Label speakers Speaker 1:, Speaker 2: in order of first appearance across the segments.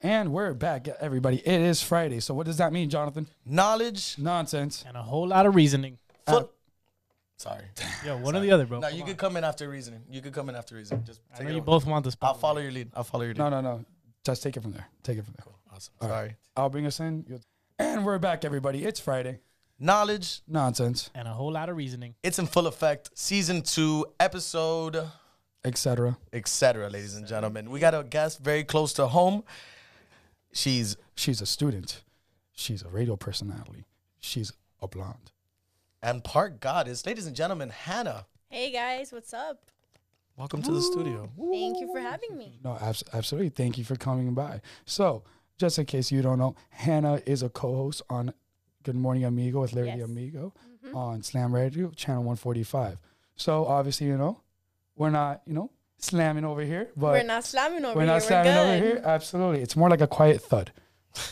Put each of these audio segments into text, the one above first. Speaker 1: And we're back, everybody. It is Friday. So what does that mean, Jonathan?
Speaker 2: Knowledge.
Speaker 1: Nonsense.
Speaker 3: and a whole lot of reasoning.
Speaker 2: Foot. Uh, Sorry.
Speaker 3: Yo, one or the other, bro.
Speaker 2: No, you could come in after reasoning. You could come in after reasoning. Just
Speaker 3: I
Speaker 2: take
Speaker 3: know
Speaker 2: it
Speaker 3: you
Speaker 2: over.
Speaker 3: both want this.
Speaker 2: I'll follow your lead. I'll follow your lead.
Speaker 1: No, no, no. Just take it from there. Take it from there.
Speaker 2: Awesome.
Speaker 1: All right.
Speaker 2: Sorry.
Speaker 1: I'll bring us in. You'll- And we're back, everybody. It's Friday.
Speaker 2: Knowledge.
Speaker 1: Nonsense,
Speaker 3: and a whole lot of reasoning.
Speaker 2: It's in full effect. Season two, episode,
Speaker 1: etc.
Speaker 2: etc. Ladies and gentlemen, we got a guest very close to home. She's
Speaker 1: She's a student. She's a radio personality. She's a blonde.
Speaker 2: and part goddess, ladies and gentlemen, Hannah.
Speaker 4: Hey guys, what's up?
Speaker 2: Welcome to the studio.
Speaker 4: Thank you for having me.
Speaker 1: No, abs- absolutely. Thank you for coming by. So, just in case you don't know, Hannah is a co-host on Good Morning Amigo with Larry the
Speaker 4: Yes. Mm-hmm.
Speaker 1: Amigo on Slam Radio Channel 145. So obviously, you know, we're not, you know, slamming over here, but
Speaker 4: we're not slamming over
Speaker 1: we're
Speaker 4: here.
Speaker 1: not slamming
Speaker 4: we're
Speaker 1: over
Speaker 4: good.
Speaker 1: here. Absolutely, it's more like a quiet thud.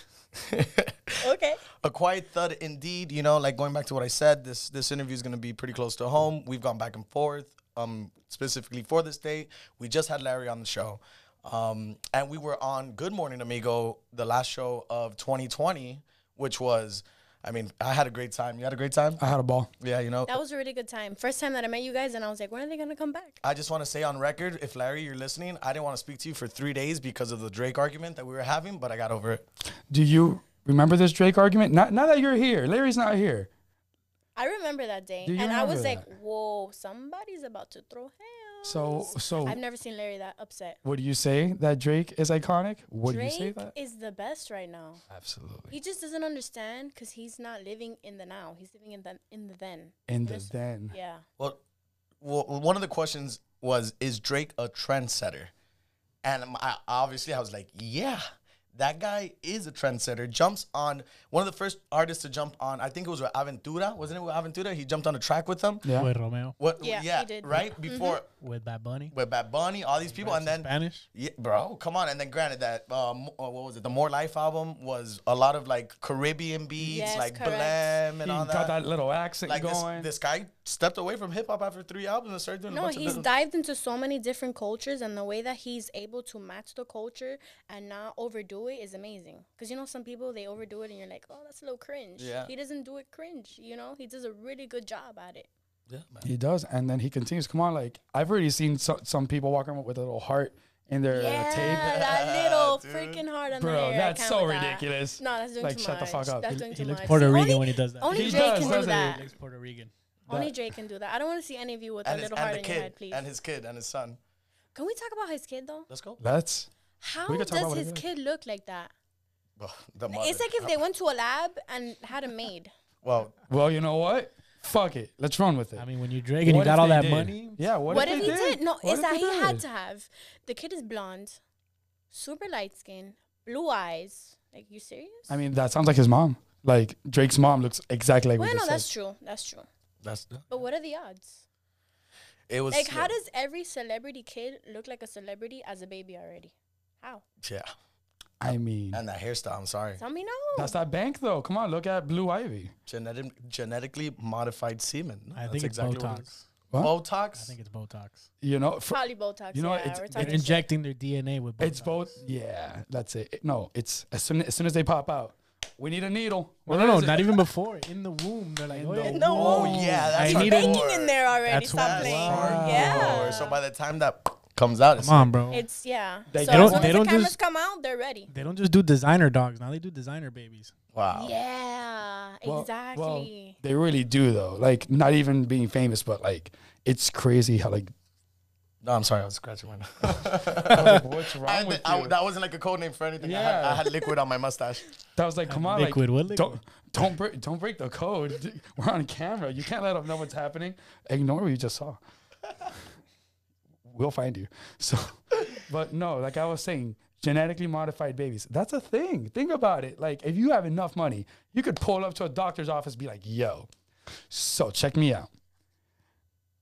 Speaker 4: Okay.
Speaker 2: A quiet thud indeed. You know, like going back to what I said, this this interview is going to be pretty close to home. We've gone back and forth, um, specifically for this day. We just had Larry on the show, um, and we were on Good Morning Amigo, the last show of 2020, which was, I mean, I had a great time. You had a great time.
Speaker 1: I had a ball.
Speaker 2: Yeah, you know.
Speaker 4: That was a really good time. First time that I met you guys and I was like, when are they gonna come back?
Speaker 2: I just want to say on record, if Larry, you're listening, I didn't want to speak to you for three days because of the Drake argument that we were having, but I got over it.
Speaker 1: Do you remember this Drake argument? Not, not that you're here. Larry's not here.
Speaker 4: I remember that day.
Speaker 1: Do you
Speaker 4: and I was
Speaker 1: remember
Speaker 4: like, whoa, somebody's about to throw hands.
Speaker 1: So, so
Speaker 4: I've never seen Larry that upset.
Speaker 1: would you say that Drake is iconic? Would you say
Speaker 4: Drake
Speaker 1: that?
Speaker 4: is the best right now.
Speaker 1: Absolutely.
Speaker 4: He just doesn't understand because he's not living in the now. He's living in the in the then.
Speaker 1: In the
Speaker 4: There's-
Speaker 1: then.
Speaker 4: Yeah.
Speaker 2: Well, well, one of the questions was, "Is Drake a trendsetter?" And I'm- I, obviously, I was like, "Yeah, that guy is a trendsetter." Jumps on one of the first artists to jump on. I think it was with Aventura, wasn't it? With Aventura, he jumped on a track with them.
Speaker 1: Yeah.
Speaker 3: With Romeo,
Speaker 2: What?
Speaker 4: Yeah,
Speaker 2: Yeah,
Speaker 4: he did. Mm-hmm.
Speaker 2: right before
Speaker 3: with Bad Bunny,
Speaker 2: with Bad Bunny, all these people, and then
Speaker 3: Spanish.
Speaker 2: yeah, bro, come on. And then granted that um, uh, what was it? The More Life album was a lot of like Caribbean beats,
Speaker 4: Yes,
Speaker 2: like
Speaker 4: correct.
Speaker 2: Blam
Speaker 1: He
Speaker 2: and all
Speaker 1: got
Speaker 2: that.
Speaker 1: that little accent
Speaker 2: Like this,
Speaker 1: going.
Speaker 2: this guy stepped away from hip hop after three albums and started doing a
Speaker 4: No,
Speaker 2: bunch of
Speaker 4: he's
Speaker 2: different-
Speaker 4: dived into so many different cultures, and the way that he's able to match the culture and not overdo it is amazing. Because you know, some people they overdo it, and you're like, oh, that's a little cringe.
Speaker 2: Yeah.
Speaker 4: He doesn't do it cringe. You know, he does a really good job at it.
Speaker 2: Yeah, man.
Speaker 1: He does, and then he continues. Come on, like I've already seen so, some people walking with a little heart in their
Speaker 4: yeah,
Speaker 1: tape.
Speaker 4: that little
Speaker 2: dude.
Speaker 4: freaking hard on
Speaker 1: Bro,
Speaker 4: the hair. I
Speaker 1: that's
Speaker 4: can't
Speaker 1: so
Speaker 4: with that.
Speaker 1: ridiculous.
Speaker 4: No, that's doing
Speaker 1: Like,
Speaker 4: too
Speaker 1: shut the
Speaker 4: much.
Speaker 1: fuck up.
Speaker 4: That's
Speaker 1: He-
Speaker 4: doing
Speaker 3: He
Speaker 4: too
Speaker 3: looks
Speaker 4: much.
Speaker 3: Puerto
Speaker 4: See,
Speaker 3: Rican
Speaker 4: only,
Speaker 3: when he does that.
Speaker 4: Only
Speaker 1: He
Speaker 4: Drake
Speaker 1: does,
Speaker 4: can do
Speaker 1: doesn't he?
Speaker 4: that.
Speaker 3: He looks Puerto Rican.
Speaker 4: Only Drake can do that. I don't want to see any of you with
Speaker 2: and,
Speaker 4: a
Speaker 2: his,
Speaker 4: little
Speaker 2: and
Speaker 4: heart
Speaker 2: the
Speaker 4: in your head,
Speaker 2: kid,
Speaker 4: please.
Speaker 2: and his kid, and his son.
Speaker 4: can we talk about his kid though?
Speaker 2: Let's go.
Speaker 1: That's
Speaker 4: How
Speaker 1: could talk about
Speaker 4: does
Speaker 1: what it
Speaker 4: his
Speaker 1: is.
Speaker 4: kid look like that?
Speaker 2: Well, the mother.
Speaker 4: It's like if they went to a lab and had a maid.
Speaker 2: well,
Speaker 1: well, you know what? Fuck it, let's run with it.
Speaker 3: I mean, when you Drake and you
Speaker 1: What
Speaker 3: got
Speaker 1: if
Speaker 3: all
Speaker 1: they
Speaker 3: that
Speaker 1: did?
Speaker 3: money,
Speaker 1: Yeah. What,
Speaker 4: What, if, he did? No,
Speaker 1: What
Speaker 4: it's
Speaker 1: if
Speaker 4: that he had
Speaker 1: did?
Speaker 4: to have. The kid is blonde, super light skin, blue eyes. Like, you serious?
Speaker 1: I mean, that sounds like his mom. Like Drake's mom looks exactly like.
Speaker 4: well,
Speaker 1: what
Speaker 4: no, that's true. That's true.
Speaker 2: that's
Speaker 4: But what are the odds?
Speaker 2: it was
Speaker 4: Like, how does every celebrity kid look like a celebrity as a baby already? How?
Speaker 2: yeah,
Speaker 1: I mean,
Speaker 2: and that hairstyle. I'm sorry,
Speaker 4: Tell me no.
Speaker 1: that's that bank though. Come on, look at Blue Ivy.
Speaker 2: genetic genetically modified semen. No,
Speaker 3: I
Speaker 2: that's
Speaker 3: think it's
Speaker 2: exactly what
Speaker 3: Botox.
Speaker 2: it is.
Speaker 1: What?
Speaker 2: Botox.
Speaker 3: I think it's Botox.
Speaker 1: You know, for,
Speaker 4: Probably Botox.
Speaker 1: You know,
Speaker 4: yeah,
Speaker 1: it's-
Speaker 4: we're
Speaker 1: it
Speaker 3: They're
Speaker 4: talking shit.
Speaker 3: injecting their DNA with Botox.
Speaker 1: it's both. Yeah, that's it. No, it's as soon as soon as they pop out, we need a needle.
Speaker 3: No,
Speaker 1: What
Speaker 3: no, no,
Speaker 1: is it?
Speaker 3: not even before. In the womb, they're like,
Speaker 1: In
Speaker 3: oh,
Speaker 1: the
Speaker 3: yeah.
Speaker 1: womb.
Speaker 4: No.
Speaker 2: oh
Speaker 4: Ooh.
Speaker 2: yeah, that's
Speaker 3: I need
Speaker 2: hardcore.
Speaker 3: it-
Speaker 4: Banking in there already.
Speaker 3: That's
Speaker 4: Stop
Speaker 2: That's
Speaker 4: playing.
Speaker 2: hardcore.
Speaker 4: Yeah.
Speaker 2: So by the time that comes out, it's
Speaker 3: Come on, bro.
Speaker 4: It's, yeah.
Speaker 1: They
Speaker 4: so
Speaker 1: don't-
Speaker 4: as soon
Speaker 1: they
Speaker 4: as the
Speaker 3: don't
Speaker 4: cameras
Speaker 3: just-
Speaker 4: come out, they're ready.
Speaker 3: they don't just do designer dogs. Now they do designer babies.
Speaker 2: wow.
Speaker 4: Yeah,
Speaker 1: Well- well,
Speaker 4: exactly.
Speaker 1: they really do though. Like not even being famous, but like it's crazy how like
Speaker 2: No, I'm sorry, I was scratching my nose.
Speaker 1: what's wrong
Speaker 2: I,
Speaker 1: with
Speaker 2: I-
Speaker 1: you?
Speaker 2: that wasn't like a code name for anything. I, had,
Speaker 1: Yeah.
Speaker 2: I had liquid on my mustache.
Speaker 1: That was like, come on,
Speaker 3: liquid,
Speaker 1: like
Speaker 3: what liquid?
Speaker 1: don't don't break don't break the code. We're on camera. You can't let them know what's happening. Ignore what you just saw. We'll find you. So, but no, like I was saying, genetically modified babies. That's a thing. Think about it. Like if you have enough money, you could pull up to a doctor's office, be like, "Yo, so check me out.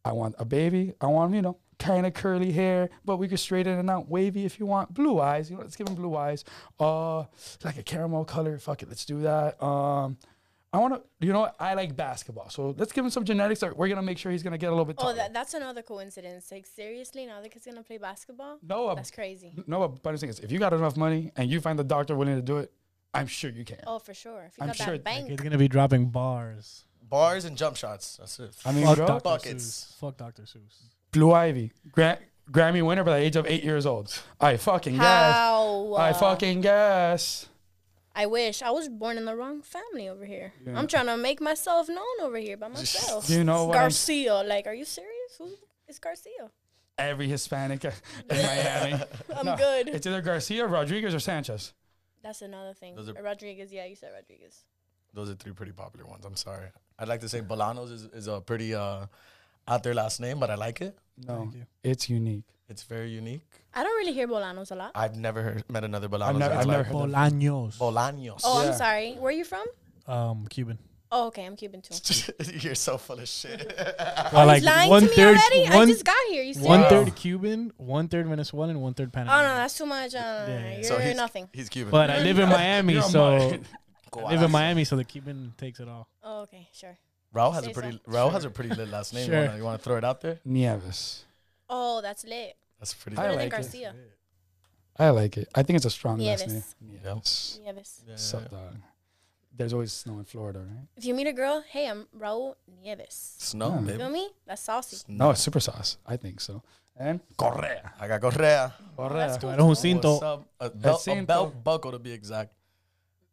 Speaker 1: I want a baby. I want you know." Kind of curly hair, but we could straighten it out, wavy if you want. Blue eyes, you know, let's give him blue eyes uh like a caramel color. Fuck it, let's do that. Um, I want to, you know, what? I like basketball. So let's give him some genetics. Or we're going to make sure he's going to get a little bit
Speaker 4: Oh,
Speaker 1: taller.
Speaker 4: that, that's another coincidence. Like seriously, now the kid's gonna play basketball.
Speaker 1: no, uh,
Speaker 4: That's crazy.
Speaker 1: no, but I'm saying is if you got enough money and you find the doctor willing to do it, I'm sure you can.
Speaker 4: Oh, for sure. If you
Speaker 1: I'm
Speaker 4: got
Speaker 1: sure-
Speaker 4: that bank,
Speaker 3: He's gonna be dropping bars.
Speaker 2: Bars and jump shots. That's it.
Speaker 1: I mean,
Speaker 3: Fuck
Speaker 1: bro,
Speaker 3: Dr.
Speaker 2: Buckets.
Speaker 3: Seuss. Fuck Dr. Seuss.
Speaker 1: Blue Ivy, Gra- Grammy winner by the age of eight years old. I fucking guess.
Speaker 4: how?
Speaker 1: I
Speaker 4: uh,
Speaker 1: fucking guess.
Speaker 4: I wish I was born in the wrong family over here. I'm trying to make myself known over here by myself.
Speaker 1: Do you know what I'm s-
Speaker 4: Garcia? Like, are you serious? Who is Garcia?
Speaker 1: Every Hispanic in Miami.
Speaker 4: I'm
Speaker 1: No,
Speaker 4: good.
Speaker 1: It's either Garcia, Rodriguez, or Sanchez.
Speaker 4: That's another thing.
Speaker 2: Those are-
Speaker 4: Uh, Rodriguez. Yeah, you said Rodriguez.
Speaker 2: Those are three pretty popular ones. I'm sorry. I'd like to say Bolanos is, is a pretty uh, out there last name, but I like it.
Speaker 1: No,
Speaker 3: Thank you.
Speaker 1: it's unique.
Speaker 2: It's very unique.
Speaker 4: I don't really hear Bolanos a lot.
Speaker 2: I've never heard, met another Bolanos.
Speaker 1: never-
Speaker 2: that I
Speaker 1: I've never
Speaker 2: like.
Speaker 1: heard-
Speaker 3: Bolaños.
Speaker 2: Bolaños.
Speaker 4: Oh,
Speaker 1: Yeah.
Speaker 4: I'm sorry. Where are you from?
Speaker 3: Um, Cuban.
Speaker 4: Oh, okay. I'm Cuban too.
Speaker 2: You're so full of shit.
Speaker 3: Well,
Speaker 4: He's lying to me already. I just got here. You
Speaker 3: one
Speaker 4: serious?
Speaker 3: third Cuban, one third Venezuelan, and one third
Speaker 4: Oh no,
Speaker 3: Panama.
Speaker 4: that's too much. Uh,
Speaker 3: Yeah.
Speaker 4: You're
Speaker 2: so he's
Speaker 4: nothing.
Speaker 2: He's Cuban.
Speaker 3: But I live in Miami,
Speaker 1: You're a
Speaker 3: so
Speaker 1: Maya.
Speaker 2: Go
Speaker 3: I live in
Speaker 2: on.
Speaker 3: Miami, so the Cuban takes it all.
Speaker 4: Oh, okay, sure.
Speaker 2: Raul has a
Speaker 4: Say
Speaker 2: pretty
Speaker 4: so.
Speaker 2: Raul has a pretty lit last name. You
Speaker 3: Sure.
Speaker 2: wanna- You want to throw it out there?
Speaker 1: Nieves.
Speaker 4: Oh, that's lit.
Speaker 2: That's pretty.
Speaker 1: I
Speaker 4: Better
Speaker 2: lit.
Speaker 4: than
Speaker 1: like it.
Speaker 4: Garcia.
Speaker 1: I like it. I think it's a strong last name.
Speaker 4: Nieves.
Speaker 1: Nieves.
Speaker 4: Nieves.
Speaker 2: Yeah.
Speaker 1: Sup, dog? There's always snow in Florida, right?
Speaker 4: If you meet a girl, hey, I'm Raul Nieves.
Speaker 2: Snow,
Speaker 1: Yeah.
Speaker 4: Feel
Speaker 2: baby.
Speaker 4: me? That's saucy.
Speaker 1: No, it's super sauce. I think so. And Correa.
Speaker 2: I got Correa.
Speaker 1: Correa.
Speaker 4: cool.
Speaker 3: Era un
Speaker 2: What's
Speaker 3: cinto.
Speaker 2: up? A belt, a
Speaker 1: Jacinto.
Speaker 2: belt buckle to be exact.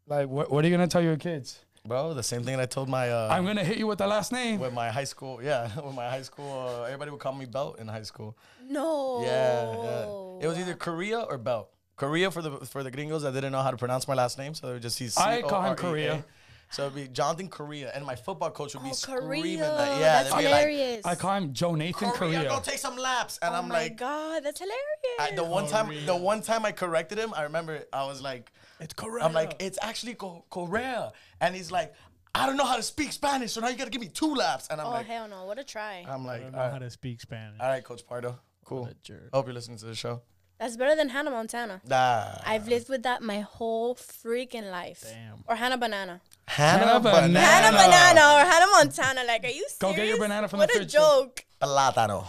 Speaker 1: Like, what, what are you going to tell your kids?
Speaker 2: Bro, the same thing I told my uh,
Speaker 1: I'm going to hit you with the last name.
Speaker 2: with my high school. Yeah, with my high school. Uh, everybody would call me Belt in high school.
Speaker 4: No. Oh,
Speaker 2: Yeah, yeah. It was either Korea or Belt. Korea for the for the gringos that didn't know how to pronounce my last name, so they would just see.
Speaker 1: I call him
Speaker 2: C-O-R-E-A.
Speaker 1: Korea.
Speaker 2: E So it'd be Jonathan Korea, and my football coach would be
Speaker 4: Oh,
Speaker 2: screaming
Speaker 4: Korea.
Speaker 2: that. Yeah,
Speaker 4: that's
Speaker 2: they'd be like,
Speaker 4: hilarious.
Speaker 1: I call him Joe Nathan
Speaker 2: Korea,
Speaker 1: Correa.
Speaker 2: go take some laps, and
Speaker 4: oh
Speaker 2: I'm
Speaker 4: my
Speaker 2: like,
Speaker 4: God, that's hilarious.
Speaker 2: I, the one time, the one time I corrected him, I remember I was like,
Speaker 3: It's Correa.
Speaker 2: I'm like, it's actually Co- Correa, and he's like, I don't know how to speak Spanish, so now you gotta give me two laps, and I'm
Speaker 4: Oh
Speaker 2: like, Ah.
Speaker 4: hell no! What a try.
Speaker 2: I'm
Speaker 3: I
Speaker 2: like,
Speaker 3: don't know
Speaker 2: all
Speaker 3: how
Speaker 2: right,
Speaker 4: uh,
Speaker 3: to speak Spanish.
Speaker 2: all right, Coach Pardo, cool.
Speaker 3: What a jerk.
Speaker 2: Hope you're listening to the show.
Speaker 4: That's better than Hannah Montana.
Speaker 2: Nah,
Speaker 4: I've lived with that my whole freaking life.
Speaker 3: Damn.
Speaker 4: Or Hannah Banana.
Speaker 2: Hannah
Speaker 1: Banana. Banana.
Speaker 4: Hannah Banana or Hannah Montana. Like, are you serious?
Speaker 1: Go get your banana from the
Speaker 4: what
Speaker 1: fridge, too.
Speaker 4: a joke.
Speaker 2: Plátano.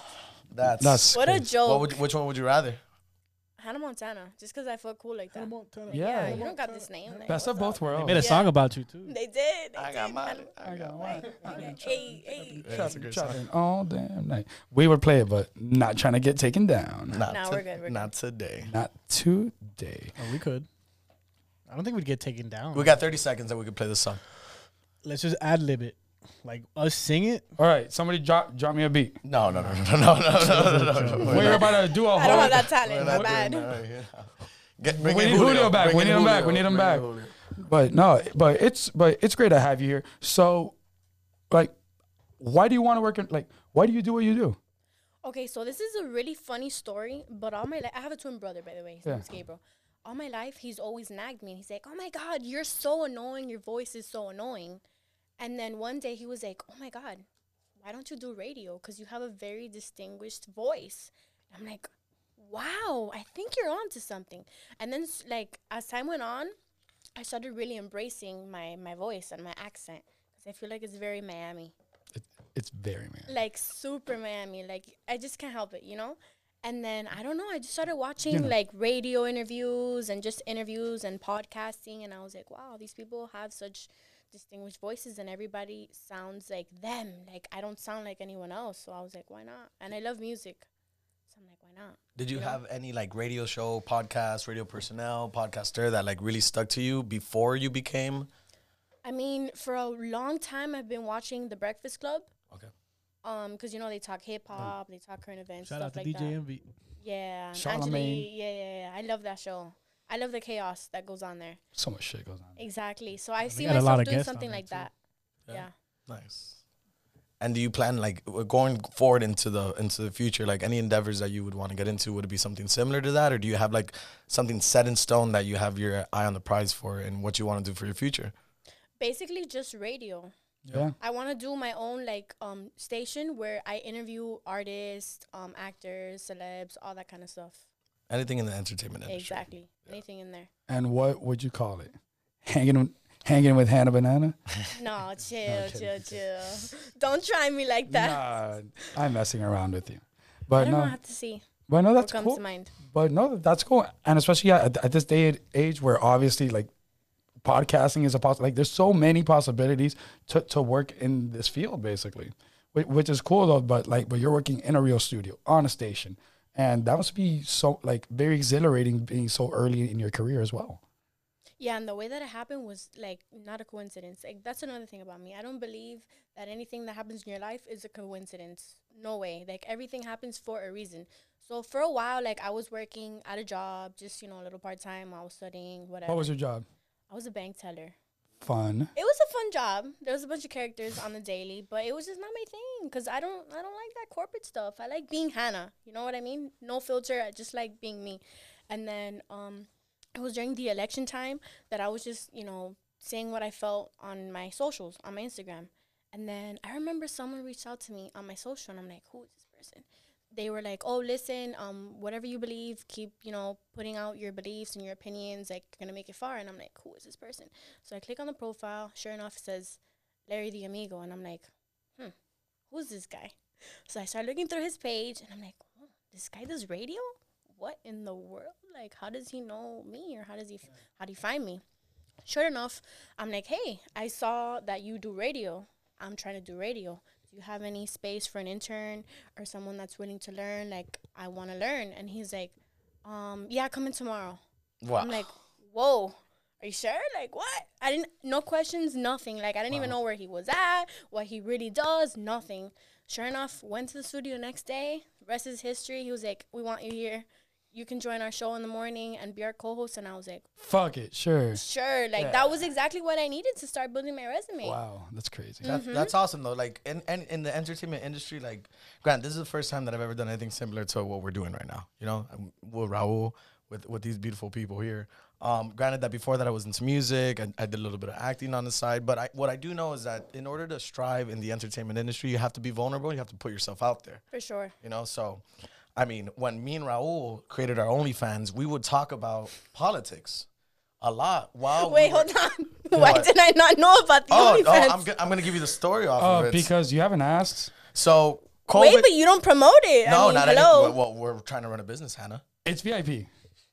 Speaker 2: That's,
Speaker 1: That's
Speaker 4: What a
Speaker 1: crazy.
Speaker 4: joke.
Speaker 2: what would, which one would you rather?
Speaker 4: Hannah Montana. Just because I feel cool like that.
Speaker 1: Yeah.
Speaker 4: Yeah, you don't got this name. Like,
Speaker 1: Best of both worlds.
Speaker 3: Made a song about you too.
Speaker 4: They did. They
Speaker 2: I
Speaker 4: did.
Speaker 2: got mine.
Speaker 1: I got one.
Speaker 4: Hannah- Hey, hey.
Speaker 2: That's a good song.
Speaker 1: Chopping all damn night. We would play it, but not trying to get taken down.
Speaker 2: Not,
Speaker 4: Nah,
Speaker 2: to-
Speaker 4: we're good, we're
Speaker 2: not today.
Speaker 1: Not today.
Speaker 3: Oh, we could. I don't think we'd get taken down.
Speaker 2: We got 30 seconds and we could play this song.
Speaker 3: Let's just ad lib it, like us sing it.
Speaker 1: All right, somebody drop drop me a beat.
Speaker 2: No, no, no, no, no, no, no, no, no, no.
Speaker 1: We're, about to do a
Speaker 4: I don't
Speaker 1: whole.
Speaker 4: have that talent. My
Speaker 2: Not doing
Speaker 4: bad.
Speaker 2: that right here. Get-
Speaker 1: we
Speaker 2: in
Speaker 1: need Julio back.
Speaker 2: Bring
Speaker 1: We
Speaker 2: in
Speaker 1: need him back. We
Speaker 2: Julio.
Speaker 1: need him
Speaker 2: Bring in
Speaker 1: back.
Speaker 2: Julio.
Speaker 1: But no, but it's but it's great to have you here. So, like, why do you want to work in? Like, why do you do what you do?
Speaker 4: Okay, so this is a really funny story, but all my life, I have a twin brother, by the way. His
Speaker 1: Yeah.
Speaker 4: name's Gabriel. All my life, he's always nagged me. And he's like, oh my God, you're so annoying. Your voice is so annoying. And then one day he was like, oh my God, why don't you do radio? Because you have a very distinguished voice. I'm like, wow, I think you're on to something. And then, s- like, as time went on, I started really embracing my, my voice and my accent. Because I feel like it's very Miami
Speaker 1: It, it's very man.
Speaker 4: like super Miami. Like I just can't help it, you know. And then I don't know. I just started watching
Speaker 1: know.
Speaker 4: like radio interviews and just interviews and podcasting, and I was like, wow, these people have such distinguished voices, and everybody sounds like them. Like I don't sound like anyone else, so I was like, why not? And I love music, so I'm like, why not?
Speaker 2: Did you have any like radio show, podcast, radio personnel, podcaster that like really stuck to you before you became?
Speaker 4: I mean, for a long time, I've been watching The Breakfast Club.
Speaker 2: Okay.
Speaker 4: Um, because you know they talk hip hop, they talk current events,
Speaker 3: Oh. Shout
Speaker 4: stuff
Speaker 3: out to
Speaker 4: like
Speaker 3: DJ
Speaker 4: that.
Speaker 3: Envy.
Speaker 4: Yeah, and
Speaker 1: Charlemagne.
Speaker 4: Angelique. Yeah, yeah, yeah. I love that show. I love the chaos that goes on there.
Speaker 1: So much shit goes on.
Speaker 4: Exactly. So I see
Speaker 3: got a lot
Speaker 4: myself
Speaker 3: of
Speaker 4: doing
Speaker 3: guests on
Speaker 4: something
Speaker 3: there,
Speaker 4: like
Speaker 3: too.
Speaker 4: that. Yeah.
Speaker 2: Nice. And do you plan like w- going forward into the into the future, like any endeavors that you would want to get into? Would it be something similar to that, or do you have like something set in stone that you have your eye on the prize for and what you want to do for your future?
Speaker 4: Basically, just radio.
Speaker 1: Yeah.
Speaker 4: I want to do my own like um station where I interview artists, um actors, celebs, all that kind of stuff.
Speaker 2: Anything in the entertainment industry.
Speaker 4: Exactly. Anything in there.
Speaker 1: And what would you call it? Hanging on, hanging with Hannah Banana.
Speaker 4: No, chill, chill, chill. Don't try me like that.
Speaker 1: Nah, I'm messing around with you.
Speaker 4: I
Speaker 1: But
Speaker 4: don't know.
Speaker 1: no,
Speaker 4: have to see
Speaker 1: but no,
Speaker 4: what
Speaker 1: that's
Speaker 4: comes
Speaker 1: cool.
Speaker 4: to mind.
Speaker 1: But no, that's cool. And especially at, at this day and age where obviously like podcasting is a poss- like there's so many possibilities to, to work in this field basically, which, which is cool though. But like, but you're working in a real studio on a station. And that must be so like very exhilarating being so early in your career as well.
Speaker 4: Yeah, and the way that it happened was like not a coincidence. Like that's another thing about me. I don't believe that anything that happens in your life is a coincidence. No way. Like everything happens for a reason. So for a while, like I was working at a job, just you know, a little part time. I was studying, whatever.
Speaker 1: What was your job?
Speaker 4: I was a bank teller.
Speaker 1: Fun.
Speaker 4: It was a fun job. There was a bunch of characters on the daily, but it was just not my thing because I don't I don't like that corporate stuff. I like being Hannah. You know what I mean? No filter. I just like being me. And then um, it was during the election time that I was just you know saying what I felt on my socials on my Instagram. And then I remember someone reached out to me on my social, and I'm like, who is this person? They were like, oh, listen, um, whatever you believe, keep you know putting out your beliefs and your opinions. Like you're gonna make it far. And I'm like, who is this person? So I click on the profile. Sure enough, it says Larry the Amigo, and I'm like, hmm, who's this guy? So I start looking through his page, and I'm like, oh, this guy does radio. What in the world? Like, how does he know me, or how does he, f- how do you find me? Sure enough, I'm like, hey, I saw that you do radio. I'm trying to do radio. Do you have any space for an intern or someone that's willing to learn? Like, I want to learn. And he's like, um, yeah, come in tomorrow.
Speaker 2: Wow.
Speaker 4: I'm like, whoa, are you sure? Like, what? I didn't, no questions, nothing. Like, I didn't even know where he was at, what he really does, nothing. Sure enough, went to the studio next day. Rest is history. He was like, we want you here. You can join our show in the morning and be our co host. And I was like,
Speaker 1: Fuck it. Sure.
Speaker 4: sure. Like, that was exactly what I needed to start building my resume.
Speaker 1: Wow. That's crazy.
Speaker 2: That's,
Speaker 4: Mm-hmm.
Speaker 2: that's awesome though. Like in, in in the entertainment industry, like Grant, this is the first time that I've ever done anything similar to what we're doing right now. You know, I'm with Raul, with with these beautiful people here. Um, granted that before that I was into music, I, I did a little bit of acting on the side. But I, what I do know is that in order to strive in the entertainment industry, you have to be vulnerable. You have to put yourself out there.
Speaker 4: For sure.
Speaker 2: You know, so I mean, when me and Raul created our OnlyFans, we would talk about politics a lot. While we
Speaker 4: Wait,
Speaker 2: Oh, were-
Speaker 4: hold on. Why did I not know about the
Speaker 2: Oh, oh
Speaker 4: OnlyFans?
Speaker 2: I'm, go- I'm gonna give you the story off
Speaker 1: Oh,
Speaker 2: of it.
Speaker 1: because you haven't asked.
Speaker 2: So COVID.
Speaker 4: Wait, but you don't promote it.
Speaker 2: no,
Speaker 4: I mean,
Speaker 2: not any-
Speaker 4: hello.
Speaker 2: well, well, we're trying to run a business, Hannah.
Speaker 1: It's VIP.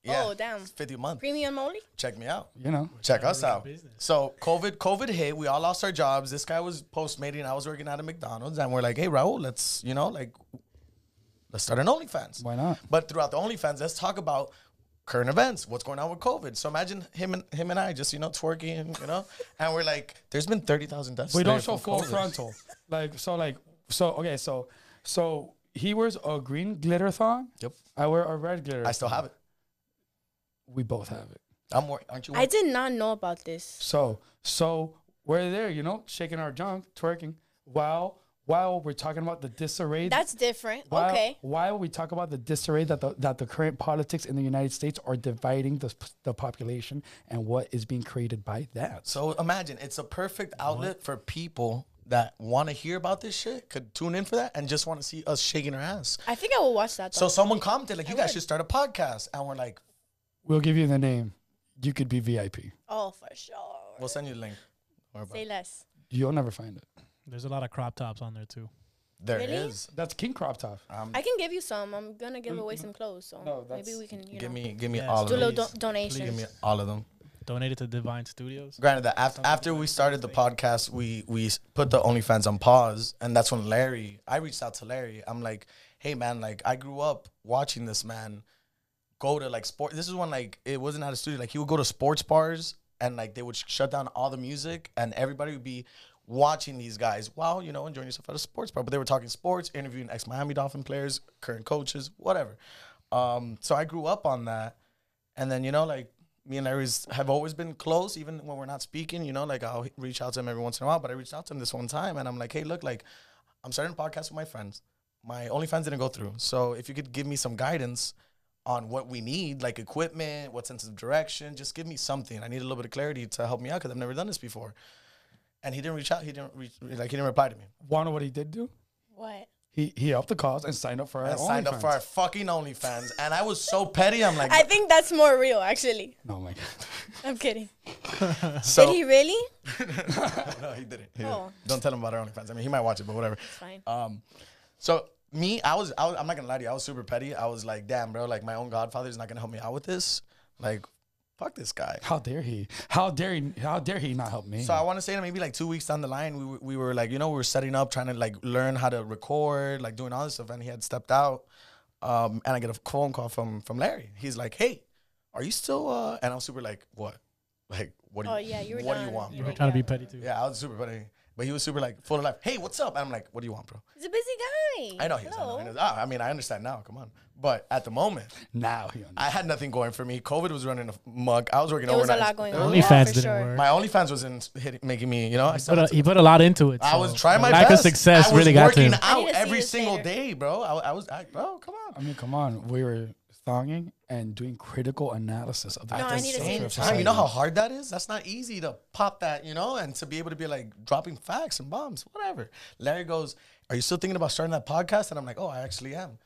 Speaker 4: Oh, damn.
Speaker 2: It's Fifty a month.
Speaker 4: Premium only?
Speaker 2: Check me out.
Speaker 1: You know.
Speaker 2: Check us
Speaker 3: run a
Speaker 2: out.
Speaker 3: business.
Speaker 2: So COVID, COVID hit. We all lost our jobs. This guy was postmating. I was working out at McDonald's, and we're like, "Hey, Raul, let's you know, like, let's start an OnlyFans."
Speaker 1: Why not?
Speaker 2: But throughout the OnlyFans, let's talk about current events. What's going on with COVID? So imagine him and him and I just you know twerking, you know, and we're like, "There's been thirty thousand deaths."
Speaker 1: We
Speaker 2: today
Speaker 1: don't show
Speaker 2: from
Speaker 1: full
Speaker 2: COVID.
Speaker 1: frontal. Like so, like so. Okay, so so he wears a green glitter thong.
Speaker 2: Yep.
Speaker 1: I wear a red glitter.
Speaker 2: I still have it.
Speaker 1: We both have it.
Speaker 2: I'm worried. Aren't you?
Speaker 4: I did not know about this.
Speaker 1: So so we're there, you know, shaking our junk, twerking, while while we're talking about the disarray.
Speaker 4: That's different.
Speaker 1: while,
Speaker 4: okay.
Speaker 1: While we talk about the disarray that the that the current politics in the United States are dividing the the population and what is being created by that.
Speaker 2: So imagine it's a perfect outlet for people that want to hear about this shit, could tune in for that, and just want to see us shaking our ass.
Speaker 4: I think I will watch that. Though.
Speaker 2: So someone commented like, "You guys
Speaker 4: would.
Speaker 2: should start a podcast," and we're like,
Speaker 1: We'll give you the name. You could be VIP.
Speaker 4: oh, for sure.
Speaker 2: "We'll uh, send you the link." Don't worry about
Speaker 4: Say
Speaker 2: it.
Speaker 4: less.
Speaker 1: You'll never find it.
Speaker 3: There's a lot of crop tops on there too.
Speaker 2: There it
Speaker 4: Really?
Speaker 2: is. Um,
Speaker 1: That's King Crop Top.
Speaker 2: mm.
Speaker 4: I can give you some. I'm gonna give away some clothes, so
Speaker 1: No,
Speaker 4: maybe
Speaker 1: that's-
Speaker 4: we can you
Speaker 2: Mm-hmm. Give
Speaker 4: know,
Speaker 2: me, give me
Speaker 3: Yes,
Speaker 2: all of
Speaker 4: do a
Speaker 3: please.
Speaker 2: them.
Speaker 4: little do- donation.
Speaker 2: Give me all of them.
Speaker 3: Donated to Divine Studios.
Speaker 2: Granted that after, after we started the podcast, we we s- put the OnlyFans on pause, and that's when Larry. I reached out to Larry. I'm like, "Hey man, like I grew up watching this man go to like sport. This is when like it wasn't at a studio. Like he would go to sports bars, and like they would sh- shut down all the music, and everybody would be watching these guys while you know enjoying yourself at a sports bar. But they were talking sports, interviewing ex Miami Dolphin players, current coaches, whatever. Um, so I grew up on that. And then, you know, like me and Larry's have always been close, even when we're not speaking, you know, like I'll h- reach out to him every once in a while. But I reached out to him this one time and I'm like, hey, look, like I'm starting a podcast with my friends. My OnlyFans didn't go through. So if you could give me some guidance on what we need, like equipment, what sense of direction, just give me something. I need a little bit of clarity to help me out because I've never done this before. And he didn't reach out. He didn't reach, like he didn't reply to me.
Speaker 1: Wanna what he did do?
Speaker 4: What?
Speaker 1: He he helped the cause and signed up for our
Speaker 2: I signed up for our
Speaker 1: OnlyFans.
Speaker 2: fucking OnlyFans, and I was so petty. I'm like,
Speaker 4: I think that's more real, actually.
Speaker 1: Oh my god.
Speaker 4: I'm kidding.
Speaker 2: So
Speaker 4: Did he really?
Speaker 2: no, he didn't. He didn't.
Speaker 4: Oh.
Speaker 2: Don't tell him about our OnlyFans. I mean, he might watch it, but whatever.
Speaker 4: It's fine.
Speaker 2: Um, so me, I was, I was, I'm not gonna lie to you, I was super petty. I was like, damn, bro, like my own godfather is not gonna help me out with this. Like, fuck this guy.
Speaker 1: How dare he? How dare he? How dare he not help me?
Speaker 2: So I want to say that maybe like two weeks down the line, we were- we were like, you know, we were setting up, trying to like learn how to record, like doing all this stuff, and he had stepped out. Um, and I get a phone call from from Larry. He's like, hey, are you still? Uh, and I'm super like, what? Like, what? Do
Speaker 4: Oh,
Speaker 2: you,
Speaker 4: yeah, you were
Speaker 2: What do
Speaker 4: done.
Speaker 2: you want,
Speaker 3: You
Speaker 2: bro?
Speaker 3: were trying to be petty too.
Speaker 2: yeah, I was super funny, but he was super like full of life. Hey, what's up? And I'm like, what do you want, bro?
Speaker 4: He's a busy guy.
Speaker 2: I know he was. I, know, I,
Speaker 4: Hello.
Speaker 2: know. Ah, I mean, I understand now. Come on. But at the moment,
Speaker 1: now he understands.
Speaker 2: I had nothing going for me. COVID was running a mug. I was working
Speaker 4: There was
Speaker 2: overnight.
Speaker 4: a lot going on.
Speaker 3: Only fans
Speaker 4: for
Speaker 3: didn't
Speaker 4: sure.
Speaker 3: work.
Speaker 2: My OnlyFans was in hitting, making me, you know, I
Speaker 3: But,
Speaker 2: started
Speaker 3: uh, he put a lot into it.
Speaker 2: I was
Speaker 3: so
Speaker 2: trying my
Speaker 3: lack
Speaker 2: best.
Speaker 3: of success
Speaker 2: I was
Speaker 3: really got to
Speaker 2: working
Speaker 3: him.
Speaker 4: I
Speaker 2: out
Speaker 4: need to see
Speaker 2: every
Speaker 4: this
Speaker 2: single
Speaker 4: later.
Speaker 2: day, bro. I, I was, I, bro, come on.
Speaker 1: I mean, come on. We were thonging and doing critical analysis of the
Speaker 4: No, I need to see
Speaker 1: culture
Speaker 2: Same
Speaker 1: of
Speaker 4: this.
Speaker 2: time, you know
Speaker 1: society.
Speaker 2: how hard that is. That's not easy to pop that, you know, and to be able to be like dropping facts and bombs, whatever. Larry goes, "Are you still thinking about starting that podcast?" And I'm like, "Oh, I actually am."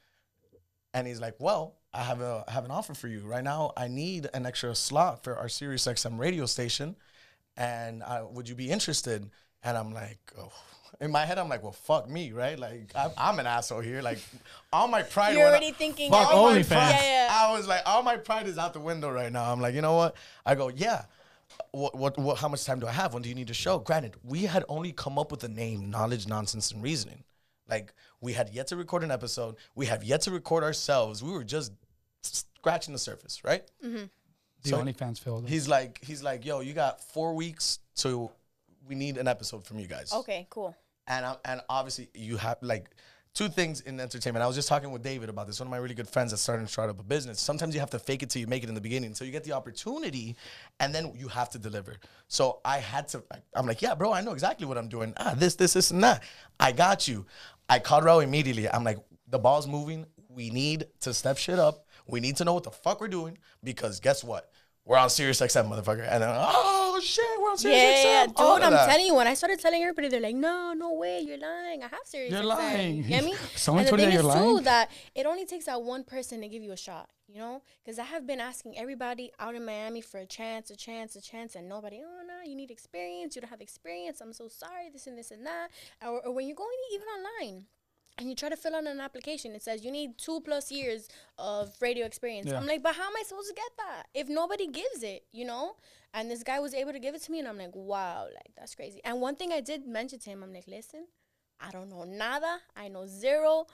Speaker 2: And he's like, "Well, I have a I have an offer for you right now. I need an extra slot for our Sirius XM radio station, and I, would you be interested?" And I'm like, "Oh." In my head, I'm like, well, fuck me, right? Like, I'm, I'm an asshole here. Like, all my pride.
Speaker 4: You're
Speaker 2: went
Speaker 4: already
Speaker 2: out-
Speaker 4: thinking.
Speaker 3: Fuck
Speaker 4: oh,
Speaker 3: OnlyFans.
Speaker 4: Yeah, yeah.
Speaker 2: I was like, all my pride is out the window right now. I'm like, you know what? I go, yeah. What, what, what, how much time do I have? When do you need to show? Granted, we had only come up with the name Knowledge, Nonsense, and Reasoning. Like, we had yet to record an episode. We have yet to record ourselves. We were just scratching the surface, right?
Speaker 1: the
Speaker 2: so-
Speaker 1: OnlyFans filled.
Speaker 2: He's like, he's like, yo, you got four weeks to, we need an episode from you guys
Speaker 4: Okay, cool.
Speaker 2: and i and obviously you have like two things in entertainment. I was just talking with David about this. One of my really good friends that's starting to start up a business. Sometimes you have to fake it till you make it in the beginning. So you get the opportunity, and then you have to deliver. So I had to. I'm like, yeah, bro, I know exactly what I'm doing. Ah, this, this, this, and that. I got you. I called Raul immediately. I'm like, the ball's moving. We need to step shit up. We need to know what the fuck we're doing because guess what? We're on Sirius XM, motherfucker. And then, oh shit, we're on
Speaker 4: Yeah,
Speaker 2: Sirius XM.
Speaker 4: yeah, yeah,
Speaker 2: all
Speaker 4: dude.
Speaker 2: of
Speaker 4: I'm
Speaker 2: that.
Speaker 4: telling you, when I started telling everybody, they're like, "No, no way, you're lying. I have serious.
Speaker 1: You're
Speaker 4: anxiety."
Speaker 1: lying.
Speaker 4: You get me?
Speaker 1: Someone
Speaker 4: and the
Speaker 1: told you
Speaker 4: thing
Speaker 1: that
Speaker 4: is
Speaker 1: you're
Speaker 4: too
Speaker 1: lying?
Speaker 4: that it only takes that one person to give you a shot. You know, because I have been asking everybody out in Miami for a chance, a chance, a chance, and nobody. Oh no, you need experience. You don't have experience. I'm so sorry. This and this and that. Or, or when you're going even online. And you try to fill out an application. It says you need two plus years of radio experience.
Speaker 1: Yeah.
Speaker 4: I'm like, but how am I supposed to get that if nobody gives it? You know. And this guy was able to give it to me, and I'm like, wow, like that's crazy. And one thing I did mention to him, I'm like, listen, I don't know nada, I know zero,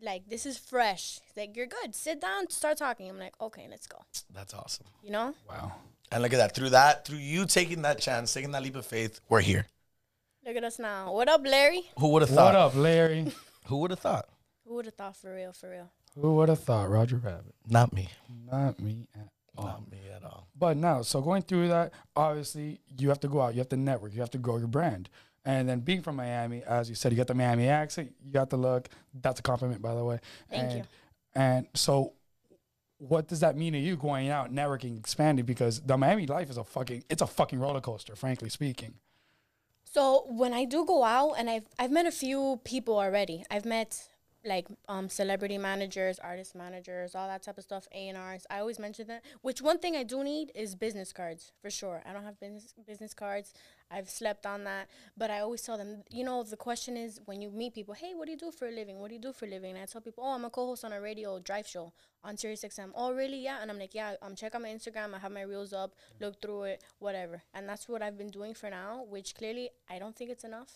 Speaker 4: like this is fresh. He's like, you're good. Sit down, start talking. I'm like, okay, let's go.
Speaker 2: That's awesome.
Speaker 4: You know?
Speaker 1: wow.
Speaker 2: And look at that. Through that, through you taking that chance, taking that leap of faith, we're here.
Speaker 4: Look at us now. What up, Larry?
Speaker 2: Who would have
Speaker 1: What
Speaker 2: thought?
Speaker 1: up, Larry?
Speaker 2: Who would have thought?
Speaker 4: Who would have thought for real, for real?
Speaker 1: Who would have thought Roger Rabbit? Oh.
Speaker 2: Not me.
Speaker 1: Not me at all.
Speaker 2: Not me at all.
Speaker 1: But no, so going through that, obviously you have to go out, you have to network, you have to grow your brand. And then being from Miami, as you said, you got the Miami accent, you got the look. That's a compliment, by the way.
Speaker 4: Thank
Speaker 1: and,
Speaker 4: you.
Speaker 1: And so, what does that mean to you going out, networking, expanding? Because the Miami life is a fucking, it's a fucking roller coaster, frankly speaking.
Speaker 4: So when I do go out, and I've I've met a few people already. I've met like um celebrity managers, artist managers, all that type of stuff, A and R's. I always mention that. Which one thing I do need is business cards for sure. I don't have business business cards. I've slept on that, but I always tell them, you know, the question is when you meet people, hey, what do you do for a living? What do you do for a living? And I tell people, oh, I'm a co-host on a radio drive show on Sirius XM. Oh, really? Yeah. And I'm like, yeah. Um, check out my Instagram. I have my reels up. Look through it, whatever. And that's what I've been doing for now. Which clearly, I don't think it's enough.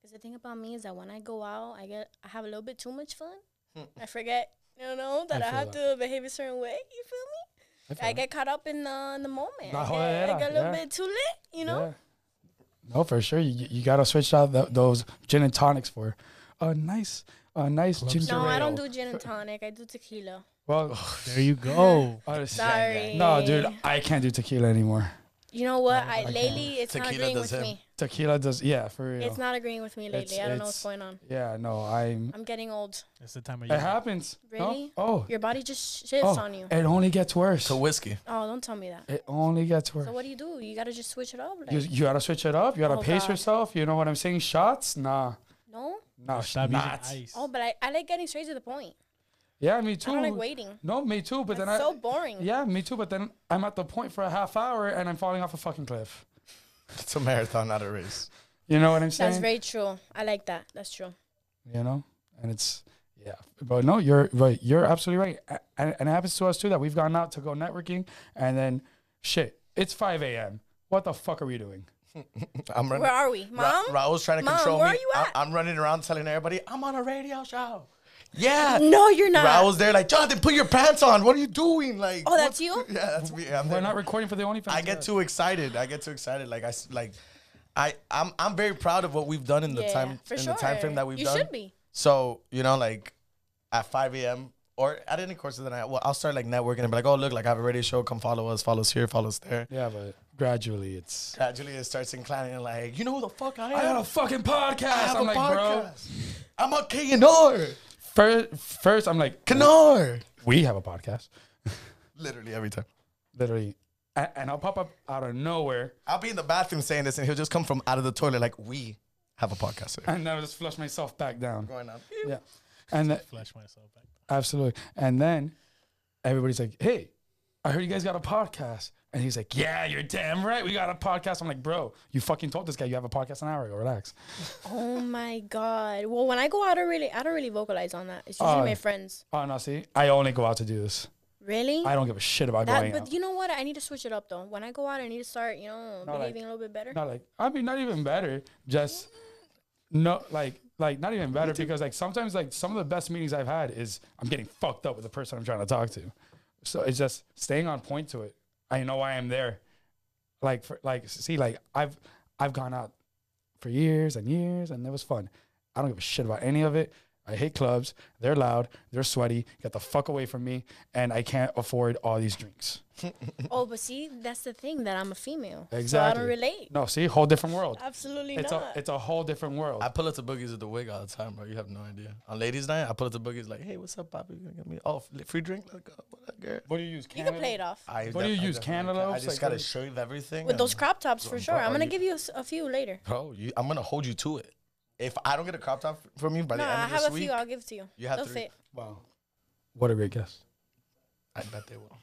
Speaker 4: Because the thing about me is that when I go out, I get I have a little bit too much fun. I forget, you know, that
Speaker 1: Hmm. I
Speaker 4: I,
Speaker 1: feel
Speaker 4: have to behave a certain way. You feel me? I, get caught up in the in the moment.
Speaker 1: La
Speaker 4: I, get, I
Speaker 1: jodera,
Speaker 4: get a little
Speaker 1: yeah.
Speaker 4: bit too lit, you know.
Speaker 1: Yeah. No, for sure. You, you got to switch out th- those gin and tonics for a nice, a nice ginger
Speaker 4: No, I
Speaker 1: ale.
Speaker 4: don't do gin and tonic. I do tequila.
Speaker 1: Well,
Speaker 3: There you go.
Speaker 1: honestly,
Speaker 4: Sorry.
Speaker 1: no, dude, I can't do tequila anymore.
Speaker 4: You know what? I lately it's not
Speaker 2: Tequila
Speaker 4: agreeing
Speaker 2: does
Speaker 4: with
Speaker 2: him.
Speaker 4: me.
Speaker 1: Tequila does, yeah, for real.
Speaker 4: It's not agreeing with me lately.
Speaker 1: It's-
Speaker 4: I don't know what's
Speaker 1: it's-
Speaker 4: going on.
Speaker 1: Yeah, no, I'm.
Speaker 4: I'm getting old.
Speaker 3: It's the time of
Speaker 1: It
Speaker 3: year.
Speaker 1: happens. No?
Speaker 4: Really?
Speaker 1: Oh,
Speaker 4: Your body just shits
Speaker 1: oh,
Speaker 4: on you.
Speaker 1: It only gets worse.
Speaker 2: To whiskey.
Speaker 4: Oh, don't tell me that.
Speaker 1: It only gets worse.
Speaker 4: So what do you do? You gotta just switch it up. Like,
Speaker 1: you, you gotta switch it up. You gotta
Speaker 4: Oh,
Speaker 1: pace
Speaker 4: God.
Speaker 1: yourself. You know what I'm saying? Shots? Nah,
Speaker 4: no.
Speaker 1: nah,
Speaker 3: Stop using
Speaker 1: not.
Speaker 3: ice.
Speaker 4: Oh, but I, I like getting straight to the point.
Speaker 1: Yeah, me too.
Speaker 4: I don't like waiting.
Speaker 1: No, me too. But
Speaker 4: It's
Speaker 1: then
Speaker 4: so
Speaker 1: I.
Speaker 4: boring.
Speaker 1: Yeah, me too. But then I'm at the point for a half hour and I'm falling off a fucking cliff.
Speaker 2: It's a marathon, not a race.
Speaker 1: You know what I'm saying?
Speaker 4: That's very true. I like that. That's true.
Speaker 1: you know and it's yeah but no you're right you're absolutely right A- and, and it happens to us too that we've gone out to go networking and then shit it's 5 a.m what the fuck are we doing
Speaker 2: I'm running.
Speaker 4: Where are we,
Speaker 2: Ra-
Speaker 4: mom?
Speaker 2: Raul's trying to
Speaker 4: Mom,
Speaker 2: control
Speaker 4: where
Speaker 2: me.
Speaker 4: are you at?
Speaker 2: I- am running around telling everybody I'm on a radio show. Yeah.
Speaker 4: no, you're not.
Speaker 2: Raul's there like Jonathan, put your pants on. What are you doing? Like,
Speaker 4: Oh,
Speaker 2: what's-
Speaker 4: that's you?
Speaker 2: Yeah, that's me. I'm
Speaker 1: we're
Speaker 2: there.
Speaker 1: not recording for the only
Speaker 2: I get too excited. I get too excited. Like I s- like, I I'm I'm very proud of what we've done in the
Speaker 4: Yeah,
Speaker 2: time
Speaker 4: for
Speaker 2: in
Speaker 4: sure.
Speaker 2: the time frame that we've
Speaker 4: you
Speaker 2: done.
Speaker 4: should be.
Speaker 2: So you know, like at 5 a.m. or at any course of the night, well, I'll start like networking and be like, oh look, like I have a radio show. Come follow us. Follow us here. Follow us there.
Speaker 1: yeah but gradually it's
Speaker 2: Gradually, it starts inclining. and Like you know who the fuck I am.
Speaker 1: i got a fucking
Speaker 2: I
Speaker 1: podcast
Speaker 2: have
Speaker 1: i'm
Speaker 2: a
Speaker 1: like bro
Speaker 2: podcast. I'm a Kenor.
Speaker 1: first, first i'm like
Speaker 2: Kenor.
Speaker 1: we have a podcast
Speaker 2: Literally every time.
Speaker 1: literally and, and i'll pop up out of nowhere
Speaker 2: I'll be in the bathroom saying this, and he'll just come from out of the toilet like, "We have a podcast." here."
Speaker 1: and i'll just flush myself back down
Speaker 2: Going up.
Speaker 1: yeah and th-
Speaker 3: Flash myself back.
Speaker 1: Absolutely. And then everybody's like, hey, I heard you guys got a podcast. And he's like, yeah, you're damn right. We got a podcast. I'm like, bro, you fucking told this guy you have a podcast an hour ago. Relax.
Speaker 4: Oh my god. Well, when I go out, I don't really, I don't really vocalize on that. It's usually
Speaker 1: Oh.
Speaker 4: my friends.
Speaker 1: Oh, no, see, I only go out to do this.
Speaker 4: Really?
Speaker 1: I don't give a shit about
Speaker 4: that,
Speaker 1: going
Speaker 4: but
Speaker 1: out.
Speaker 4: you know what? I need to switch it up though. When I go out, I need to start, you know,
Speaker 1: No, like-
Speaker 4: behaving a little bit better.
Speaker 1: Not like, I mean, not even better. Just no, like, like not even better because like sometimes like some of the best meetings I've had is I'm getting fucked up with the person I'm trying to talk to. So it's just staying on point to it. I know why I'm there. Like, for, like, see, like I've, I've gone out for years and years, and it was fun. I don't give a shit about any of it. I hate clubs. They're loud. They're sweaty. Get the fuck away from me. And I can't afford all these drinks.
Speaker 4: Oh, but see, that's the thing that I'm a female. So I
Speaker 1: Exactly.
Speaker 4: don't relate.
Speaker 1: No, see, whole different world.
Speaker 4: Absolutely
Speaker 1: It's a,
Speaker 4: not.
Speaker 1: it's a whole different world.
Speaker 2: I pull up to boogies at the wig all the time, bro. You have no idea. On ladies' night, I pull up to boogies like, "Hey, what's up, Bobby? You gonna get me oh f- free drink? Let's go. What up, girl?"
Speaker 1: what do you use?
Speaker 4: you can play it off.
Speaker 2: I
Speaker 1: What do you
Speaker 2: I
Speaker 1: use,
Speaker 2: definitely can-
Speaker 1: cantaloupes?
Speaker 2: I just
Speaker 1: Like,
Speaker 2: got
Speaker 1: what
Speaker 2: a
Speaker 1: is-
Speaker 2: shirt of everything
Speaker 4: With
Speaker 2: and-
Speaker 4: those crop tops for
Speaker 2: Bro,
Speaker 4: sure. I'm
Speaker 2: are
Speaker 4: gonna
Speaker 2: you-
Speaker 4: give you a s- a few later.
Speaker 2: Bro, you, I'm gonna hold you to it. If I don't get a crop top f- from you by
Speaker 4: No,
Speaker 2: the end
Speaker 4: I
Speaker 2: of
Speaker 4: have
Speaker 2: this
Speaker 4: a
Speaker 2: week,
Speaker 4: few. I'll give to you.
Speaker 2: you have
Speaker 4: They'll
Speaker 2: three.
Speaker 4: fit.
Speaker 1: Wow. What a great guess.
Speaker 2: I bet they will.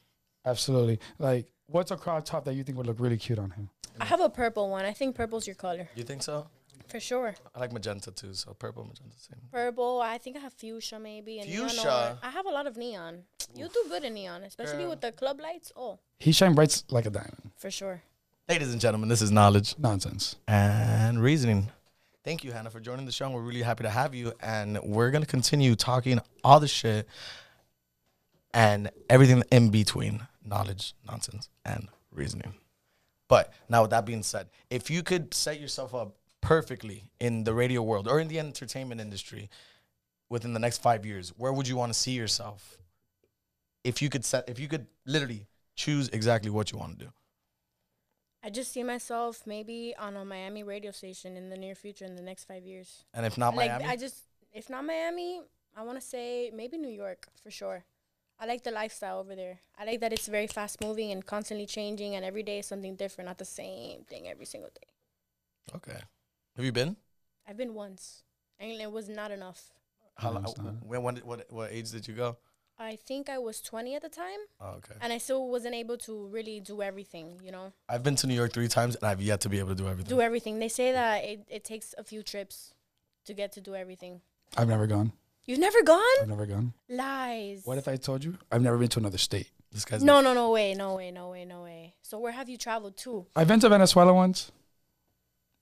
Speaker 1: Absolutely. Like, what's a crop top that you think would look really cute on him?
Speaker 4: I have a purple one. I think purple's your color
Speaker 2: You think so?
Speaker 4: for sure.
Speaker 2: I like magenta too, so purple, magenta, same.
Speaker 4: Purple. I think I have fuchsia maybe. And neon
Speaker 2: Fuchsia?
Speaker 4: or- I have a lot of neon. You do good in neon, especially with the club lights. Oh,
Speaker 1: He shine brights like a diamond.
Speaker 4: for sure.
Speaker 2: Ladies and gentlemen, this is knowledge
Speaker 1: Nonsense.
Speaker 2: and reasoning. Thank you, Hannah, for joining the show. and We're really happy to have you, and we're gonna continue talking all the shit and everything in between knowledge, nonsense, and reasoning. But now, with that being said, if you could set yourself up perfectly in the radio world or in the entertainment industry within the next five years, where would you want to see yourself? If you could set, if you could literally choose exactly what you want to do,
Speaker 4: I just see myself maybe on a Miami radio station in the near future in the next five years.
Speaker 2: and if not
Speaker 4: like
Speaker 2: Miami,
Speaker 4: I just if not Miami, I want to say maybe New York for sure. I like the lifestyle over there. I like that it's very fast moving and constantly changing, and every day is something different, not the same thing every single day.
Speaker 2: okay. Have you been?
Speaker 4: I've been once, and it was not enough.
Speaker 2: How
Speaker 1: No,
Speaker 2: long?
Speaker 1: it's not.
Speaker 2: When? When? did- What? What age did you go?
Speaker 4: I think I was 20 at the time,
Speaker 2: Oh, okay.
Speaker 4: and I still wasn't able to really do everything, you know?
Speaker 2: I've been to New York three times, and I've yet to be able to do everything.
Speaker 4: Do everything. They say that it, it takes a few trips to get to do everything.
Speaker 1: I've never gone.
Speaker 4: You've never gone?
Speaker 1: I've never gone.
Speaker 4: Lies.
Speaker 1: What if I told you I've never been to another state?
Speaker 2: this guy's
Speaker 4: No, no, no way, no way, no way, no way. So where have you traveled to?
Speaker 1: I've been to Venezuela once,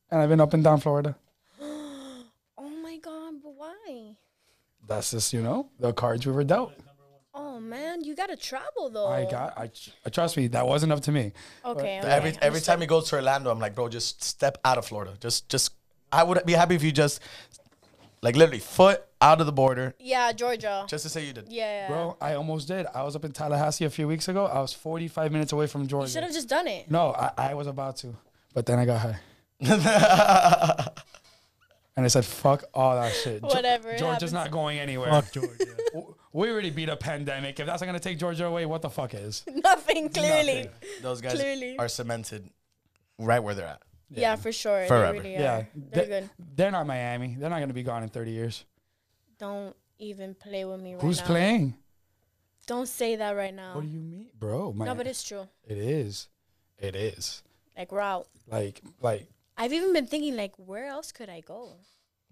Speaker 1: and I've been up and down Florida.
Speaker 4: oh my god, but why?
Speaker 1: That's just you know the cards we were dealt.
Speaker 4: Oh man, you gotta travel though.
Speaker 1: I got. I, I trust me. That wasn't up to me.
Speaker 4: Okay.
Speaker 2: But every
Speaker 4: okay,
Speaker 2: every
Speaker 4: understood.
Speaker 2: time he goes to Orlando, I'm like, bro, just step out of Florida. Just just I would be happy if you just like literally foot out of the border,
Speaker 4: Yeah, Georgia.
Speaker 2: just to say you did.
Speaker 4: yeah.
Speaker 1: Bro, I almost did. I was up in Tallahassee a few weeks ago. I was 45 minutes away from
Speaker 4: You should
Speaker 1: Georgia.
Speaker 4: have just done it.
Speaker 1: No, I, I was about to, but then I got high. And I said, "Fuck all that shit." Ge-
Speaker 4: Whatever, it
Speaker 1: Georgia's
Speaker 4: happens.
Speaker 1: not going anywhere.
Speaker 3: Fuck Georgia.
Speaker 1: W- We already beat a pandemic. If that's not gonna take Georgia away, what the fuck is?
Speaker 4: Nothing clearly.
Speaker 2: Those guys
Speaker 4: Clearly.
Speaker 2: are cemented right where they're at.
Speaker 4: Yeah, for sure.
Speaker 2: Forever.
Speaker 4: They really
Speaker 1: Yeah,
Speaker 4: are. They're
Speaker 1: they-
Speaker 4: good.
Speaker 1: They're not Miami. They're not gonna be gone in 30 years.
Speaker 4: Don't even play with me right
Speaker 1: Who's
Speaker 4: now.
Speaker 1: playing?
Speaker 4: Don't say that right now.
Speaker 1: What do you mean, bro?
Speaker 4: Um, no,
Speaker 1: Miami-
Speaker 4: but it's true.
Speaker 1: it is. It is.
Speaker 4: Like we're out.
Speaker 1: Like, like
Speaker 4: I've even been thinking like, where else could I go?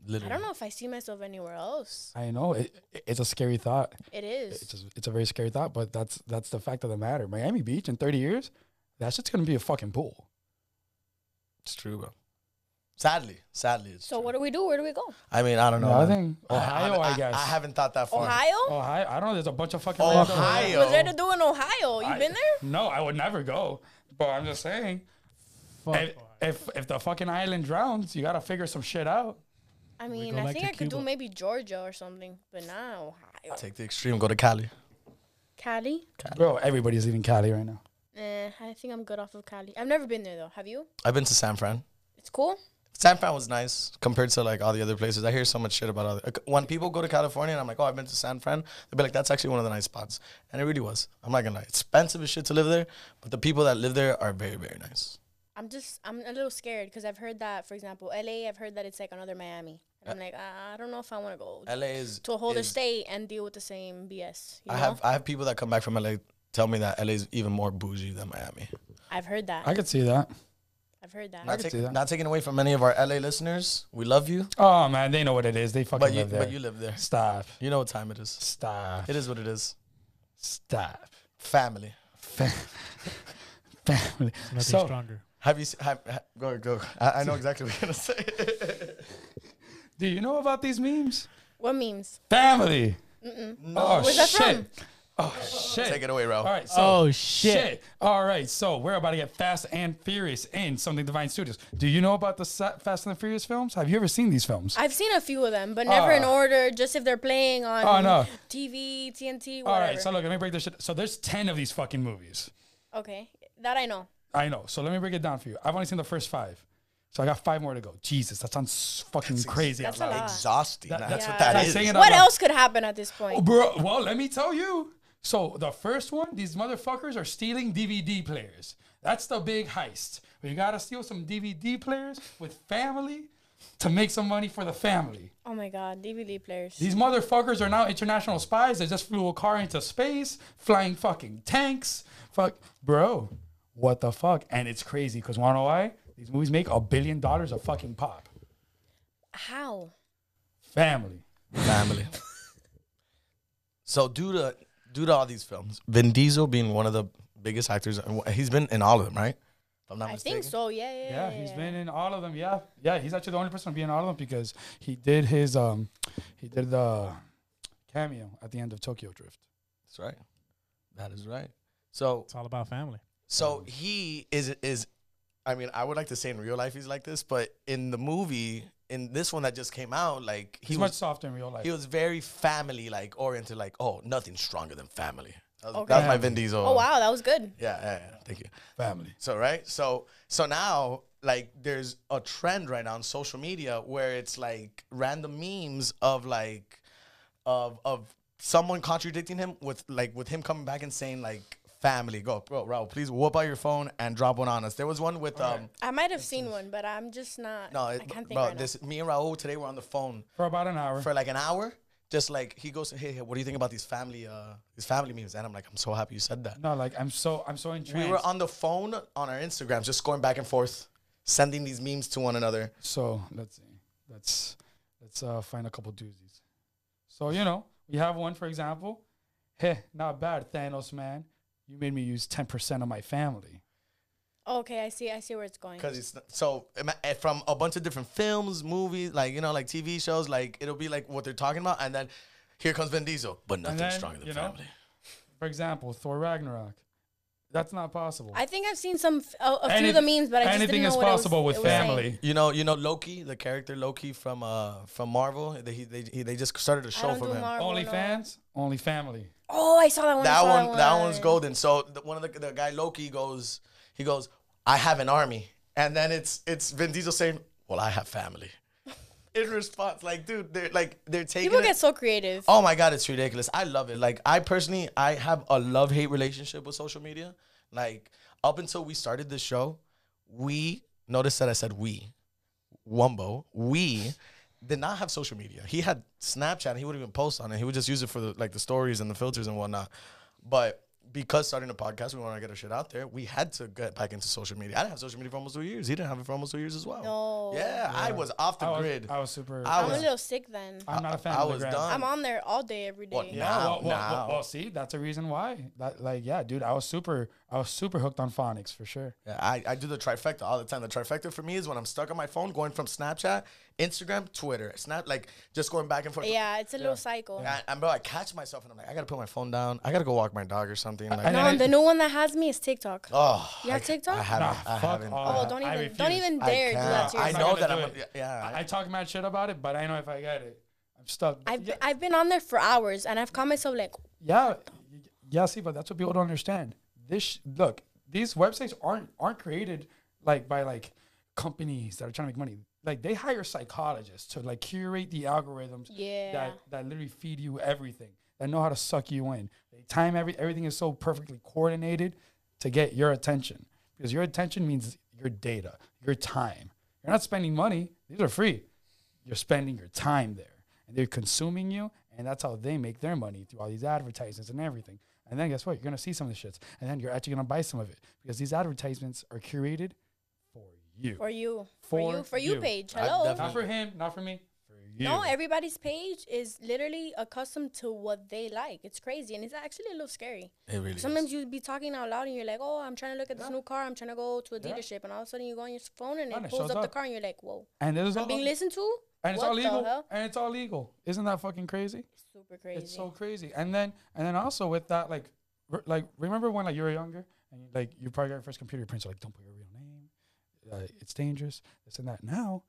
Speaker 4: I
Speaker 2: Literally.
Speaker 4: don't know if I see myself anywhere else.
Speaker 1: I know it, it- it's a scary thought.
Speaker 4: It is.
Speaker 1: It's a, it's a very scary thought, but that's that's the fact of the matter. Miami Beach in 30 years, that's just gonna be a fucking pool.
Speaker 2: It's true, bro. Sadly, sadly, it's
Speaker 4: so
Speaker 2: true.
Speaker 4: what do we do? Where do we go?
Speaker 2: I mean, I don't know. man.
Speaker 1: Nothing. Ohio,
Speaker 2: haven't-
Speaker 1: I guess.
Speaker 2: I haven't thought that far.
Speaker 4: Ohio?
Speaker 1: Ohio, I don't know. There's a bunch of fucking
Speaker 2: Ohio.
Speaker 1: random-
Speaker 4: What's there to do in Ohio? Oh, You
Speaker 1: I-
Speaker 4: been there?
Speaker 1: No, I would never go. But I'm just saying,
Speaker 3: Fuck.
Speaker 1: if, if if the fucking island drowns, you gotta figure some shit out.
Speaker 4: I mean,
Speaker 3: go
Speaker 4: I
Speaker 3: back
Speaker 4: think
Speaker 3: to
Speaker 4: I could do
Speaker 3: Cuba.
Speaker 4: maybe Georgia or something, but not Ohio.
Speaker 2: Take the extreme, go to Cali.
Speaker 4: Cali?
Speaker 1: Bro, everybody's eating Cali right now.
Speaker 4: Eh, I think I'm good off of Cali. I've never been there though. Have you?
Speaker 2: I've been to San Fran.
Speaker 4: It's cool.
Speaker 2: San Fran was nice compared to like all the other places. I hear so much shit about other. like, When people go to California and I'm like, oh, I've been to San Fran, they'll be like, that's actually one of the nice spots. And it really was. I'm not gonna lie. It's expensive as shit to live there, but the people that live there are very, very nice.
Speaker 4: I'm just I'm a little scared because I've heard that, for example, LA. I've heard that it's like another Miami. And I'm like, ah, I don't know if I want to go
Speaker 2: LA is.
Speaker 4: to a whole other
Speaker 2: is-
Speaker 4: state and deal with the same BS. You
Speaker 2: I
Speaker 4: know?
Speaker 2: have I have people that come back from LA tell me that LA is even more bougie than Miami.
Speaker 4: I've heard that.
Speaker 1: I could see that.
Speaker 4: I've heard that.
Speaker 2: Not,
Speaker 1: could
Speaker 2: take-
Speaker 1: see that.
Speaker 2: not taking away from any of our LA listeners. We love you,
Speaker 1: Oh man, they know what it is. They fucking
Speaker 2: but you
Speaker 1: live there.
Speaker 2: but you live there.
Speaker 1: Stop.
Speaker 2: You know what time it is.
Speaker 1: Stop.
Speaker 2: It is what it is.
Speaker 1: Stop.
Speaker 2: Family.
Speaker 1: Fam- Family.
Speaker 3: Nothing
Speaker 1: So,
Speaker 3: stronger.
Speaker 2: Have you? se- Have, ha go go. I, I know exactly what you're gonna say.
Speaker 1: do you know about these memes?
Speaker 4: What memes?
Speaker 1: Family. Oh
Speaker 4: Where's that
Speaker 1: shit.
Speaker 4: from?
Speaker 1: Oh shit.
Speaker 2: Take it away, Ralph.
Speaker 1: All right. So,
Speaker 3: Oh shit!
Speaker 1: All right. So we're about to get Fast and Furious in something Divine Studios. Do you know about the Sa- Fast and the Furious films? Have you ever seen these films?
Speaker 4: I've seen a few of them, but never in
Speaker 1: Ah.
Speaker 4: order. Just if they're playing on
Speaker 1: Oh, no.
Speaker 4: TV, TNT, whatever.
Speaker 1: All right. So look, let me break this shit. So there's ten of these fucking movies.
Speaker 4: okay, that I know.
Speaker 1: I know. So let me break it down for you. I've only seen the first five. So I got five more to go. Jesus, that sounds fucking crazy.
Speaker 4: That's
Speaker 1: out
Speaker 4: a
Speaker 1: loud.
Speaker 4: lot.
Speaker 2: Exhausting.
Speaker 1: That-
Speaker 2: that's
Speaker 1: that-
Speaker 2: what that
Speaker 1: that's
Speaker 2: is.
Speaker 1: saying it out
Speaker 4: What
Speaker 1: loud. Oh,
Speaker 4: else could happen at this point?
Speaker 1: Bro, well, let me tell you. So the first one, these motherfuckers are stealing DVD players. That's the big heist. We gotta steal some DVD players with family to make some money for the family.
Speaker 4: Oh my God, DVD players.
Speaker 1: These motherfuckers are now international spies. They just flew a car into space, flying fucking tanks. Fuck, bro, what the fuck? And it's crazy because wanna know why? These movies make a billion dollars a fucking pop.
Speaker 4: How?
Speaker 1: Family.
Speaker 2: Family. so due to due to all these films, Vin Diesel being one of the biggest actors, and wh- he's been in all of them, right? If I'm not
Speaker 4: I
Speaker 2: mistaken.
Speaker 4: think so. Yeah, yeah.
Speaker 1: Yeah, he's been in all of them. Yeah, yeah, he's actually the only person to be in all of them because he did his um, he did the cameo at the end of Tokyo Drift.
Speaker 2: That's right. That is right. So
Speaker 3: It's all about family.
Speaker 2: so he is is. I mean, I would like to say in real life he's like this, but in the movie, in this one that just came out, like he
Speaker 1: He's
Speaker 2: was
Speaker 1: much softer in real life.
Speaker 2: he was very family like oriented, like oh, nothing stronger than family. That was, that
Speaker 4: Okay.
Speaker 2: was my Vin Diesel.
Speaker 4: Oh wow, that was good.
Speaker 2: Yeah, yeah, yeah. Thank you.
Speaker 1: family.
Speaker 2: So right, so so now like there's a trend right now on social media where it's like random memes of like of of someone contradicting him with like with him coming back and saying like family go bro Raul please whoop out your phone and drop one on us. There was one with um
Speaker 4: I might have seen one, but I'm just not.
Speaker 2: no
Speaker 4: I
Speaker 2: it,
Speaker 4: can't think
Speaker 2: bro
Speaker 4: right now.
Speaker 2: this me and Raul today were on the phone
Speaker 1: For about an hour.
Speaker 2: for like an hour. Just like he goes, hey, hey, what do you think about these family, uh, these family memes? And I'm like, I'm so happy you said that.
Speaker 1: no, like I'm so I'm so
Speaker 2: We
Speaker 1: intrigued.
Speaker 2: were on the phone on our Instagrams, just going back and forth, sending these memes to one another.
Speaker 1: so let's see. Let's let's uh, find a couple doozies. So you know we have one for example. Heh, not bad, Thanos man. You made me use ten percent of my family.
Speaker 4: okay, I see. I see where it's going.
Speaker 2: Cause it's so ima- eh, from a bunch of different films, movies, like you know, like TV shows, like it'll be like what they're talking about, and then here comes Vin Diesel, but nothing
Speaker 1: then,
Speaker 2: stronger than
Speaker 1: you know,
Speaker 2: family.
Speaker 1: For example, Thor Ragnarok. That's not possible.
Speaker 4: I think I've seen some f- a, a few of the
Speaker 1: Anyth-
Speaker 4: memes, but I just
Speaker 1: anything
Speaker 4: didn't know
Speaker 1: is
Speaker 4: what it was-
Speaker 1: possible
Speaker 4: it
Speaker 1: with
Speaker 4: was saying.
Speaker 1: family.
Speaker 2: You know, you know Loki, the character Loki from uh from Marvel. They he, they, he, they just started a
Speaker 4: I
Speaker 2: show
Speaker 4: don't
Speaker 2: from
Speaker 4: do
Speaker 2: him.
Speaker 4: Marvel,
Speaker 1: Only
Speaker 4: no.
Speaker 1: fans, only family.
Speaker 4: Oh, I saw that one. I
Speaker 2: That
Speaker 4: saw
Speaker 2: one, that one's golden. So the, one of the the guy Loki goes, he goes, I have an army, and then it's it's Vin Diesel saying, Well, I have family. In response, like dude, they're like they're taking.
Speaker 4: People
Speaker 2: it-
Speaker 4: get so creative.
Speaker 2: Oh my god, it's ridiculous. I love it. Like I personally, I have a love hate relationship with social media. Like up until we started this show, we notice that I said we, Wumbo, we did not have social media. He had Snapchat. And he wouldn't even post on it. He would just use it for the, like the stories and the filters and whatnot. But because starting a podcast, we want to get our shit out there. We had to get back into social media. I didn't have social media for almost two years. He didn't have it for almost two years as well.
Speaker 4: No.
Speaker 2: Yeah, I was off the
Speaker 1: I was,
Speaker 2: grid.
Speaker 1: I was super.
Speaker 2: I
Speaker 1: I
Speaker 4: I'm
Speaker 1: was,
Speaker 4: a little sick then.
Speaker 1: I'm not a fan
Speaker 2: I
Speaker 1: of the
Speaker 2: was
Speaker 1: gram.
Speaker 2: done.
Speaker 4: I'm on there all day every day.
Speaker 2: What,
Speaker 1: Yeah,
Speaker 2: Now,
Speaker 1: well, well, well,
Speaker 2: now.
Speaker 1: well, see, that's a reason why. That, like, yeah, dude, I was super, I was super hooked on phonics for sure.
Speaker 2: Yeah, I, I do the trifecta all the time. The trifecta for me is when I'm stuck on my phone, going from Snapchat, Instagram, Twitter, Snap, like just going back and forth.
Speaker 4: Yeah, it's a little cycle.
Speaker 2: I, and bro, I catch myself and I'm like, I gotta put my phone down. I gotta go walk my dog or something. Like,
Speaker 1: I-
Speaker 4: No,
Speaker 1: And
Speaker 4: the new one that has me is TikTok.
Speaker 2: oh,
Speaker 4: You have
Speaker 2: I-
Speaker 4: TikTok?
Speaker 2: I haven't.
Speaker 1: Nah,
Speaker 2: I
Speaker 1: fuck
Speaker 2: haven't.
Speaker 1: all
Speaker 4: Oh,
Speaker 1: Uh,
Speaker 4: well, don't
Speaker 1: I
Speaker 4: even, don't
Speaker 1: refuse.
Speaker 4: even
Speaker 2: I
Speaker 4: dare do that
Speaker 2: can't.
Speaker 4: to yourself.
Speaker 2: I
Speaker 1: I'm
Speaker 2: know
Speaker 1: not
Speaker 2: that
Speaker 1: gonna
Speaker 2: I'm.
Speaker 1: do
Speaker 2: A, yeah.
Speaker 1: I, I talk mad shit about it, but I know if I get it, I'm stuck.
Speaker 4: I've,
Speaker 1: yeah,
Speaker 4: I've been on there for hours and I've caught myself like,
Speaker 1: yeah, yeah, see, but that's what people don't understand. This sh- look, these websites aren't aren't created like by like companies that are trying to make money. Like they hire psychologists to like curate the algorithms
Speaker 4: yeah.
Speaker 1: that that literally feed you everything that know how to suck you in. They time every everything is so perfectly coordinated to get your attention because your attention means your data, your time. You're not spending money; these are free. You're spending your time there, and they're consuming you, and that's how they make their money through all these advertisements and everything. And then guess what? You're gonna see some of the shits, and then you're actually gonna buy some of it because these advertisements are curated for you,
Speaker 4: For you. For,
Speaker 1: For
Speaker 4: you. For you,
Speaker 1: you.
Speaker 4: page.
Speaker 2: I
Speaker 4: Hello.
Speaker 2: definitely-
Speaker 1: not for him, not for me, for you.
Speaker 4: No, everybody's page is literally accustomed to what they like. It's crazy and it's actually a little scary.
Speaker 2: It really. is.
Speaker 4: Sometimes you'd be talking out loud and you're like, oh, I'm trying to look at this new car. I'm trying to go to a
Speaker 1: Yeah.
Speaker 4: dealership. And all of a sudden you go on your phone and
Speaker 1: And it
Speaker 4: it pulls
Speaker 1: shows
Speaker 4: up, the
Speaker 1: up.
Speaker 4: car and you're like, whoa.
Speaker 1: and this is
Speaker 4: I'm being
Speaker 1: all-
Speaker 4: listened to?
Speaker 1: and it's
Speaker 4: What
Speaker 1: all
Speaker 4: the
Speaker 1: legal
Speaker 4: hell?
Speaker 1: and it's all legal isn't that fucking crazy
Speaker 4: Super crazy.
Speaker 1: it's so crazy and then and then also with that like re- like remember when like you were younger and you, like you probably got your first computer prints like don't put your real name uh, it's dangerous this and that now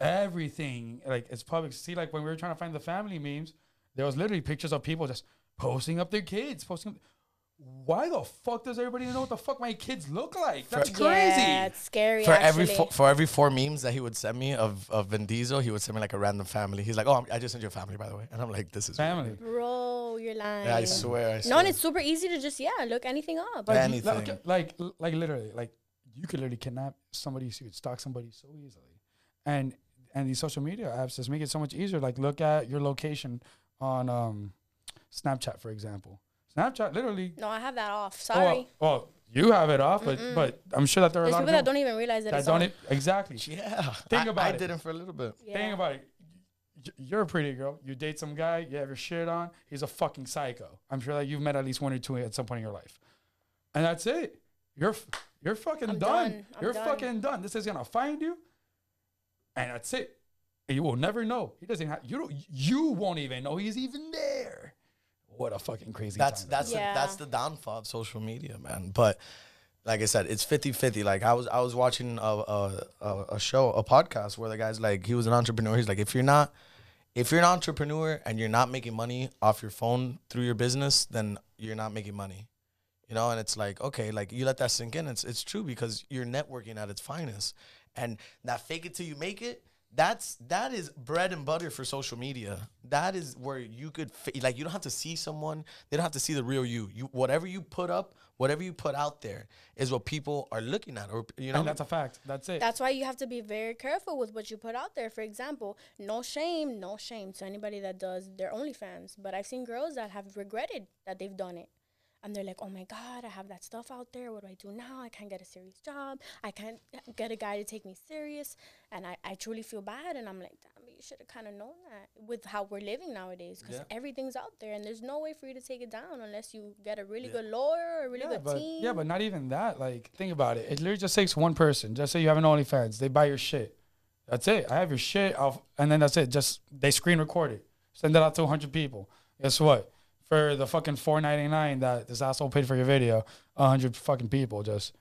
Speaker 1: everything like it's public see like when we were trying to find the family memes there was literally pictures of people just posting up their kids posting up why the fuck does everybody know what the fuck my kids look like that's crazy
Speaker 4: Yeah, it's scary.
Speaker 2: for
Speaker 4: actually.
Speaker 2: every fo- for every four memes that he would send me of of Vin Diesel, he would send me like a random family. He's like, oh, I'm, I just sent you a family, by the way, and I'm like, this is weird.
Speaker 1: family
Speaker 4: Bro, you're lying.
Speaker 2: Yeah, I swear. I
Speaker 4: No,
Speaker 2: swear.
Speaker 4: and it's super easy to just, yeah, look anything up.
Speaker 1: like, you- like,
Speaker 2: Anything.
Speaker 1: okay, like like literally like you could literally kidnap somebody so you could stalk somebody so easily and and these social media apps just make it so much easier like look at your location on um snapchat for example snapchat literally
Speaker 4: No, I have that off.
Speaker 1: oh,
Speaker 4: Sorry.
Speaker 1: well, you have it off but but i'm sure that there are
Speaker 4: There's
Speaker 1: a lot
Speaker 4: people
Speaker 1: of
Speaker 4: that
Speaker 1: people
Speaker 4: don't even realize that,
Speaker 1: that
Speaker 4: it's
Speaker 1: don't
Speaker 4: on.
Speaker 1: e- exactly
Speaker 2: Yeah.
Speaker 1: Think
Speaker 2: I-
Speaker 1: about
Speaker 2: I
Speaker 1: it.
Speaker 2: didn't for a little bit.
Speaker 1: think
Speaker 4: Yeah.
Speaker 1: about it Y- you're a pretty girl. You date some guy. You have your shit on. He's a fucking psycho. I'm sure that you've met at least one or two at some point in your life, and that's it. You're f- you're fucking
Speaker 4: I'm
Speaker 1: done.
Speaker 4: done. I'm
Speaker 1: You're
Speaker 4: done.
Speaker 1: fucking done. This is gonna find you, and that's it. And you will never know. He doesn't have you. Don't, you won't even know he's even there. What a fucking crazy.
Speaker 2: That's
Speaker 1: time.
Speaker 2: that's
Speaker 4: Yeah.
Speaker 2: the, that's the downfall of social media, man. But like I said, it's 50-50. Like I was I was watching a a, a, a show, a podcast where the guy's like he was an entrepreneur. He's like, if you're not if you're an entrepreneur and you're not making money off your phone through your business, then you're not making money. You know, and it's like, okay, like you let that sink in. It's it's true because you're networking at its finest. And that fake it till you make it, that's that is bread and butter for social media. That is where you could fa- like you don't have to see someone, they don't have to see the real you. You whatever you put up, whatever you put out there is what people are looking at or you know.
Speaker 1: and that's a fact. That's it.
Speaker 4: That's why you have to be very careful with what you put out there. For example, no shame, no shame to anybody that does their OnlyFans. But I've seen girls that have regretted that they've done it. And they're like, oh my God, I have that stuff out there. What do I do now? I can't get a serious job. I can't get a guy to take me serious. And I, I truly feel bad. And I'm like, damn, but you should have kind of known that with how we're living nowadays. Because everything's out there. And there's no way for you to take it down unless you get a really good lawyer or a really
Speaker 1: yeah,
Speaker 4: good
Speaker 1: but,
Speaker 4: team.
Speaker 1: yeah, but not even that. Like, think about it. It literally just takes one person. Just say you have an OnlyFans, they buy your shit. That's it. I have your shit. I'll, and then that's it. Just they screen record it, send it out to 100 people. Guess what? For the fucking 4.99 that this asshole paid for your video, 100 fucking people just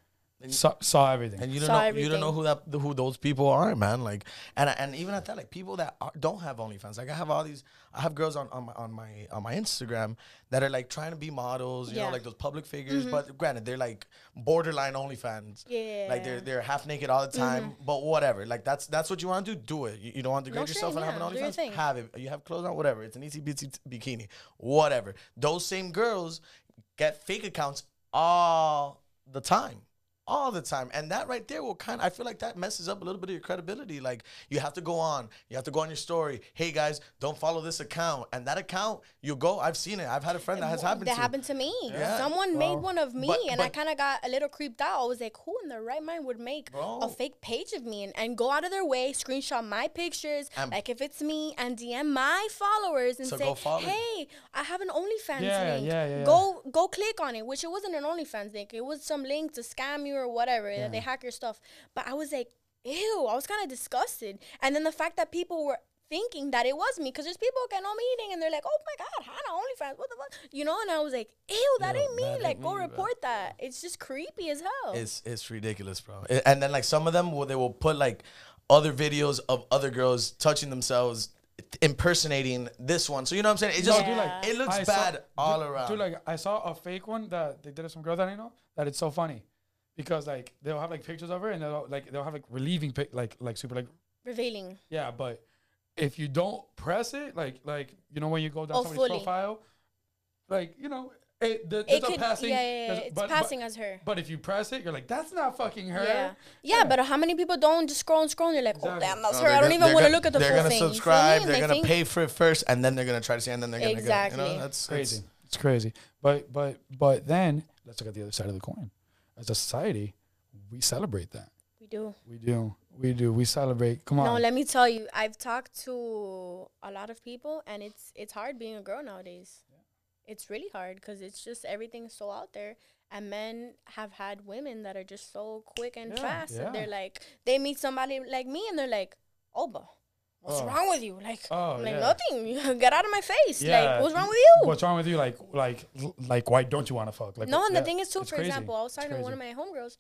Speaker 1: saw, saw everything.
Speaker 2: And you don't
Speaker 4: Saw
Speaker 2: know you don't know
Speaker 4: everything.
Speaker 2: who that who those people are, man. Like, and and even at that, like people that are, don't have OnlyFans. Like, I have all these. I have girls on on my on my, on my Instagram that are like trying to be models, you
Speaker 4: Yeah. Mm-hmm.
Speaker 2: know, like those public figures. But granted, they're like borderline OnlyFans. Like they're
Speaker 4: Yeah. Mm-hmm.
Speaker 2: they're half naked all the time. But whatever. Like that's that's what you want to do. Do it. You, you don't want to degrade yourself
Speaker 4: shame,
Speaker 2: and have
Speaker 4: yeah. Do your
Speaker 2: an
Speaker 4: thing.
Speaker 2: OnlyFans. Have it. You have clothes on. Whatever. It's an easy bitsy bikini. Whatever. Those same girls get fake accounts all the time all the time. And that right there will kind of, I feel like that messes up a little bit of your credibility. Like you have to go on, you have to go on your story. Hey guys, don't follow this account. And that account, you go, I've seen it. I've had a friend that has happened
Speaker 4: that
Speaker 2: to.
Speaker 4: happened to me.
Speaker 2: Yeah.
Speaker 4: Someone
Speaker 1: Wow.
Speaker 4: made one of me,
Speaker 2: But-
Speaker 4: and I
Speaker 2: but-
Speaker 4: kind of got a little creeped out. I was like, "Who in their right mind would make
Speaker 2: Bro.
Speaker 4: a fake page of me and, and go out of their way, screenshot my pictures,
Speaker 2: And-
Speaker 4: like if it's me, and DM my followers and
Speaker 2: So
Speaker 4: say,
Speaker 2: go follow-
Speaker 4: "Hey, I have an OnlyFans
Speaker 1: Yeah,
Speaker 4: link.
Speaker 1: yeah, yeah, yeah.
Speaker 4: Go go click on it." Which it wasn't an OnlyFans link. It was some link to scam you or whatever. that They hack your stuff. But I was like, "Ew!" I was kind of disgusted. And then the fact that people were thinking that it was me because there's people who know me eating and they're like, oh my god, Hannah OnlyFans, what the fuck, you know? And I was like, ew, that ain't me. Like, go report that. It's just creepy as hell.
Speaker 2: It's it's ridiculous, bro. I- And then like some of them will they will put like other videos of other girls touching themselves, impersonating this one. So you know what I'm saying? It just
Speaker 1: No, dude, like,
Speaker 2: it looks
Speaker 1: I saw-
Speaker 2: bad all
Speaker 1: dude-
Speaker 2: around.
Speaker 1: Dude, like I saw a fake one that they did it some girl that I know that it's so funny because like they'll have like pictures of her and they'll like they'll have like relieving pic like like super like
Speaker 4: Revealing.
Speaker 1: yeah, but if you don't press it like like you know when you go down
Speaker 4: Oh,
Speaker 1: somebody's
Speaker 4: fully.
Speaker 1: profile, like you know it the,
Speaker 4: It
Speaker 1: it's
Speaker 4: could,
Speaker 1: a passing
Speaker 4: yeah, yeah, yeah.
Speaker 1: there's-
Speaker 4: It's
Speaker 1: but- but-
Speaker 4: passing as her.
Speaker 1: But if you press it, you're like that's not fucking her.
Speaker 4: yeah. yeah, but how many people don't just scroll and scroll and you're like, oh
Speaker 1: Exactly.
Speaker 4: damn, that's
Speaker 2: No,
Speaker 4: her.
Speaker 2: they're
Speaker 4: I don't
Speaker 2: gonna-
Speaker 4: even
Speaker 2: they're
Speaker 4: want to
Speaker 2: gonna-
Speaker 4: look at the
Speaker 2: They're
Speaker 4: full
Speaker 2: gonna
Speaker 4: thing. You feel me?
Speaker 2: subscribe.
Speaker 4: And
Speaker 2: They're
Speaker 4: they
Speaker 2: gonna
Speaker 4: think-
Speaker 2: pay for it first, and then they're gonna try to see, and then they're gonna go. You
Speaker 4: Exactly.
Speaker 2: know, that's
Speaker 1: crazy.
Speaker 2: that's-
Speaker 1: It's crazy. But but but then let's look at the other side of the coin. As a society, we celebrate that.
Speaker 4: We do.
Speaker 1: We do. We do. We celebrate. Come on.
Speaker 4: No, let me tell you, I've talked to a lot of people, and it's it's hard being a girl nowadays. It's really hard because it's just everything's so out there, and men have had women that are just so quick and
Speaker 1: Yeah,
Speaker 4: fast.
Speaker 1: yeah.
Speaker 4: And they're like, they meet somebody like me, and they're like, "Oba, what's
Speaker 1: Oh.
Speaker 4: wrong with you?" Like,
Speaker 1: Oh,
Speaker 4: I'm like
Speaker 1: yeah.
Speaker 4: nothing. Get out of my face.
Speaker 1: Yeah.
Speaker 4: Like, what's wrong with you?
Speaker 1: What's wrong with you? Like like like why don't you want to fuck? Like
Speaker 4: No, and
Speaker 1: yeah,
Speaker 4: the thing is too.
Speaker 1: it's
Speaker 4: For
Speaker 1: crazy.
Speaker 4: example, I was
Speaker 1: It's
Speaker 4: talking to one of
Speaker 1: crazy.
Speaker 4: my homegirls,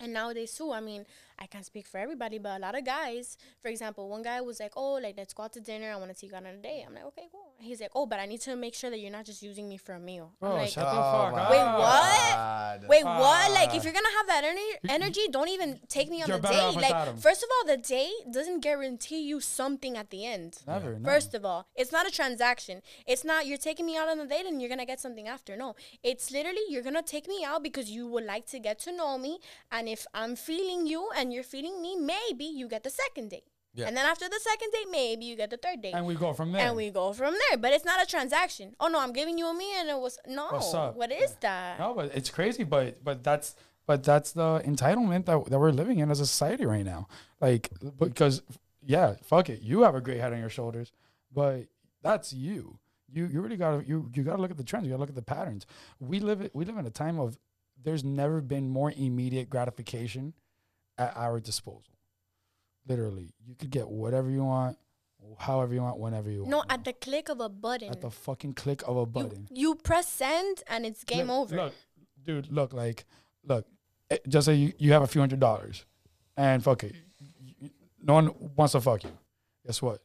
Speaker 4: and nowadays too. I mean, I can't speak for everybody, but a lot of guys. For example, one guy was like, "Oh, like let's go out to dinner. I want to take you out on a date." I'm like, "Okay, cool." And he's like, "Oh, but I need to make sure that you're not just using me for a meal." I'm
Speaker 1: Bro,
Speaker 4: like,
Speaker 1: shut the
Speaker 2: Oh
Speaker 1: fuck
Speaker 2: my
Speaker 1: up.
Speaker 4: Wait, what?
Speaker 2: God.
Speaker 4: Wait, what? Like,
Speaker 1: Ah.
Speaker 4: if you're gonna have that energy, energy, don't even take me on
Speaker 1: You're
Speaker 4: the
Speaker 1: better off
Speaker 4: date. Like,
Speaker 1: without him.
Speaker 4: first of all, the date doesn't guarantee you something at the end.
Speaker 1: Never. no.
Speaker 4: First of all, it's not a transaction. It's not you're taking me out on a date and you're gonna get something after. No, it's literally you're gonna take me out because you would like to get to know me, and if I'm feeling you and you're feeling me, maybe you get the second date,
Speaker 2: Yeah.
Speaker 4: and then after the second date, maybe you get the third date,
Speaker 1: and we go from there.
Speaker 4: and we go from there. But it's not a transaction. Oh no, I'm giving you a me, and it was no.
Speaker 1: What's up?
Speaker 4: What is that?
Speaker 1: No, but it's crazy, but but that's but that's the entitlement that, that we're living in as a society right now. Like because yeah, fuck it. You have a great head on your shoulders, but that's you. You you really gotta you you gotta look at the trends, you gotta look at the patterns. We live we live in a time of there's never been more immediate gratification at our disposal. Literally. You could get whatever you want, however you want, whenever you
Speaker 4: No,
Speaker 1: want.
Speaker 4: at the click of a button.
Speaker 1: at the fucking click of a
Speaker 4: You-
Speaker 1: button.
Speaker 4: You, press send and it's game
Speaker 1: Look-
Speaker 4: over.
Speaker 1: Look, dude, look, like, look, eh, just say you, you have a few hundred dollars and fuck it. You- you- No one wants to fuck you. Guess what?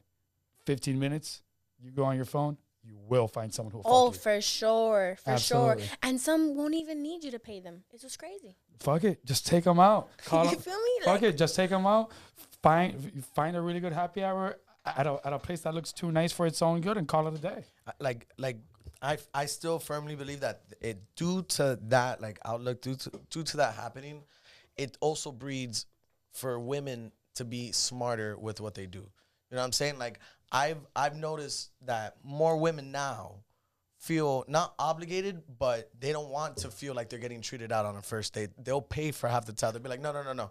Speaker 1: 15 minutes, you go on your phone, you will find someone who will
Speaker 4: Oh,
Speaker 1: fuck you.
Speaker 4: for sure, for
Speaker 1: Absolutely.
Speaker 4: sure. And some won't even need you to pay them. It's just crazy.
Speaker 1: fuck it. Just take them out. Call
Speaker 4: You
Speaker 1: 'em-
Speaker 4: feel me?
Speaker 1: Fuck
Speaker 4: Like-
Speaker 1: it. Just take them out. Find find a really good happy hour at a, at a place that looks too nice for its own good and call it a day.
Speaker 2: like like I I still firmly believe that it due to that like outlook due to due to that happening, it also breeds for women to be smarter with what they do. You know what I'm saying? Like I've I've noticed that more women now feel not obligated, but they don't want to feel like they're getting treated out on a first date. They'll pay for half the time. They'll be like, no no no no.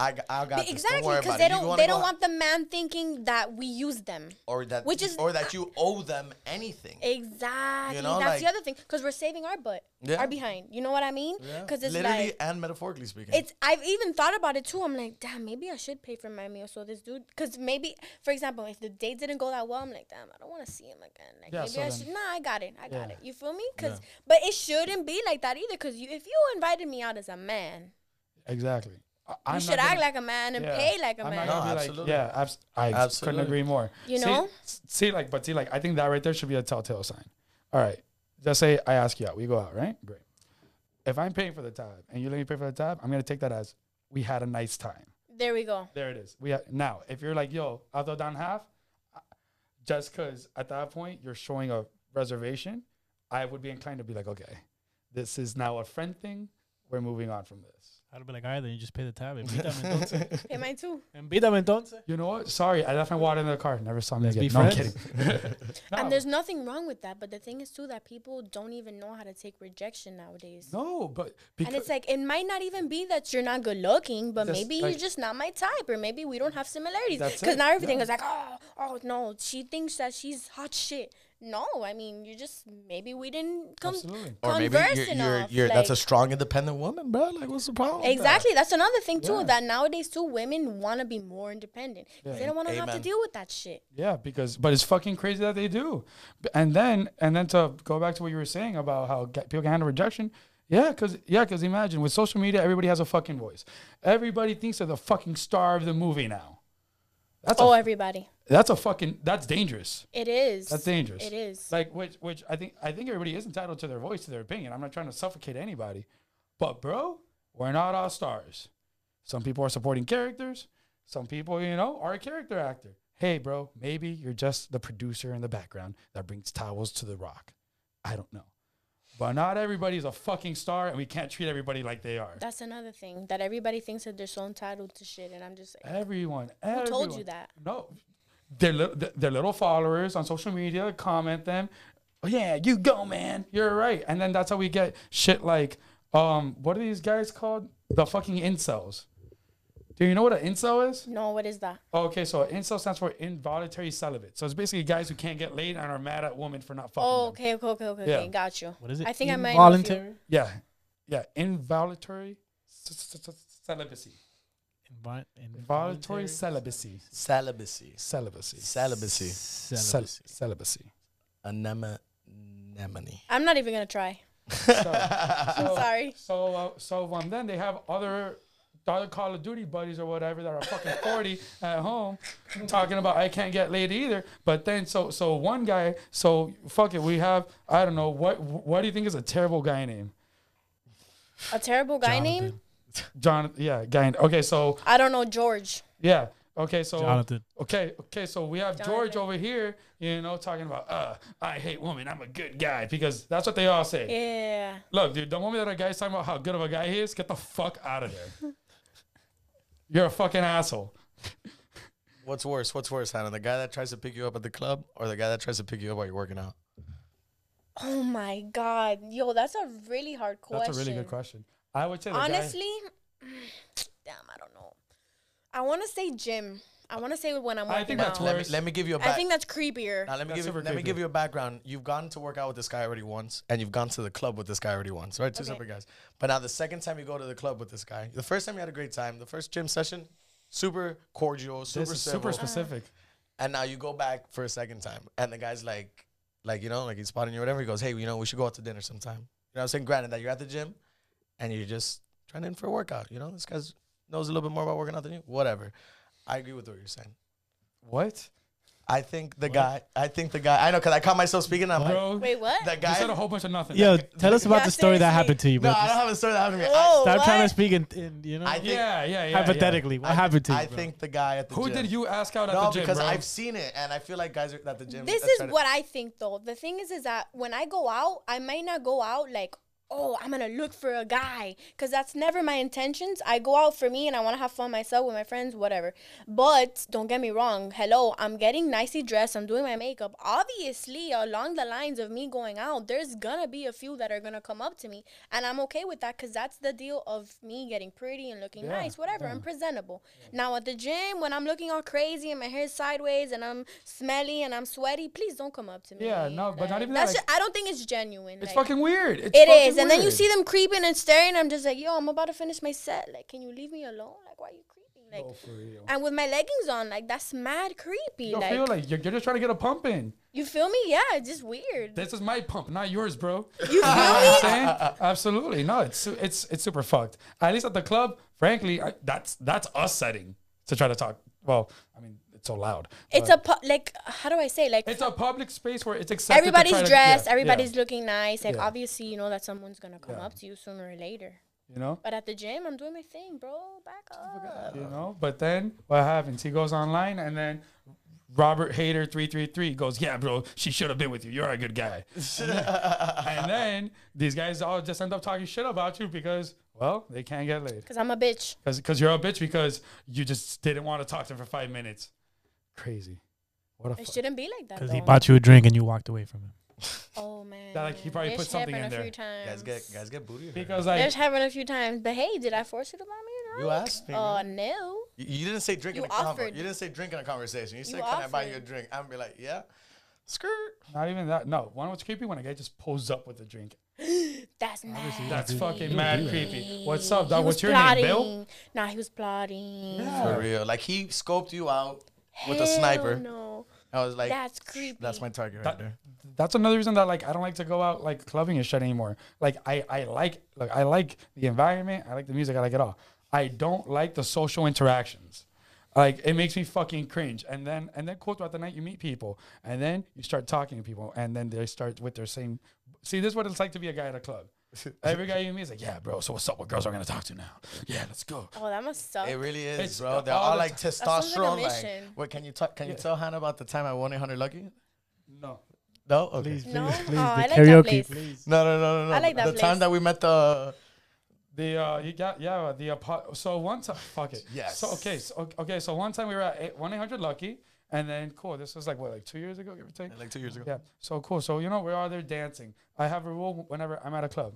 Speaker 2: I, g- I got this. Don't
Speaker 4: exactly,
Speaker 2: worry
Speaker 4: because
Speaker 2: about
Speaker 4: they
Speaker 2: it. You
Speaker 4: don't
Speaker 2: wanna
Speaker 4: they
Speaker 2: go
Speaker 4: don't
Speaker 2: out-
Speaker 4: want the man thinking that we use them.
Speaker 2: or that
Speaker 4: which is-
Speaker 2: or that you owe them anything.
Speaker 4: Exactly.
Speaker 2: You know,
Speaker 4: That's
Speaker 2: like-
Speaker 4: the other thing, because we're saving our butt,
Speaker 2: Yeah.
Speaker 4: our behind. You know what I mean?
Speaker 2: Yeah.
Speaker 4: Because it's
Speaker 2: literally
Speaker 4: like
Speaker 2: and metaphorically speaking.
Speaker 4: it's. I've even thought about it too. I'm like, damn, maybe I should pay for my meal. So this dude, because maybe, for example, if the date didn't go that well, I'm like, damn, I don't want to see him again. Like
Speaker 1: Yeah,
Speaker 4: maybe
Speaker 1: so
Speaker 4: I
Speaker 1: then-
Speaker 4: should. Nah, I got it. I got
Speaker 1: Yeah.
Speaker 4: it. You feel me? Because but it shouldn't be like that either. Because you, if you invited me out as a man,
Speaker 1: Exactly. I,
Speaker 4: you should act like a man and
Speaker 1: Yeah.
Speaker 4: pay like a
Speaker 1: I'm
Speaker 4: man.
Speaker 1: Not gonna
Speaker 2: No,
Speaker 1: be
Speaker 2: absolutely.
Speaker 1: Like, yeah, abs- I
Speaker 2: Absolutely.
Speaker 1: couldn't agree more.
Speaker 4: You
Speaker 1: See-
Speaker 4: know?
Speaker 1: s- See, like, but see, like, I think that right there should be a telltale sign. All right, just say I ask you out, we go out, right? Great. If I'm paying for the tab and you let me pay for the tab, I'm gonna take that as we had a nice time.
Speaker 4: There we go.
Speaker 1: There it is. We ha- now, if you're like, yo, I'll throw down half, I- just because at that point you're showing a reservation, I would be inclined to be like, okay, this is now a friend thing. we're moving on from this.
Speaker 3: I'd be like, all right, then you just pay the tab. Invítame entonces.
Speaker 4: Am I too?
Speaker 3: Invítame entonces.
Speaker 1: You know what? Sorry, I left my water in the car. Never saw me
Speaker 3: Let's
Speaker 1: again.
Speaker 3: be
Speaker 1: no, I'm
Speaker 3: friends.
Speaker 1: kidding.
Speaker 4: And there's nothing wrong with that. But the thing is too that people don't even know how to take rejection nowadays.
Speaker 1: no, but
Speaker 4: And
Speaker 1: because
Speaker 4: it's like it might not even be that you're not good looking, but
Speaker 1: That's
Speaker 4: maybe
Speaker 1: like-
Speaker 4: you're just not my type, or maybe we don't have similarities.
Speaker 1: That's
Speaker 4: Because
Speaker 1: it,
Speaker 4: now everything
Speaker 1: yeah.
Speaker 4: is like, oh, oh no, she thinks that she's hot shit. No, I mean you just maybe we didn't come
Speaker 1: Absolutely.
Speaker 2: Or
Speaker 4: converse
Speaker 2: maybe you're, you're,
Speaker 4: enough.
Speaker 2: you're that's a
Speaker 4: like-
Speaker 2: strong, independent woman, bro. Like, what's the problem? with that?
Speaker 4: Exactly. That's another thing too.
Speaker 1: Yeah.
Speaker 4: That nowadays too, women want to be more independent. 'cause They don't want to have to
Speaker 2: Amen.
Speaker 4: deal with that shit.
Speaker 1: Yeah, because but it's fucking crazy that they do. B- And then and then to go back to what you were saying about how ga- people can handle rejection. Yeah, cause yeah, cause imagine with social media, everybody has a fucking voice. Everybody thinks they're the fucking star of the movie now. That's
Speaker 4: oh,
Speaker 1: a,
Speaker 4: everybody,
Speaker 1: that's a fucking that's dangerous.
Speaker 4: it is.
Speaker 1: That's dangerous.
Speaker 4: It is.
Speaker 1: Like which which I think I think everybody is entitled to their voice, to their opinion. I'm not trying to suffocate anybody. But bro, we're not all stars. Some people are supporting characters. Some people, you know, are a character actor. Hey, bro, maybe you're just the producer in the background that brings towels to the rock. I don't know. But not everybody's a fucking star and we can't treat everybody like they are.
Speaker 4: That's another thing that everybody thinks that they're so entitled to shit, and I'm just like,
Speaker 1: Everyone,
Speaker 4: who told you
Speaker 1: everyone.
Speaker 4: that?
Speaker 1: No, their li- th- their little followers on social media comment them. "Oh, yeah, you go, man. You're right. And then that's how we get shit like, um, what are these guys called? The fucking incels. Do you know what an incel is?
Speaker 4: No, what is that?
Speaker 1: Okay, so incel stands for involuntary celibate. So it's basically guys who can't get laid and are mad at women for not fucking.
Speaker 4: Oh,
Speaker 1: them.
Speaker 4: okay, okay, okay, okay.
Speaker 1: Yeah.
Speaker 4: okay, Got you.
Speaker 3: What is it?
Speaker 4: I think I might know a few.
Speaker 3: Involuntary.
Speaker 1: Yeah, yeah, involuntary c- c- c- celibacy.
Speaker 3: Invol-
Speaker 1: Involuntary celibacy.
Speaker 2: Celibacy.
Speaker 1: Celibacy.
Speaker 2: Celibacy.
Speaker 1: Cel-
Speaker 3: Celibacy.
Speaker 1: celibacy.
Speaker 2: Anemone. Anemone.
Speaker 4: I'm not even gonna try.
Speaker 1: So-
Speaker 4: I'm
Speaker 1: So-
Speaker 4: sorry.
Speaker 1: So, uh, so um, then they have other, other Call of Duty buddies or whatever that are fucking forty at home, talking about I can't get laid either. But then, so so one guy, so fuck it, we have I don't know what what do you think is a terrible guy name?
Speaker 4: A terrible guy name?
Speaker 1: John, yeah, guy. Okay, so
Speaker 4: I don't know George.
Speaker 1: yeah, okay, so
Speaker 3: Jonathan.
Speaker 1: Okay, okay, so we have George
Speaker 4: Jonathan.
Speaker 1: over here, you know, talking about uh, I hate women, I'm a good guy because that's what they all say.
Speaker 4: Yeah.
Speaker 1: Look, dude, the moment that a guy's talking about how good of a guy he is, get the fuck out of there. You're a fucking asshole.
Speaker 2: What's worse? What's worse, Hannah? The guy that tries to pick you up at the club or the guy that tries to pick you up while you're working out?
Speaker 4: Oh my God, yo, that's a really hard question.
Speaker 1: question. I would say the
Speaker 4: Honestly, damn, I don't know. I want to say gym. I want to say when I'm
Speaker 1: I
Speaker 4: working
Speaker 1: think that's
Speaker 4: out.
Speaker 1: worse.
Speaker 2: Let me, let me give you a
Speaker 4: I
Speaker 2: back.
Speaker 4: think that's creepier.
Speaker 2: Now, let me
Speaker 1: That's
Speaker 2: give you,
Speaker 1: super
Speaker 2: let
Speaker 1: creepy.
Speaker 2: me give you a background. You've gone to work out with this guy already once, and you've gone to the club with this guy already once, right? Two
Speaker 4: Okay.
Speaker 2: separate guys. But now the second time you go to the club with this guy, the first time you had a great time, the first gym session, super cordial,
Speaker 1: guy,
Speaker 2: super
Speaker 1: this is
Speaker 2: civil,
Speaker 1: super specific.
Speaker 2: and now you go back for a second time, and the guy's like, like you know, like he's spotting you, or whatever. He goes, hey, you know, we should go out to dinner sometime. You know, what I'm saying, granted that you're at the gym, and you're just trying to in for a workout. You know, this guy knows a little bit more about working out than you. Whatever. I agree with what you're saying.
Speaker 1: What?
Speaker 2: I think the guy. I think the guy. I know because I caught myself speaking. and I'm like,
Speaker 1: Bro,
Speaker 4: Wait, what?
Speaker 2: that
Speaker 1: you
Speaker 2: guy.
Speaker 1: said a whole bunch of nothing.
Speaker 3: Yo, tell us about
Speaker 4: Yeah,
Speaker 3: the story that
Speaker 4: seriously.
Speaker 3: happened to you,
Speaker 2: No,
Speaker 3: bro.
Speaker 2: I don't have a story that happened to me. I-
Speaker 4: Whoa,
Speaker 3: Stop trying to
Speaker 4: Oh, what?
Speaker 3: speak in, in you know
Speaker 2: I think.
Speaker 1: yeah, yeah, yeah, yeah.
Speaker 3: hypothetically. What
Speaker 2: I-
Speaker 3: happened to you?
Speaker 2: I
Speaker 3: bro?
Speaker 2: think the guy at the
Speaker 1: Who
Speaker 2: gym.
Speaker 1: did you ask out at
Speaker 2: No,
Speaker 1: the gym,
Speaker 2: because
Speaker 1: bro?
Speaker 2: I've seen it, and I feel like guys are at the gym.
Speaker 4: This
Speaker 2: are
Speaker 4: is
Speaker 2: trying to-
Speaker 4: what I think though. The thing is, is that when I go out, I might not go out like, oh, I'm gonna look for a guy, cause that's never my intentions. I go out for me, and I want to have fun myself with my friends, whatever. But don't get me wrong. Hello, I'm getting nicely dressed. I'm doing my makeup. Obviously, along the lines of me going out, there's gonna be a few that are gonna come up to me, and I'm okay with that, cause that's the deal of me getting pretty and looking
Speaker 1: Yeah,
Speaker 4: nice, whatever. I'm presentable. Now at the gym, when I'm looking all crazy and my hair's sideways and I'm smelly and I'm sweaty, please don't come up to me.
Speaker 1: Yeah, no, but not
Speaker 4: Like,
Speaker 1: even that,
Speaker 4: that's
Speaker 1: like-
Speaker 4: ju- I don't think it's genuine.
Speaker 1: it's
Speaker 4: like,
Speaker 1: fucking weird. It's
Speaker 4: it
Speaker 1: fucking
Speaker 4: is, and then you
Speaker 1: weird.
Speaker 4: see them creeping and staring. I'm just like, yo, I'm about to finish my set. Like, can you leave me alone? Like, why are you creeping? Like,
Speaker 1: Oh, for real.
Speaker 4: and with my leggings on, like that's mad creepy.
Speaker 1: You
Speaker 4: like,
Speaker 1: feel like you're, you're just trying to get a pump in.
Speaker 4: you feel me? Yeah, it's just weird.
Speaker 1: This is my pump, not yours, bro.
Speaker 4: you feel me?
Speaker 1: I'm saying? Absolutely. No, it's su- it's it's super fucked. At least at the club, frankly, I, that's that's us setting to try to talk. Well, I mean, it's so loud.
Speaker 4: It's
Speaker 1: but
Speaker 4: a pu- like, how do I say? Like,
Speaker 1: it's a public space where it's accepted. to
Speaker 4: everybody's
Speaker 1: try to-
Speaker 4: dressed,
Speaker 1: yeah,
Speaker 4: everybody's
Speaker 1: yeah,
Speaker 4: looking nice. Like,
Speaker 1: Yeah.
Speaker 4: obviously, you know that someone's gonna come
Speaker 1: Yeah.
Speaker 4: up to you sooner or later.
Speaker 1: you know,
Speaker 4: But at the gym, I'm doing my thing, bro. Back up.
Speaker 1: you know. But then what happens? He goes online and then Robert Hader three three three goes, yeah, bro, she should have been with you. You're a good guy. and then these guys all just end up talking shit about you because, well, they can't get laid
Speaker 4: Because I'm a bitch.
Speaker 1: because you're a bitch because you just didn't want to talk to him for five minutes. Crazy. What a
Speaker 4: It
Speaker 1: fu-
Speaker 4: shouldn't be like that.
Speaker 3: Because he
Speaker 4: Though.
Speaker 3: bought you a drink and you walked away from him.
Speaker 4: oh man.
Speaker 1: That, like, he probably
Speaker 4: This
Speaker 1: put something
Speaker 4: happened
Speaker 1: in
Speaker 4: a Few times.
Speaker 2: guys get guys get booty. hurt.
Speaker 1: because like
Speaker 4: This happened a few times, but hey, did I force you to buy me a drink?
Speaker 2: You asked me,
Speaker 4: Oh no.
Speaker 2: You, you didn't say drink
Speaker 4: You
Speaker 2: in a convo.
Speaker 4: offered.
Speaker 2: You didn't say drink in a conversation. You said,
Speaker 4: You
Speaker 2: "Can I buy you a
Speaker 4: offered.
Speaker 2: drink?" I'm be like, "Yeah." Skirt.
Speaker 1: not even that. No, one was creepy when a guy just pulls up with a drink.
Speaker 4: That's mad.
Speaker 1: That's fucking
Speaker 3: you
Speaker 1: mad
Speaker 3: do that.
Speaker 1: creepy. What's up, dog?
Speaker 4: He was
Speaker 1: What's your name,
Speaker 4: plotting.
Speaker 1: Bill?
Speaker 4: Nah, he was plotting.
Speaker 2: For real. Like he scoped you out with a sniper.
Speaker 4: Hell No,
Speaker 2: I was like,
Speaker 4: that's creepy.
Speaker 2: "That's my target right
Speaker 1: That-
Speaker 2: there."
Speaker 1: That's another reason that like I don't like to go out like clubbing and shit anymore. Like I I like like I like the environment. I like the music. I like it all. I don't like the social interactions. Like it makes me fucking cringe. And then and then cool throughout the night you meet people and then you start talking to people and then they start with their same. See, this is what it's like to be a guy at a club. Every guy you meet is like, yeah, bro. So what's up? What girls are gonna talk to now? Yeah, let's go.
Speaker 4: Oh, that must suck.
Speaker 2: It really is,
Speaker 1: It's
Speaker 2: bro. They're
Speaker 1: all
Speaker 2: all
Speaker 1: the
Speaker 2: like
Speaker 4: sounds like a
Speaker 2: testosterone. Like,
Speaker 4: mission.
Speaker 2: what can you talk? Can you tell Hannah about the time I won 800 lucky?
Speaker 1: No,
Speaker 2: No, okay.
Speaker 4: no,
Speaker 3: Please, please,
Speaker 4: oh, I
Speaker 3: the
Speaker 4: like that
Speaker 3: karaoke,
Speaker 4: place.
Speaker 3: please.
Speaker 2: No, no, no, no, no.
Speaker 4: I like that
Speaker 2: the time
Speaker 4: place.
Speaker 2: that we met the
Speaker 1: The uh, you got yeah the apo- so one time fuck it
Speaker 2: Yes.
Speaker 1: so okay so okay so one time we were at one eight hundred lucky and then cool this was like what like two years ago give or take
Speaker 2: like two years ago.
Speaker 1: yeah so cool so you know we're all there dancing I have a rule whenever I'm at a club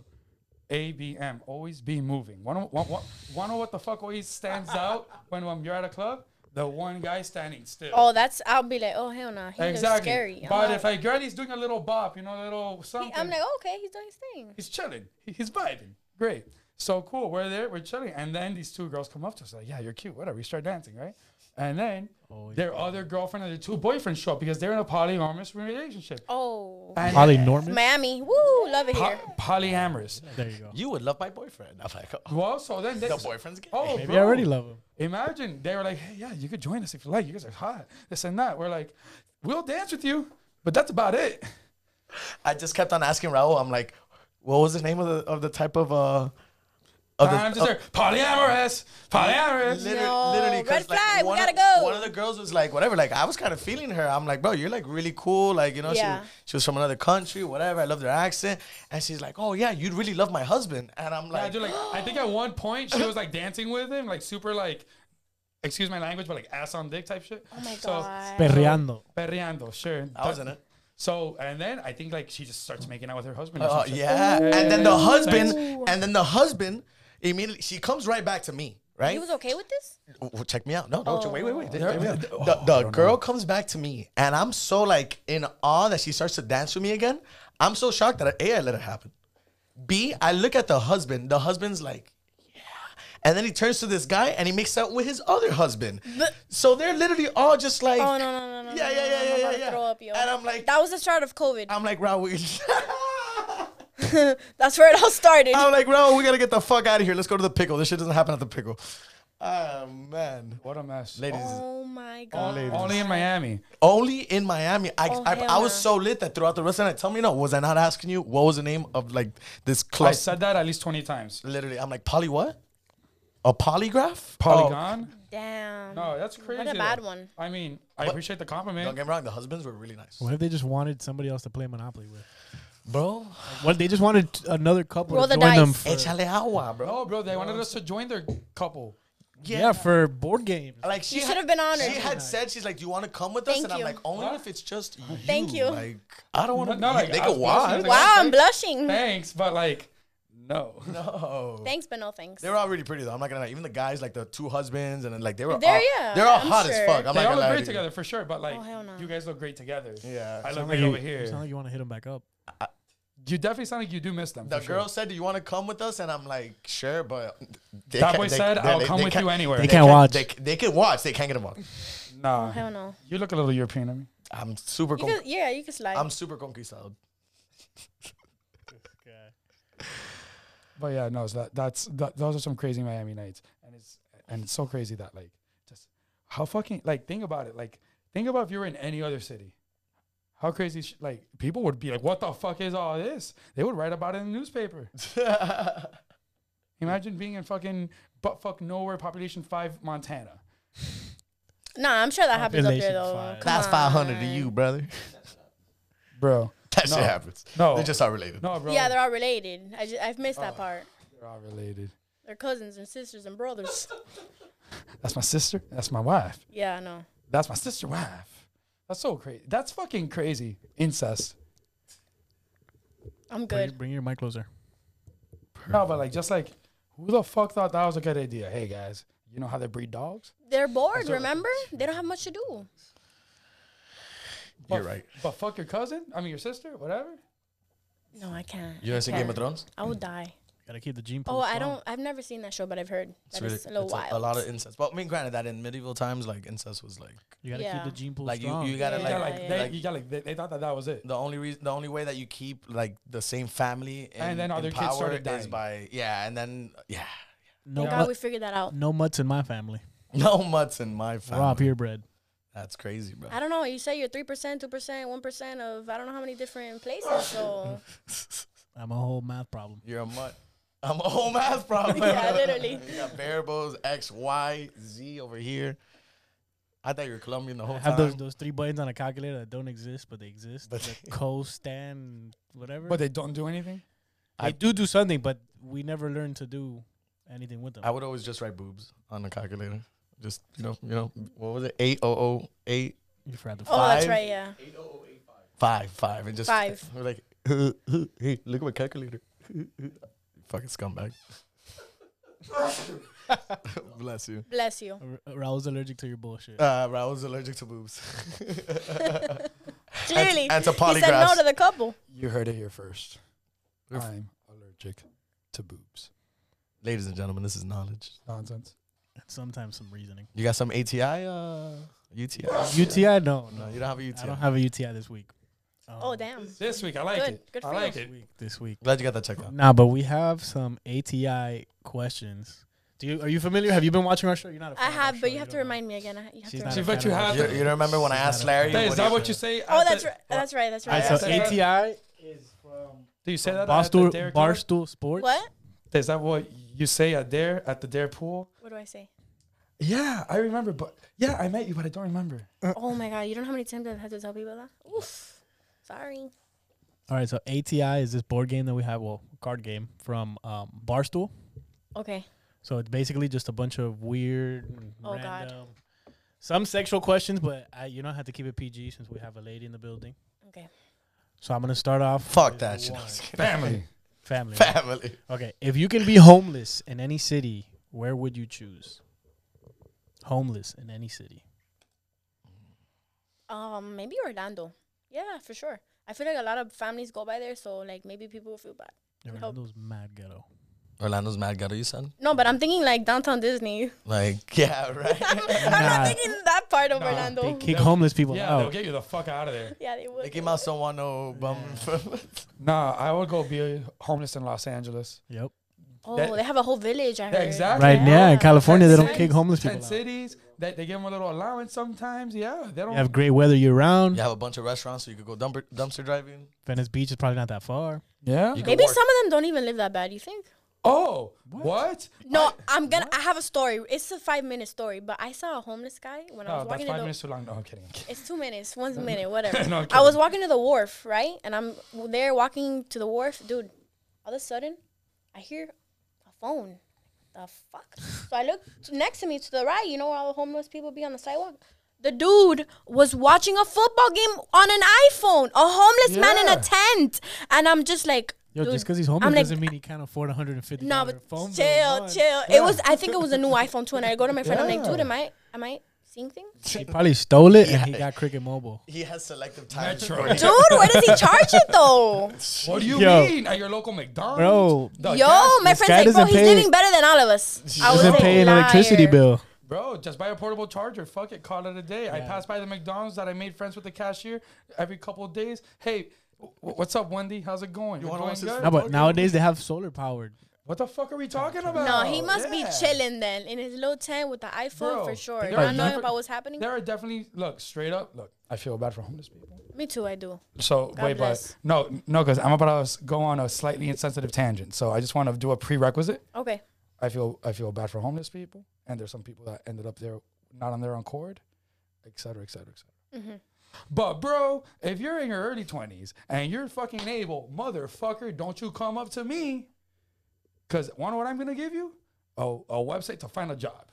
Speaker 1: ABM always be moving one one one one know what the fuck always stands out when um, you're at a club the one guy standing still
Speaker 4: Oh, that's. I'll be like, oh hell no, he looks
Speaker 1: exactly
Speaker 4: scary. I'm
Speaker 1: but
Speaker 4: out.
Speaker 1: if a girlie's doing a little bop you know a little something
Speaker 4: He- I'm like, oh, okay, he's doing his thing.
Speaker 1: he's chilling. He- He's vibing. Great. So cool. We're there. We're chilling. And then these two girls come up to us like, yeah, you're cute. Whatever. We start dancing, right? And then their other girlfriend and their two boyfriends show up because they're in a polyamorous relationip.
Speaker 4: Oh,
Speaker 1: And
Speaker 3: Polynormous.
Speaker 4: Miami, woo, love it here.
Speaker 1: po- polyamorous.
Speaker 3: There you go.
Speaker 2: You would love my boyfriend. I'm like, oh,
Speaker 1: Well, so then they,
Speaker 2: the boyfriend's gay.
Speaker 1: Oh,
Speaker 3: Maybe
Speaker 1: bro.
Speaker 3: I already love him.
Speaker 1: Imagine they were like, hey, yeah, you could join us if you like. You guys are hot. This and that. We're like, we'll dance with you, but that's about it.
Speaker 2: I just kept on asking Raul. I'm like, what was the name of the of the type of uh of
Speaker 1: I'm just there. Polyamorous. Polyamorous.
Speaker 2: Literally,
Speaker 4: No,
Speaker 2: literally 'cause,
Speaker 4: red flag, we
Speaker 2: one of-
Speaker 4: gotta go.
Speaker 2: One of the girls was like, whatever. Like, I was kind of feeling her. I'm like, bro, you're like really cool. Like, you know,
Speaker 4: Yeah.
Speaker 2: she, she was from another country, whatever. I love their accent. And she's like, oh, yeah, you'd really love my husband. And I'm
Speaker 1: Yeah,
Speaker 2: like,
Speaker 1: dude, like I think at one point she was like dancing with him, like super like excuse my language, but like ass on dick type shit.
Speaker 4: Oh my
Speaker 1: So-
Speaker 4: god.
Speaker 3: Perreando.
Speaker 1: Perreando, sure.
Speaker 2: I was in it.
Speaker 1: So and then I think like she just starts making out with her husband. or
Speaker 2: Oh,
Speaker 1: some shit.
Speaker 2: yeah. And then the husband, and then the husband immediately, she comes right back to me, right?
Speaker 4: He was okay with this?
Speaker 2: Well, check me out. No, no, wait, wait, wait.
Speaker 1: They're-
Speaker 2: Check me out.
Speaker 1: oh,
Speaker 2: The, the girl comes back to me, and I'm so like in awe that she starts to dance with me again. I'm so shocked that A, I let it happen. B, I look at the husband. The husband's like, yeah. And then he turns to this guy, and he makes out with his other husband. so they're literally all just like,
Speaker 4: Oh no no no no.
Speaker 2: yeah, yeah,
Speaker 4: no,
Speaker 2: yeah,
Speaker 4: no, no,
Speaker 2: yeah,
Speaker 4: I'm
Speaker 2: yeah,
Speaker 4: about to
Speaker 2: yeah.
Speaker 4: Throw up, yo.
Speaker 2: And I'm like,
Speaker 4: that was the start of COVID.
Speaker 2: I'm like, Raul, we-
Speaker 4: That's where it all started.
Speaker 2: I'm like, Raul, we gotta get the fuck out of here. Let's go to the pickle. This shit doesn't happen at the pickle. Oh man,
Speaker 1: What a mess.
Speaker 2: ladies.
Speaker 4: oh my god.
Speaker 1: Only, only in Miami.
Speaker 2: Only in Miami. I,
Speaker 4: Oh,
Speaker 2: I,
Speaker 4: hell
Speaker 2: I was
Speaker 4: no.
Speaker 2: so lit that throughout the rest of the night, tell me no, was I not asking you what was the name of like this
Speaker 1: I
Speaker 2: club?
Speaker 1: said that at least twenty times.
Speaker 2: Literally, I'm like, poly what? A polygraph?
Speaker 1: Polygon?
Speaker 4: Damn.
Speaker 1: No, that's crazy.
Speaker 4: What a
Speaker 1: though.
Speaker 4: bad one.
Speaker 1: I mean, I appreciate the
Speaker 2: Oh, don't
Speaker 1: compliment.
Speaker 2: get me wrong, the husbands were really nice.
Speaker 3: What if they just wanted somebody else to play Monopoly with?
Speaker 2: Bro,
Speaker 3: What if they just wanted another couple
Speaker 4: Roll
Speaker 3: to
Speaker 4: the
Speaker 3: join them?
Speaker 4: dice.
Speaker 3: For,
Speaker 2: échale agua, bro.
Speaker 1: No, bro, they wanted us to join their couple.
Speaker 3: yeah. for board games.
Speaker 2: Like she
Speaker 4: You
Speaker 2: had-
Speaker 4: should have been honored.
Speaker 2: She had said she's like, "Do you want to come with us?"
Speaker 4: Thank
Speaker 2: and I'm
Speaker 4: you.
Speaker 2: like, "Only
Speaker 1: What?
Speaker 2: if it's just you."
Speaker 4: Thank you.
Speaker 2: Like, I don't want to.
Speaker 1: No, no, like,
Speaker 2: they
Speaker 1: I was
Speaker 2: could
Speaker 1: blushing,
Speaker 2: watch.
Speaker 1: like-
Speaker 4: Wow, I'm blushing.
Speaker 1: Thanks, but like, no.
Speaker 2: No.
Speaker 4: Thanks, but no thanks.
Speaker 2: They were all really pretty though. I'm not gonna lie. Even the guys, like the two husbands, and then like they were
Speaker 4: They're-
Speaker 2: all,
Speaker 4: yeah,
Speaker 2: they're all
Speaker 4: I'm
Speaker 2: hot as
Speaker 4: sure.
Speaker 2: fuck. I'm
Speaker 1: they
Speaker 2: not
Speaker 1: all
Speaker 2: gonna
Speaker 1: look
Speaker 2: lie.
Speaker 1: great
Speaker 2: to you.
Speaker 1: together for sure, but like,
Speaker 4: Oh, hell no.
Speaker 1: you guys look great together.
Speaker 2: Yeah.
Speaker 1: I look
Speaker 2: Sound
Speaker 3: Sound
Speaker 1: great
Speaker 3: like you,
Speaker 1: over here.
Speaker 3: you sound like you want to hit them back up.
Speaker 1: You definitely sound like you do miss them.
Speaker 2: The
Speaker 1: for sure.
Speaker 2: girl said, "Do you want to come with us?" And I'm like, "Sure," but they
Speaker 1: That
Speaker 2: can't-
Speaker 1: boy
Speaker 2: they-
Speaker 1: said,
Speaker 2: they-
Speaker 1: "I'll
Speaker 2: they-
Speaker 1: come
Speaker 2: they
Speaker 1: with
Speaker 2: can't-
Speaker 1: you anywhere."
Speaker 3: They can't
Speaker 2: can't-
Speaker 3: watch.
Speaker 2: They, they can watch. They can't get them on.
Speaker 1: Nah,
Speaker 4: Hell no.
Speaker 1: you look a little European to me.
Speaker 2: I'm super.
Speaker 4: You
Speaker 2: con-
Speaker 4: could, yeah, you could slide.
Speaker 2: I'm super conquistado.
Speaker 1: But yeah, no, so that that's that, those are some crazy Miami nights, and it's and it's so crazy that like just how fucking like think about it, like think about if you were in any other city, how crazy sh- like people would be like, what the fuck is all this? They would write about it in the newspaper. Imagine being in fucking buttfuck nowhere, population five, Montana.
Speaker 4: Nah, I'm sure that happens up there
Speaker 3: Population
Speaker 4: though.
Speaker 3: five.
Speaker 4: Come
Speaker 2: That's 500 to
Speaker 4: on.
Speaker 2: you, brother.
Speaker 1: bro.
Speaker 2: That
Speaker 1: No.
Speaker 2: shit happens.
Speaker 1: No.
Speaker 2: They're just not related.
Speaker 1: No, bro.
Speaker 4: Yeah, they're all related. I just, I've missed that part.
Speaker 1: they're all related.
Speaker 4: They're cousins and sisters and brothers.
Speaker 1: That's my sister. That's my wife.
Speaker 4: yeah, I know.
Speaker 1: That's my sister wife. That's so crazy. That's fucking crazy. Incest.
Speaker 4: I'm
Speaker 3: Bring,
Speaker 4: good.
Speaker 3: bring your mic closer.
Speaker 1: No, but like just like who the fuck thought that was a good idea? Hey guys, you know how they breed dogs?
Speaker 4: They're bored, remember? They don't have much to do.
Speaker 1: But,
Speaker 2: You're right.
Speaker 1: But fuck your cousin. I mean your sister. Whatever.
Speaker 4: No, I can't.
Speaker 2: You ever seen Game of
Speaker 4: Can't.
Speaker 2: Thrones?
Speaker 4: I would die.
Speaker 3: Gotta keep the gene pool.
Speaker 4: Oh, I don't. I've never seen that show, but I've heard that it's a little
Speaker 2: it's
Speaker 4: wild.
Speaker 2: A, lot of incest. But I mean, granted, that in medieval times, like incest was like
Speaker 3: You gotta
Speaker 4: Yeah.
Speaker 3: keep the gene pool
Speaker 2: like you,
Speaker 3: strong.
Speaker 2: you gotta
Speaker 4: Yeah,
Speaker 1: You got
Speaker 2: like
Speaker 1: like,
Speaker 4: yeah,
Speaker 1: they,
Speaker 4: yeah.
Speaker 1: you got like they, they thought that that was it.
Speaker 2: the only reason, the only way that you keep like the same family in,
Speaker 1: And then other
Speaker 2: in
Speaker 1: kids
Speaker 2: power
Speaker 1: started
Speaker 2: is
Speaker 1: dying.
Speaker 2: by yeah, and then yeah,
Speaker 3: no,
Speaker 4: God,
Speaker 3: mut-
Speaker 4: we figured that out.
Speaker 3: no mutts in my family.
Speaker 2: no mutts in my
Speaker 3: We're all
Speaker 2: family.
Speaker 3: purebred.
Speaker 2: That's crazy, bro.
Speaker 4: I don't know. You say you're three percent, two percent, one percent of I don't know how many different places. So
Speaker 3: I'm a whole math problem.
Speaker 2: You're a mutt. I'm a whole math problem.
Speaker 4: Yeah, literally.
Speaker 2: you got variables X, Y, Z over here. I thought you were Colombian the whole
Speaker 3: I have
Speaker 2: time.
Speaker 3: those, those three buttons on a calculator that don't exist, but they exist.
Speaker 2: But
Speaker 3: But the co stand, whatever.
Speaker 1: But they don't do anything.
Speaker 3: I do do something, but we never learn to do anything with them.
Speaker 2: I would always just write boobs on the calculator. Just you know, you know, what was it? Eight oh oh eight
Speaker 3: you forgot the.
Speaker 4: oh, that's
Speaker 2: Five.
Speaker 4: right. Yeah.
Speaker 2: five five and just
Speaker 4: Five.
Speaker 2: We're like, hey, look at my calculator. Fucking scumbag. Bless you.
Speaker 4: Bless you.
Speaker 3: Ra- Raul's allergic to your bullshit.
Speaker 2: Uh, Raul's allergic to boobs.
Speaker 4: Clearly,
Speaker 2: and to
Speaker 4: he said no
Speaker 2: polygraphs.
Speaker 4: to the couple.
Speaker 1: You heard it here first.
Speaker 2: Oof.
Speaker 1: I'm allergic to boobs.
Speaker 2: Ladies and gentlemen, this is knowledge.
Speaker 1: Nonsense.
Speaker 3: Sometimes some reasoning.
Speaker 2: You got some ATI, uh, UTI?
Speaker 3: UTI? No,
Speaker 2: No,
Speaker 3: no.
Speaker 2: you don't have a UTI.
Speaker 3: I don't have a UTI this week. Um,
Speaker 4: Oh damn.
Speaker 1: This week I like
Speaker 4: Good.
Speaker 1: it.
Speaker 4: Good
Speaker 1: I
Speaker 4: for
Speaker 1: like
Speaker 4: you.
Speaker 1: it.
Speaker 3: Week this week.
Speaker 2: Glad you got that checked out.
Speaker 3: Nah, but we have some ATI questions. Do you are you familiar? Have you been watching our show? You're not. A fan
Speaker 4: I
Speaker 3: of our
Speaker 4: have,
Speaker 3: show,
Speaker 4: but you have to
Speaker 3: don't know.
Speaker 4: remind me again. I- You have
Speaker 3: She's
Speaker 4: to
Speaker 3: not
Speaker 1: See,
Speaker 3: a
Speaker 4: remind me.
Speaker 1: but
Speaker 3: fan
Speaker 1: you
Speaker 3: of our
Speaker 1: have
Speaker 3: show.
Speaker 2: You, you remember when I
Speaker 3: She's
Speaker 2: asked
Speaker 3: not a
Speaker 2: Larry?
Speaker 3: fan.
Speaker 1: Hey, is
Speaker 2: what he
Speaker 1: that
Speaker 2: said?
Speaker 1: what you say?
Speaker 4: Oh,
Speaker 1: after-
Speaker 4: that's right. That's right. That's
Speaker 3: All
Speaker 4: right.
Speaker 3: right,
Speaker 1: I
Speaker 3: so
Speaker 4: That's right.
Speaker 1: said-
Speaker 3: ATI is from
Speaker 1: Do you say that at the
Speaker 3: Barstool,
Speaker 1: Dare Club?
Speaker 3: Barstool Sports.
Speaker 4: What?
Speaker 1: Is that what you say at Dare at the Dare pool?
Speaker 4: What do I say?
Speaker 1: Yeah, I remember, but yeah, I met you, but I don't remember.
Speaker 4: Oh my god, you don't know how many times I've had to tell people that. Oof. Sorry.
Speaker 3: All right, so ATI is this board game that we have, well, card game from um, Barstool.
Speaker 4: Okay.
Speaker 3: So it's basically just a bunch of weird, and
Speaker 4: Oh, God.
Speaker 3: random, some sexual questions, but I, you know, I have to keep it PG since we have a lady in the building.
Speaker 4: Okay.
Speaker 3: So I'm gonna start off.
Speaker 2: Fuck
Speaker 3: with
Speaker 2: that shit.
Speaker 3: one.
Speaker 1: Family.
Speaker 3: Family. right?
Speaker 2: Family.
Speaker 3: Okay, if you can be homeless in any city, where would you choose? Homeless in any city.
Speaker 4: Um, maybe Orlando. Yeah, for sure. I feel like a lot of families go by there, so like maybe people will feel bad.
Speaker 3: Orlando's mad ghetto.
Speaker 2: Orlando's mad ghetto, you said?
Speaker 4: No, but I'm thinking like downtown Disney.
Speaker 2: Like, yeah, right?
Speaker 4: I'm
Speaker 3: Nah.
Speaker 4: not thinking that part of
Speaker 1: Nah.
Speaker 3: They
Speaker 4: Orlando.
Speaker 3: kick
Speaker 1: They'll-
Speaker 3: homeless people
Speaker 1: Yeah, they'll
Speaker 3: out.
Speaker 1: get you the fuck out of there.
Speaker 4: Yeah, they would.
Speaker 2: Mickey Mouse don't want no bum.
Speaker 1: Nah, I would go be homeless in Los Angeles.
Speaker 3: Yep.
Speaker 4: Oh,
Speaker 1: That-
Speaker 4: they have a whole village. I
Speaker 1: Yeah,
Speaker 4: heard.
Speaker 1: exactly.
Speaker 3: Right now in California, they don't
Speaker 1: Ten
Speaker 3: kick homeless people
Speaker 1: Ten
Speaker 3: out.
Speaker 1: cities, they, they give them a little allowance sometimes. Yeah, they
Speaker 3: You
Speaker 1: don't.
Speaker 3: have great weather year round.
Speaker 2: You have a bunch of restaurants, so you could go dumper, dumpster driving.
Speaker 3: Venice Beach is probably not that far.
Speaker 1: Yeah.
Speaker 2: You-
Speaker 4: Maybe
Speaker 2: Good work.
Speaker 4: some of them don't even live that bad. You think?
Speaker 1: Oh, what?
Speaker 4: No, I'm gonna. I have a story. It's a five minute story, but I saw a homeless guy when I
Speaker 1: No,
Speaker 4: was
Speaker 1: Oh, that's
Speaker 4: walking
Speaker 1: five
Speaker 4: to the.
Speaker 1: minutes too long. No, I'm kidding. I'm kidding.
Speaker 4: It's two minutes, one minute, whatever.
Speaker 1: No, I'm
Speaker 4: I was
Speaker 1: kidding.
Speaker 4: walking to the wharf, right, and I'm there walking to the wharf, dude. All of a sudden, I hear a phone. The fuck? so I look t- next to me to the right. You know where all the homeless people be on the sidewalk. The dude was watching a football game on an iPhone. A homeless man in
Speaker 1: Yeah.
Speaker 4: a tent, and I'm just like,
Speaker 3: Yo,
Speaker 4: dude,
Speaker 3: just because he's homeless
Speaker 4: like,
Speaker 3: doesn't mean he can't afford 150
Speaker 4: No,
Speaker 3: dollar
Speaker 4: but
Speaker 3: phone. bill a
Speaker 4: chill,
Speaker 3: month.
Speaker 4: chill. It was. I think it was a new iPhone too, and I go to my friend. I'm like, dude, am I, am I seeing things?
Speaker 3: He probably stole it and he
Speaker 2: Yeah.
Speaker 3: got Cricket Mobile.
Speaker 2: He has selective time.
Speaker 1: Metro.
Speaker 4: Dude, where does he charge it though?
Speaker 1: What do you
Speaker 3: Yo.
Speaker 1: mean? At your local McDonald's?
Speaker 3: Bro.
Speaker 1: The
Speaker 4: Yo,
Speaker 1: gas-
Speaker 4: my
Speaker 3: this
Speaker 4: friend's
Speaker 3: guy
Speaker 4: like, bro,
Speaker 3: doesn't
Speaker 4: he's
Speaker 3: pay-
Speaker 4: living better than all of us. I was
Speaker 3: Doesn't
Speaker 4: like,
Speaker 3: pay an electricity
Speaker 4: liar.
Speaker 3: bill.
Speaker 1: Bro, just buy a portable charger. Fuck it, call it a day. I passed by the McDonald's that I made friends with the cashier every couple of days. Hey, w- what's up, Wendy? How's it going? You
Speaker 2: wanna watch this
Speaker 3: No, but nowadays they have solar powered.
Speaker 1: What the fuck are we talking about?
Speaker 4: No, he must be
Speaker 1: Oh, Yeah.
Speaker 4: chilling then in his little tent with the iPhone
Speaker 1: Bro,
Speaker 4: for sure.
Speaker 1: there
Speaker 3: are
Speaker 4: Not knowing
Speaker 1: different-
Speaker 4: about what's happening.
Speaker 1: There are definitely look straight up. Look, I feel bad for homeless people.
Speaker 4: Me too, I do.
Speaker 1: So
Speaker 4: God
Speaker 1: wait,
Speaker 4: bless.
Speaker 1: but no, no, because I'm about to s- go on a slightly insensitive tangent. So I just want to do a prerequisite.
Speaker 4: Okay,
Speaker 1: I feel I feel bad for homeless people, and there's some people that ended up there not on their own accord. et cetera, et cetera, et cetera.
Speaker 4: Mm-hmm.
Speaker 1: But bro, if you're in your early twenties and you're fucking able, motherfucker, don't you come up to me, cause want what I'm gonna give you? Oh, a website to find a job.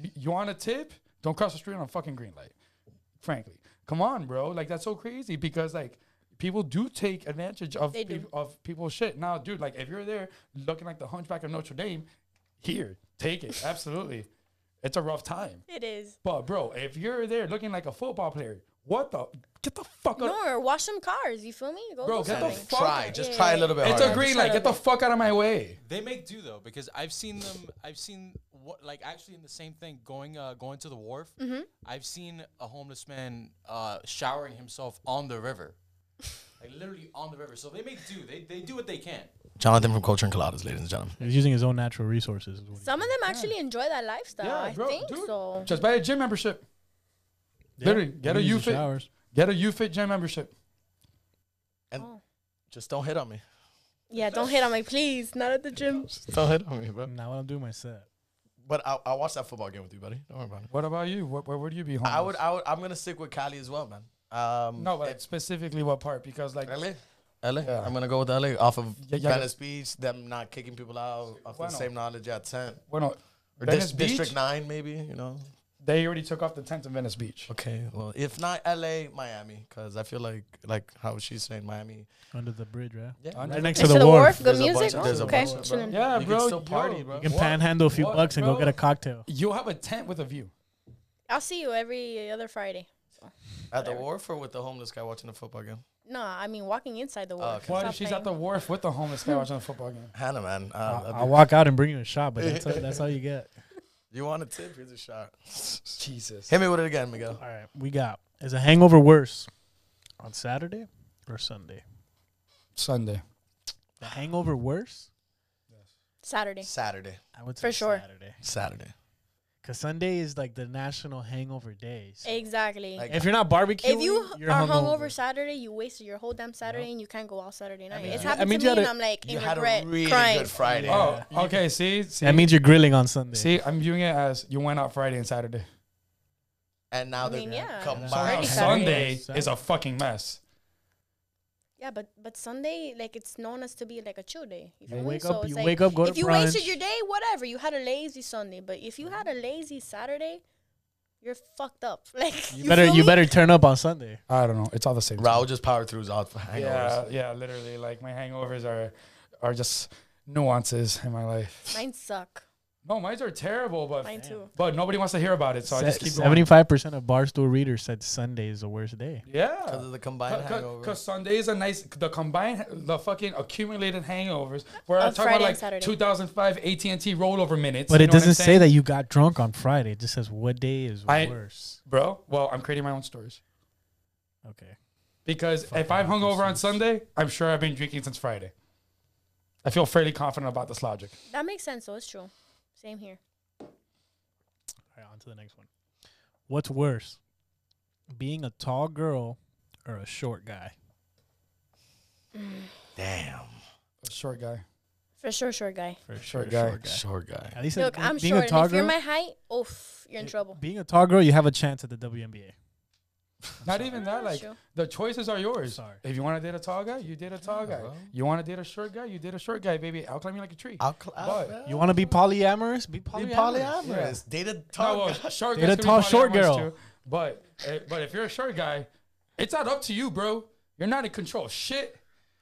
Speaker 1: You, you want a tip? Don't cross the street on a fucking green light. Frankly, come on, bro. Like that's so crazy because like people do take advantage of
Speaker 4: They do.
Speaker 1: peop- of people's shit. Now, dude, like if you're there looking like the Hunchback of Notre Dame, here, take it. Absolutely, it's a rough time.
Speaker 4: It is.
Speaker 1: But bro, if you're there looking like a football player, what the get the fuck out?
Speaker 4: No, or wash some cars. You feel me? Go
Speaker 1: Bro,
Speaker 4: do
Speaker 1: get the
Speaker 4: something.
Speaker 1: fuck
Speaker 2: Try,
Speaker 1: out.
Speaker 2: just try a little bit.
Speaker 1: It's
Speaker 2: harder.
Speaker 1: a green light. Get the fuck out of my way.
Speaker 5: They make do though, because I've seen them. I've seen what, like, actually in the same thing, going uh, going to the wharf.
Speaker 4: Mm-hmm.
Speaker 5: I've seen a homeless man uh, showering himself on the river, like literally on the river. So they make do. They they do what they can.
Speaker 2: Jonathan from Culture and Coladas, ladies and gentlemen.
Speaker 3: He's using his own natural resources. is what he-
Speaker 4: Some of them actually enjoy that lifestyle.
Speaker 1: Yeah,
Speaker 4: I
Speaker 1: bro,
Speaker 4: think
Speaker 1: dude.
Speaker 4: so.
Speaker 1: Just buy a gym membership. Literally, get
Speaker 3: he
Speaker 1: a
Speaker 3: uses
Speaker 1: you fit,
Speaker 3: showers.
Speaker 1: get a you fit gym membership.
Speaker 2: Just don't hit on me.
Speaker 4: Oh. Yeah, don't hit on me, please. Not at the gym.
Speaker 2: Just don't hit on me, bro.
Speaker 3: Now when I'm doing my set,
Speaker 2: But I I watched that football game with you, buddy. Don't worry about it.
Speaker 1: What about you? What, where would you be? Homeless?
Speaker 2: I would I would I'm gonna stick with Cali as well, man. Um,
Speaker 1: no, but
Speaker 2: it's
Speaker 1: specifically what part? Because like,
Speaker 2: LA. LA.
Speaker 1: Yeah.
Speaker 2: I'm gonna go with LA off of
Speaker 1: Yeah, yeah,
Speaker 2: Venice Beach. Them not kicking people out off
Speaker 1: Why
Speaker 2: the
Speaker 1: not?
Speaker 2: same knowledge at ten
Speaker 1: bueno,
Speaker 2: or
Speaker 1: Venice
Speaker 2: dis- District
Speaker 1: Beach?
Speaker 2: Nine, maybe. You know.
Speaker 1: they already took off the tent in Venice Beach.
Speaker 2: Okay. Well, if not LA, Miami, because I feel like like how she's saying Miami.
Speaker 3: under the bridge, right?
Speaker 1: Under
Speaker 3: Right
Speaker 1: the-
Speaker 3: next to
Speaker 4: Next
Speaker 3: the wharf.
Speaker 4: Good
Speaker 2: There's a
Speaker 4: music.
Speaker 2: bunch of- there's a
Speaker 4: okay.
Speaker 2: bunch of-
Speaker 4: chilling.
Speaker 1: Yeah,
Speaker 2: You can
Speaker 1: bro.
Speaker 2: still party, bro.
Speaker 3: You can panhandle a few
Speaker 1: What,
Speaker 3: bucks and
Speaker 1: bro?
Speaker 3: go get a cocktail.
Speaker 1: You have a tent with a view.
Speaker 4: I'll see you every other Friday.
Speaker 2: At the wharf or with the homeless guy watching the football game?
Speaker 4: No, I mean walking inside the wharf.
Speaker 2: okay.
Speaker 1: What
Speaker 4: Stop
Speaker 1: if she's
Speaker 4: playing.
Speaker 1: at the wharf with the homeless guy watching a football game?
Speaker 2: Hannah, man. Uh,
Speaker 3: I-
Speaker 2: that'd
Speaker 3: I'll
Speaker 2: be-
Speaker 3: walk out and bring you a shot, but that's all, that's all you get.
Speaker 2: you want a tip? Here's a shot.
Speaker 1: Jesus.
Speaker 2: Hit me with it again, Miguel.
Speaker 3: All right, we got is a hangover worse on Saturday or Sunday?
Speaker 1: Sunday.
Speaker 3: The hangover worse?
Speaker 4: Saturday.
Speaker 2: Saturday.
Speaker 3: I would
Speaker 4: For sure.
Speaker 3: Saturday,
Speaker 2: Saturday.
Speaker 3: because Sunday is like the national hangover day. So
Speaker 4: Exactly.
Speaker 2: Like-
Speaker 3: if you're not barbecuing,
Speaker 4: if you
Speaker 3: you're
Speaker 4: are
Speaker 3: hungover.
Speaker 4: hungover Saturday, you wasted your whole damn Saturday and you can't go out Saturday night. it's
Speaker 3: you-
Speaker 4: happened
Speaker 3: I mean,
Speaker 4: to
Speaker 3: you
Speaker 4: me,
Speaker 3: had
Speaker 4: and
Speaker 3: a-
Speaker 4: I'm like in
Speaker 2: you had a
Speaker 4: regret,
Speaker 2: really
Speaker 4: crying.
Speaker 2: good Friday.
Speaker 3: Yeah.
Speaker 1: Oh, okay. See, see,
Speaker 3: that means you're grilling on Sunday.
Speaker 1: see. I'm viewing it as you went out Friday and Saturday.
Speaker 2: And now
Speaker 4: I
Speaker 2: they're
Speaker 4: mean, yeah.
Speaker 2: combined.
Speaker 3: So
Speaker 1: Wow,
Speaker 4: Friday,
Speaker 1: Sunday
Speaker 3: Saturday.
Speaker 1: is a fucking mess.
Speaker 4: Yeah, but but Sunday, like it's known as to be like a chill day. You feel
Speaker 3: You
Speaker 4: me?
Speaker 3: wake up,
Speaker 4: it's
Speaker 3: you
Speaker 4: like,
Speaker 3: wake up, go to
Speaker 4: if you
Speaker 3: brunch.
Speaker 4: wasted your day, whatever. You had a lazy Sunday, but if you had a lazy Saturday, you're fucked up. Like
Speaker 3: you better
Speaker 4: feel
Speaker 3: you
Speaker 4: me?
Speaker 3: better turn up on Sunday.
Speaker 1: I don't know. It's all the same.
Speaker 2: Raul just powered through his out hangovers.
Speaker 1: Yeah, yeah. Literally, like my hangovers are, are just nuances in my life.
Speaker 4: Mine suck.
Speaker 1: No, mine are terrible, but
Speaker 4: Mine too.
Speaker 1: but nobody wants to hear about it, so I just keep going.
Speaker 3: Seventy-five percent of barstool readers said Sunday is the worst day.
Speaker 1: Yeah.
Speaker 2: Because of the combined hangover.
Speaker 1: Because Sunday is a nice, the combined, the fucking accumulated hangovers. We're talking
Speaker 4: Of Friday
Speaker 1: about
Speaker 4: and
Speaker 1: like
Speaker 4: Saturday.
Speaker 1: 2005 AT&T rollover minutes.
Speaker 3: But
Speaker 1: you
Speaker 3: it
Speaker 1: know what I'm
Speaker 3: doesn't say
Speaker 1: saying?
Speaker 3: that you got drunk on Friday. It just says what day is
Speaker 1: I-
Speaker 3: worse.
Speaker 1: bro. Well, I'm creating my own stories
Speaker 3: Okay.
Speaker 1: because if
Speaker 3: Fucking
Speaker 1: I'm hungover on
Speaker 3: nonsense.
Speaker 1: Sunday, I'm sure I've been drinking since Friday. I feel fairly confident about this logic.
Speaker 4: That makes sense. though. It's true. Same here.
Speaker 3: All right, on to the next one. What's worse, being a tall girl or a short guy?
Speaker 2: Damn.
Speaker 1: Short guy.
Speaker 4: For sure, short guy.
Speaker 3: For
Speaker 1: Short guy.
Speaker 2: Short guy.
Speaker 3: At least
Speaker 4: Look,
Speaker 3: be-
Speaker 4: I'm
Speaker 3: being
Speaker 4: short,
Speaker 3: a
Speaker 4: and
Speaker 3: tall
Speaker 4: if you're
Speaker 3: girl.
Speaker 4: my height, oof, you're in trouble.
Speaker 3: Being a tall girl, you have a chance at the WNBA.
Speaker 1: Not even that.
Speaker 4: That's
Speaker 1: Like
Speaker 4: true.
Speaker 1: the choices are yours.
Speaker 3: Sorry.
Speaker 1: If you want to date a tall guy, you date a tall guy.
Speaker 2: well.
Speaker 1: You want to date a short guy, you date a short guy, baby. I'll climb you like a tree.
Speaker 2: I'll cl-
Speaker 1: But-
Speaker 2: I'll-
Speaker 3: You want to be polyamorous? Be
Speaker 2: Be
Speaker 3: polyamorous.
Speaker 2: polyamorous. Data
Speaker 1: No,
Speaker 2: talk.
Speaker 1: well, short
Speaker 3: Date
Speaker 1: guys
Speaker 3: a
Speaker 1: can be
Speaker 3: tall short
Speaker 1: polyamorous
Speaker 3: girl.
Speaker 1: too, but eh, but if you're a short guy, it's not up to you, bro. You're not in control. Shit.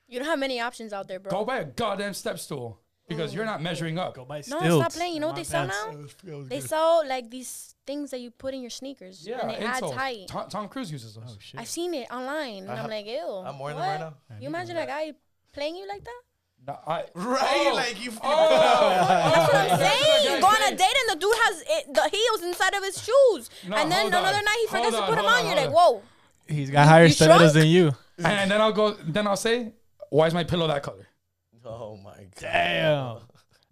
Speaker 4: You don't have many options out there, bro.
Speaker 1: Go by a goddamn step stool because you're not measuring up.
Speaker 3: Go buy
Speaker 4: no,
Speaker 3: stilts.
Speaker 4: stop playing. You know what they
Speaker 3: want
Speaker 4: sell
Speaker 3: pants.
Speaker 4: now? They sell like these things that you put in your sneakers,
Speaker 1: Yeah,
Speaker 4: and it adds
Speaker 1: insoles.
Speaker 4: height.
Speaker 1: Tom, Tom Cruise uses those.
Speaker 3: Oh shit.
Speaker 4: I've seen it online, and
Speaker 2: I
Speaker 4: I'm
Speaker 2: have-
Speaker 4: like, ew.
Speaker 2: I'm wearing
Speaker 4: what?
Speaker 2: them right now.
Speaker 4: You imagine a guy playing you like that?
Speaker 1: No, I-
Speaker 2: Right?
Speaker 1: Oh.
Speaker 2: Like, you.
Speaker 4: That's what I'm
Speaker 1: That's what
Speaker 4: saying.
Speaker 1: I
Speaker 4: Go on
Speaker 1: said.
Speaker 4: a date, and the dude has it, the heels inside of his shoes,
Speaker 1: No,
Speaker 4: and then
Speaker 1: hold
Speaker 4: another
Speaker 1: on.
Speaker 4: night he
Speaker 1: Hold
Speaker 4: forgets to
Speaker 1: on,
Speaker 4: put them
Speaker 1: hold
Speaker 4: on.
Speaker 1: on,
Speaker 4: You're
Speaker 1: hold
Speaker 4: like, whoa.
Speaker 3: He's got higher
Speaker 4: you
Speaker 3: stilettos
Speaker 4: shrunk?
Speaker 3: than you.
Speaker 1: oh. and then I'll go. Then I'll say, "Why is my pillow that color?"
Speaker 2: Oh, my God.
Speaker 3: Damn.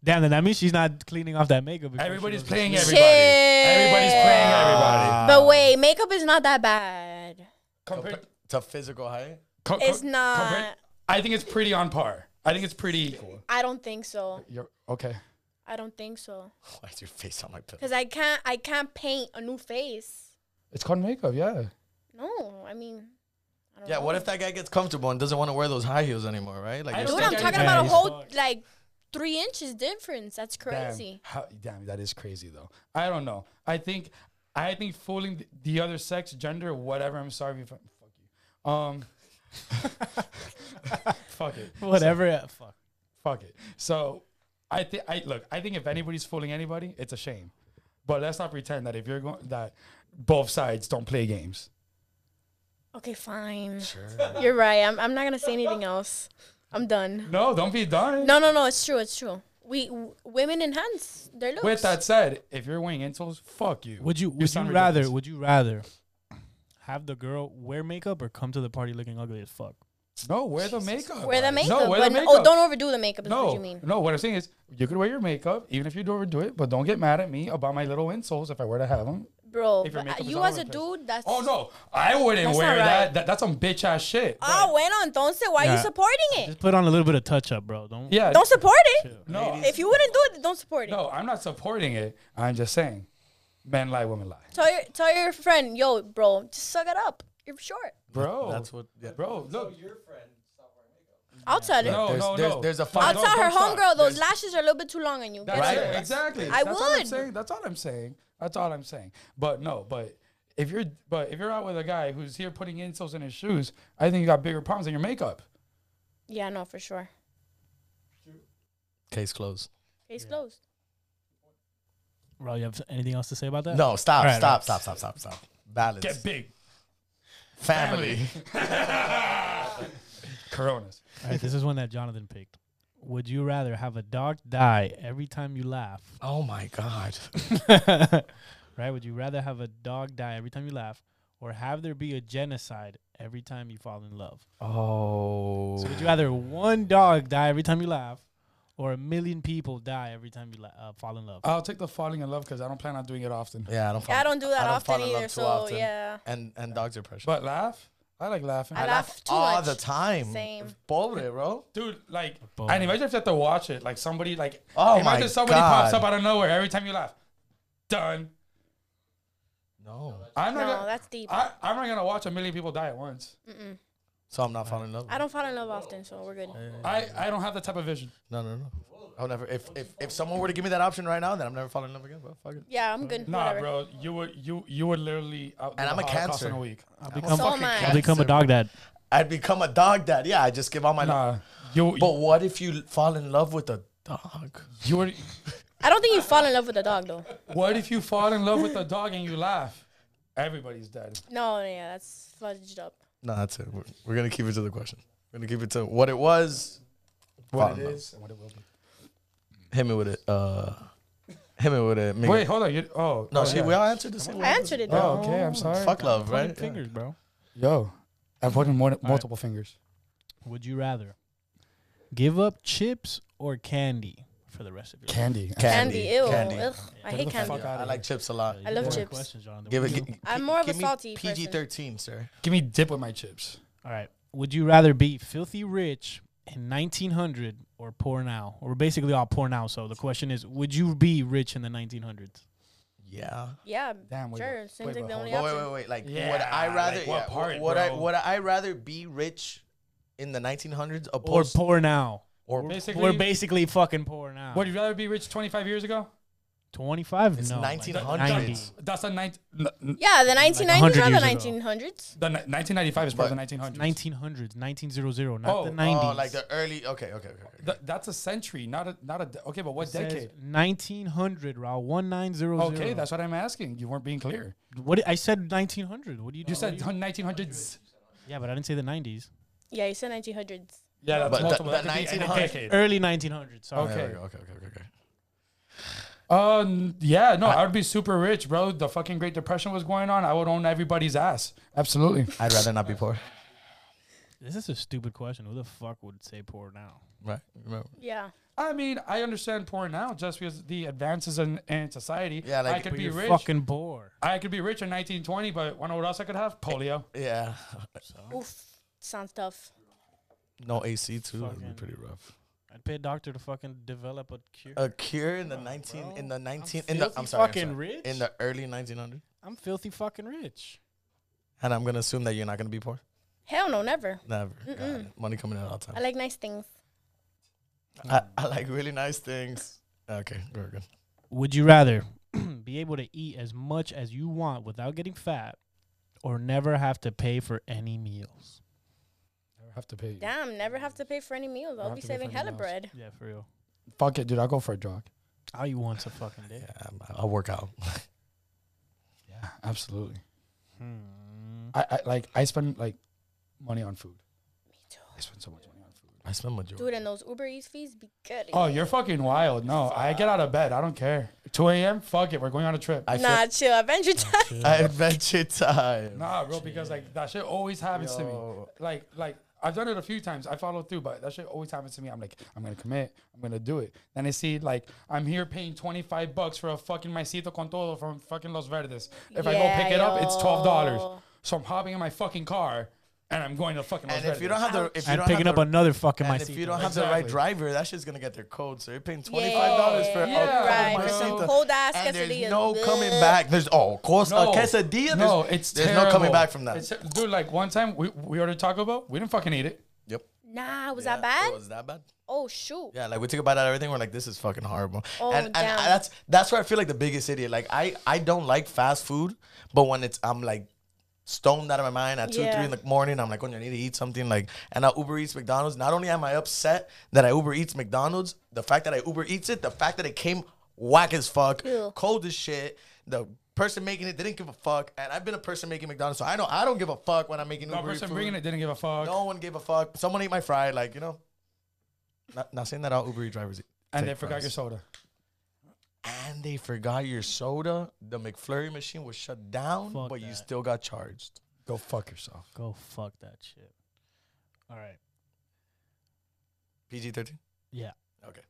Speaker 3: Damn, then that means she's not cleaning off that makeup. before she
Speaker 1: Everybody's
Speaker 3: goes to
Speaker 1: playing
Speaker 3: sleep.
Speaker 1: everybody. Everybody's playing everybody.
Speaker 4: But wait, makeup is not that bad.
Speaker 1: Compared,
Speaker 2: To physical height?
Speaker 1: co- Oh, co-
Speaker 4: It's not.
Speaker 1: compared- I think it's pretty on par. I think it's pretty equal.
Speaker 4: I don't think so.
Speaker 1: You're okay.
Speaker 4: I don't think so.
Speaker 2: Why is your face on my pillow?
Speaker 4: Cause I can't. I can't paint a new face.
Speaker 1: It's called makeup, yeah.
Speaker 4: No, I mean, I don't
Speaker 2: Yeah,
Speaker 4: know.
Speaker 2: what if that guy gets comfortable and doesn't want to wear those high heels anymore, right? Like,
Speaker 5: I
Speaker 2: you're
Speaker 5: don't
Speaker 4: Dude,
Speaker 2: still
Speaker 4: I'm
Speaker 5: Yeah,
Speaker 4: talking
Speaker 5: yeah,
Speaker 4: about a
Speaker 5: he's
Speaker 4: whole
Speaker 5: fucked.
Speaker 4: like three inches difference. That's
Speaker 1: Damn.
Speaker 4: crazy.
Speaker 1: How, damn, that is crazy though. I don't know. I think, I think fooling th- the other sex, gender, whatever. I'm sorry if I, fuck you. Um, fuck it,
Speaker 3: Whatever. uh, fuck.
Speaker 1: fuck it. So, I think I look. I think if anybody's fooling anybody, it's a shame. But let's not pretend that if you're going that both sides don't play games.
Speaker 4: Okay, fine. You're right. I'm, I'm not gonna say anything else. I'm done.
Speaker 1: No, don't be done.
Speaker 4: No, no, no. It's true. It's true. We w- women enhance their looks.
Speaker 1: With that said, if you're wearing insoles, fuck you.
Speaker 3: Would you? Would you
Speaker 1: sound
Speaker 3: rather?
Speaker 1: ridiculous.
Speaker 3: Would you rather have the girl wear makeup or come to the party looking ugly as fuck?
Speaker 1: No, wear the makeup.
Speaker 4: wear the makeup,
Speaker 1: wear the
Speaker 4: but
Speaker 1: makeup.
Speaker 4: oh, don't overdo the makeup. Is
Speaker 1: no,
Speaker 4: what you mean?
Speaker 1: no. What I'm saying is, you could wear your makeup, even if you don't overdo it. But don't get mad at me about my little insoles if I were to have them.
Speaker 4: Bro,
Speaker 1: If your
Speaker 4: but,
Speaker 1: makeup
Speaker 4: uh,
Speaker 1: is
Speaker 4: you
Speaker 1: all
Speaker 4: as
Speaker 1: over
Speaker 4: a
Speaker 1: the place.
Speaker 4: dude, that's.
Speaker 1: Oh no, I wouldn't
Speaker 4: That's
Speaker 1: wear
Speaker 4: not right.
Speaker 1: that. that. That's some bitch ass shit.
Speaker 4: Oh, bueno, entonces, why are
Speaker 3: Yeah.
Speaker 4: you supporting it?
Speaker 3: Just put on a little bit of touch up, bro. Don't.
Speaker 1: yeah.
Speaker 4: Don't support it.
Speaker 1: no,
Speaker 4: If you wouldn't do it, don't support it.
Speaker 1: no. I'm not supporting it. I'm just saying, men lie, women lie,
Speaker 4: Tell your tell your friend, yo, bro, just suck it up. You're short.
Speaker 1: bro.
Speaker 2: That's what. Yeah.
Speaker 1: bro. Look,
Speaker 4: I'll tell
Speaker 1: No,
Speaker 4: her.
Speaker 2: there's,
Speaker 1: no,
Speaker 2: there's,
Speaker 1: no.
Speaker 2: There's a
Speaker 4: I'll
Speaker 2: fine.
Speaker 1: don't-
Speaker 4: tell her,
Speaker 1: don't stop.
Speaker 4: homegirl, those lashes are a little bit too long on you. Get
Speaker 1: That's
Speaker 4: over
Speaker 1: it,
Speaker 4: it.
Speaker 1: Exactly.
Speaker 4: I
Speaker 1: That's All I'm
Speaker 4: would.
Speaker 1: saying. That's all I'm saying. That's all I'm saying. But no, but if you're but if you're out with a guy who's here putting insoles in his shoes, I think you got bigger problems than your makeup.
Speaker 4: Yeah, no, for sure.
Speaker 2: Case closed.
Speaker 4: Case closed.
Speaker 3: Bro, you have anything else to say about that?
Speaker 2: No, stop,
Speaker 3: Alright,
Speaker 2: stop,
Speaker 3: alright.
Speaker 2: stop, stop, stop, stop. Balance.
Speaker 1: Get big.
Speaker 2: family.
Speaker 1: Coronas.
Speaker 3: All right, this is one that Jonathan picked. Would you rather have a dog die every time you laugh?
Speaker 2: Oh my God.
Speaker 3: right? Would you rather have a dog die every time you laugh or have there be a genocide every time you fall in love?
Speaker 2: Oh.
Speaker 3: So would you rather one dog die every time you laugh or a million people die every time you la- uh, fall in love?
Speaker 1: I'll take the falling in love because I don't plan on doing it often.
Speaker 2: Yeah, I don't.
Speaker 4: Yeah, I don't do that
Speaker 2: I don't fall
Speaker 4: often
Speaker 2: in love
Speaker 4: either.
Speaker 2: too
Speaker 4: So
Speaker 2: often.
Speaker 4: yeah,
Speaker 2: And and dogs are precious.
Speaker 1: But laugh. I like laughing.
Speaker 4: I laugh too
Speaker 2: all
Speaker 4: much.
Speaker 2: the time.
Speaker 4: Same.
Speaker 2: Pobre, bro.
Speaker 1: Dude, like,
Speaker 3: Boom.
Speaker 1: and imagine if you have to watch it. Like somebody, like,
Speaker 2: Oh my
Speaker 1: imagine somebody pops
Speaker 2: God.
Speaker 1: up out of nowhere every time you laugh. Done.
Speaker 2: No.
Speaker 1: I'm not.
Speaker 4: No,
Speaker 1: gonna,
Speaker 4: that's deep.
Speaker 1: I, I'm not gonna watch a million people die at once.
Speaker 2: So I'm not falling in love.
Speaker 4: I don't fall in love often, so we're good.
Speaker 1: I, I don't have that type of vision.
Speaker 2: No, no, no. I'll never. If if if someone were to give me that option right now, then I'm never falling in love again, bro. Fuck it.
Speaker 4: Yeah, I'm good.
Speaker 1: Nah,
Speaker 4: Whatever.
Speaker 1: bro, you would you you would literally outdo
Speaker 2: And
Speaker 1: the
Speaker 2: I'm a
Speaker 1: Holocaust
Speaker 2: Cancer.
Speaker 1: in a week.
Speaker 3: I'll
Speaker 2: I'm a
Speaker 3: become,
Speaker 4: So
Speaker 2: fucking
Speaker 4: am I.
Speaker 3: I'll
Speaker 2: cancer,
Speaker 3: become a dog
Speaker 2: bro.
Speaker 3: dad.
Speaker 2: I'd become a dog dad. Yeah, I just give all my. love.
Speaker 1: Nah, you
Speaker 2: But what if you fall in love with a dog?
Speaker 1: you would.
Speaker 4: I don't think you fall in love with a dog though.
Speaker 1: What if you fall in love with a dog and you laugh? Everybody's dead.
Speaker 4: No, yeah, that's fudged up.
Speaker 2: No, that's it. We're, we're gonna keep it to the question. We're gonna keep it to what it was.
Speaker 1: What
Speaker 2: Fall
Speaker 1: it
Speaker 2: in love.
Speaker 1: is and what it will be.
Speaker 2: Hit me with it. Uh, hit me with it. Make
Speaker 1: Wait,
Speaker 2: it-
Speaker 1: hold on. You, oh,
Speaker 2: no,
Speaker 1: oh,
Speaker 2: see,
Speaker 1: yeah.
Speaker 2: we all answered the same
Speaker 4: I
Speaker 2: way.
Speaker 4: answered it
Speaker 1: Oh,
Speaker 4: though.
Speaker 1: okay. I'm sorry.
Speaker 2: Fuck love, right? Yeah.
Speaker 3: Fingers, bro.
Speaker 1: Yo, I'm putting more, multiple fingers.
Speaker 3: Would you rather give up chips or candy for the rest of your life?
Speaker 1: Candy.
Speaker 4: Candy, ew.
Speaker 2: Candy.
Speaker 4: Ugh, I hate
Speaker 1: the
Speaker 4: candy.
Speaker 1: fuck out.
Speaker 2: I like chips a lot.
Speaker 4: I love
Speaker 3: More
Speaker 4: chips.
Speaker 3: Questions, Jonathan.
Speaker 2: Give
Speaker 3: Would
Speaker 2: it.
Speaker 3: you-
Speaker 2: gi- gi-
Speaker 4: I'm more of a
Speaker 2: give me
Speaker 4: salty person.
Speaker 2: PG thirteen, sir.
Speaker 1: Give me dip with my chips.
Speaker 3: All right. Would you rather be filthy rich in 1900 or poor now? Or We're basically all poor now. So the question is, would you be rich in the 1900s?
Speaker 2: Yeah.
Speaker 4: Yeah,
Speaker 1: Damn, wait,
Speaker 4: sure.
Speaker 1: wait,
Speaker 4: Seems
Speaker 1: wait,
Speaker 4: like the
Speaker 1: hold
Speaker 4: only
Speaker 2: But wait,
Speaker 4: option.
Speaker 2: wait, wait. Like, would
Speaker 1: Yeah,
Speaker 2: I rather?
Speaker 1: like, what
Speaker 2: yeah, wh-
Speaker 1: part,
Speaker 2: would I?
Speaker 1: bro?
Speaker 2: Would I rather be rich in the 1900s
Speaker 3: Or
Speaker 2: opposed
Speaker 3: poor now?
Speaker 2: or
Speaker 1: Basically,
Speaker 3: We're basically fucking poor now.
Speaker 1: would you rather be rich 25 years ago?
Speaker 3: 25?
Speaker 2: It's
Speaker 3: no. like
Speaker 2: 1900s.
Speaker 3: 90.
Speaker 1: That's a nine. n- n-
Speaker 4: Yeah, the 1990s
Speaker 3: 100
Speaker 4: or the
Speaker 3: years ago.
Speaker 4: 1900s.
Speaker 1: The ni- 1995 is
Speaker 2: But-
Speaker 1: probably the 1900s.
Speaker 3: 1900s, 1900, not
Speaker 1: Oh,
Speaker 3: the
Speaker 1: oh,
Speaker 3: 90s.
Speaker 2: Oh, like the early. Okay, okay, okay. okay.
Speaker 1: Th- that's a century, not a not a. de- okay, but
Speaker 3: It
Speaker 1: what
Speaker 3: says
Speaker 1: decade?
Speaker 3: 1900, Raul. 1900.
Speaker 1: Okay, that's what I'm asking. You weren't being clear.
Speaker 3: what I said. 1900. What do you do?
Speaker 1: You said 1900s.
Speaker 3: yeah, but I didn't say the 90s.
Speaker 4: Yeah, you said 1900s.
Speaker 1: Yeah, that's
Speaker 2: But the-
Speaker 1: multiple.
Speaker 2: the
Speaker 1: that could be any
Speaker 2: 1900s
Speaker 1: decade.
Speaker 3: Early 1900s. Sorry.
Speaker 1: Okay.
Speaker 2: There we go. Okay, okay, okay, okay.
Speaker 1: Um, yeah, no, I would be super rich, bro. The fucking Great Depression was going on. I would own everybody's ass. Absolutely.
Speaker 2: I'd rather not be poor.
Speaker 3: This is a stupid question. Who the fuck would say poor now?
Speaker 2: Right. Remember.
Speaker 4: Yeah.
Speaker 1: I mean, I understand poor now just because the advances in, in society.
Speaker 2: Yeah, like,
Speaker 1: I could
Speaker 2: but
Speaker 1: be
Speaker 2: you're
Speaker 1: rich.
Speaker 3: Fucking poor.
Speaker 1: I could be rich in 1920, but wanna know what else I could have? Polio.
Speaker 2: Yeah.
Speaker 4: Oof. Sounds tough.
Speaker 2: No AC too. That'd be
Speaker 3: Fucking-
Speaker 2: pretty rough.
Speaker 3: I'd pay a doctor to fucking develop a cure.
Speaker 2: A cure in the 19 in the 19 in the
Speaker 3: filthy
Speaker 2: I'm sorry, I'm
Speaker 3: fucking
Speaker 2: sorry.
Speaker 3: rich.
Speaker 2: in the early 1900s.
Speaker 3: I'm filthy fucking rich.
Speaker 2: And I'm gonna assume that you're not gonna be poor.
Speaker 4: Hell no, never.
Speaker 2: Never. Got it. Money coming in all the time.
Speaker 4: I like nice things.
Speaker 2: I, I like really nice things. Okay, very good.
Speaker 3: Would you rather be able to eat as much as you want without getting fat or never have to pay for any meals?
Speaker 1: Never have to pay.
Speaker 4: Damn, never have to pay for any meals.
Speaker 1: Don't
Speaker 4: I'll
Speaker 1: have
Speaker 4: be
Speaker 1: to pay for
Speaker 4: saving
Speaker 1: any
Speaker 4: hella
Speaker 1: meals.
Speaker 4: bread.
Speaker 3: Yeah, for real.
Speaker 1: Fuck it, dude. I'll go for a jog.
Speaker 3: All you want's a fucking day.
Speaker 2: Yeah, I'm- I'll work out.
Speaker 1: Yeah, absolutely.
Speaker 3: Hmm.
Speaker 1: I, I like I spend like money on food.
Speaker 4: Me too.
Speaker 1: I spend so much money on food.
Speaker 2: I spend majority.
Speaker 4: Dude, and those Uber Eats fees be good.
Speaker 1: Oh, you're fucking wild. No, I get out of bed. I don't care. 2 a.m. Fuck it. We're going on a trip.
Speaker 2: I
Speaker 4: eh? nah, chill. Adventure time.
Speaker 2: feel I adventure time.
Speaker 1: nah, bro, because like that shit always happens to me.
Speaker 2: Yo.
Speaker 1: Like, like I've done it a few times. I follow through, but that shit always happens to me. I'm like, I'm gonna commit. I'm gonna do it. Then I see like I'm here paying 25 bucks for a fucking maicito con todo from fucking Los Verdes. If I go
Speaker 4: Yeah,
Speaker 1: pick it up, it's 12 dollars.
Speaker 4: yo.
Speaker 1: So I'm hopping in my fucking car and I'm going to fucking Los
Speaker 2: And if you don't
Speaker 1: Verdes.
Speaker 2: have the, if you
Speaker 3: And
Speaker 2: don't
Speaker 3: picking
Speaker 2: have
Speaker 3: up
Speaker 2: the,
Speaker 3: another fucking my
Speaker 2: and if you don't have the right
Speaker 1: Exactly.
Speaker 2: driver, that shit's gonna get their code. So you're paying twenty five dollars for
Speaker 1: Yeah.
Speaker 2: a
Speaker 1: Right,
Speaker 2: cold
Speaker 1: some
Speaker 2: margarita,
Speaker 4: cold ass
Speaker 2: and there's
Speaker 4: quesadillas.
Speaker 2: no
Speaker 4: Bleh.
Speaker 2: coming back. There's oh, of course,
Speaker 1: No.
Speaker 2: a quesadilla.
Speaker 1: no,
Speaker 2: there's-
Speaker 1: it's
Speaker 2: there's no
Speaker 1: terrible.
Speaker 2: coming back from that.
Speaker 1: It's- dude, like one time we, we ordered Taco Bell, we didn't fucking eat it.
Speaker 2: yep.
Speaker 4: Nah, was
Speaker 2: Yeah,
Speaker 4: that bad?
Speaker 2: It was that bad.
Speaker 4: oh shoot.
Speaker 2: Yeah, like we took a bite out of everything. We're like, this is fucking horrible.
Speaker 4: Oh,
Speaker 2: and and
Speaker 4: damn.
Speaker 2: I- that's that's where I feel like the biggest idiot. Like I I don't like fast food, but when it's I'm like stoned out of my mind at two
Speaker 4: Yeah.
Speaker 2: three in the morning, I'm like, oh, I need to eat something. Like, and I Uber Eats McDonald's. Not only am I upset that I Uber Eats McDonald's, the fact that I Uber Eats it, the fact that it came whack as fuck,
Speaker 4: Ew.
Speaker 2: cold as shit. The person making it didn't give a fuck, and I've been a person making McDonald's, so I know I don't give a fuck when I'm making
Speaker 1: The
Speaker 2: Uber Eats
Speaker 1: person
Speaker 2: food.
Speaker 1: bringing it didn't give a fuck.
Speaker 2: No one gave a fuck. Someone ate my fry, like you know. Not, not saying that all Uber Eats drivers.
Speaker 1: and they
Speaker 2: take
Speaker 1: forgot
Speaker 2: fries.
Speaker 1: your soda.
Speaker 2: And they forgot your soda. The McFlurry machine was shut down,
Speaker 3: Fuck
Speaker 2: but you
Speaker 3: that.
Speaker 2: still got charged.
Speaker 1: Go fuck yourself.
Speaker 3: Go fuck that shit. All right.
Speaker 2: PG thirteen.
Speaker 3: Yeah.
Speaker 2: Okay.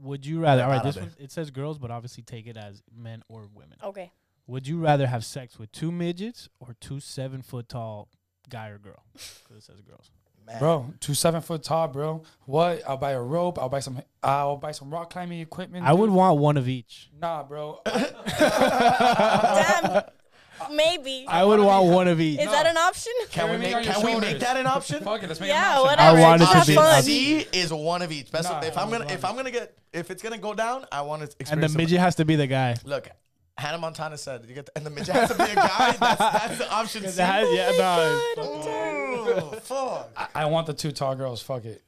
Speaker 3: Would you rather?
Speaker 2: Yeah,
Speaker 3: All right,
Speaker 2: outta
Speaker 3: this
Speaker 2: there.
Speaker 3: one it says girls, but obviously take it as men or women.
Speaker 4: Okay.
Speaker 3: Would you rather have sex with two midgets or two seven foot tall guy or girl? 'Cause it says girls.
Speaker 2: Man.
Speaker 1: Bro, two seven foot tall, bro. What? I'll buy a rope. I'll buy some. I'll buy some rock climbing equipment.
Speaker 3: I would
Speaker 1: dude.
Speaker 3: want one of each.
Speaker 1: Nah, bro.
Speaker 4: Damn. Maybe.
Speaker 3: I would want one of
Speaker 4: Is
Speaker 3: each.
Speaker 4: that an option?
Speaker 2: Can we
Speaker 1: Carry me
Speaker 2: make
Speaker 1: on your
Speaker 2: can we make
Speaker 1: shoulders.
Speaker 2: that an option?
Speaker 1: Fuck it, let's make it an
Speaker 4: yeah,
Speaker 1: option.
Speaker 4: whatever.
Speaker 3: I wanted
Speaker 4: just
Speaker 3: to
Speaker 4: have
Speaker 3: be-
Speaker 4: fun.
Speaker 2: C is one of each. That's
Speaker 1: Nah,
Speaker 2: if I'm
Speaker 1: I
Speaker 2: gonna
Speaker 1: love
Speaker 2: if I'm gonna get if it's gonna go down, I want to experience.
Speaker 3: and the
Speaker 2: some-
Speaker 3: midget has to be the guy.
Speaker 2: Look, Hannah Montana said you get the, and the midget has to be a guy. that's, that's the option. C.
Speaker 3: yeah,
Speaker 2: Ooh, fuck.
Speaker 1: I want the two tall girls. Fuck it.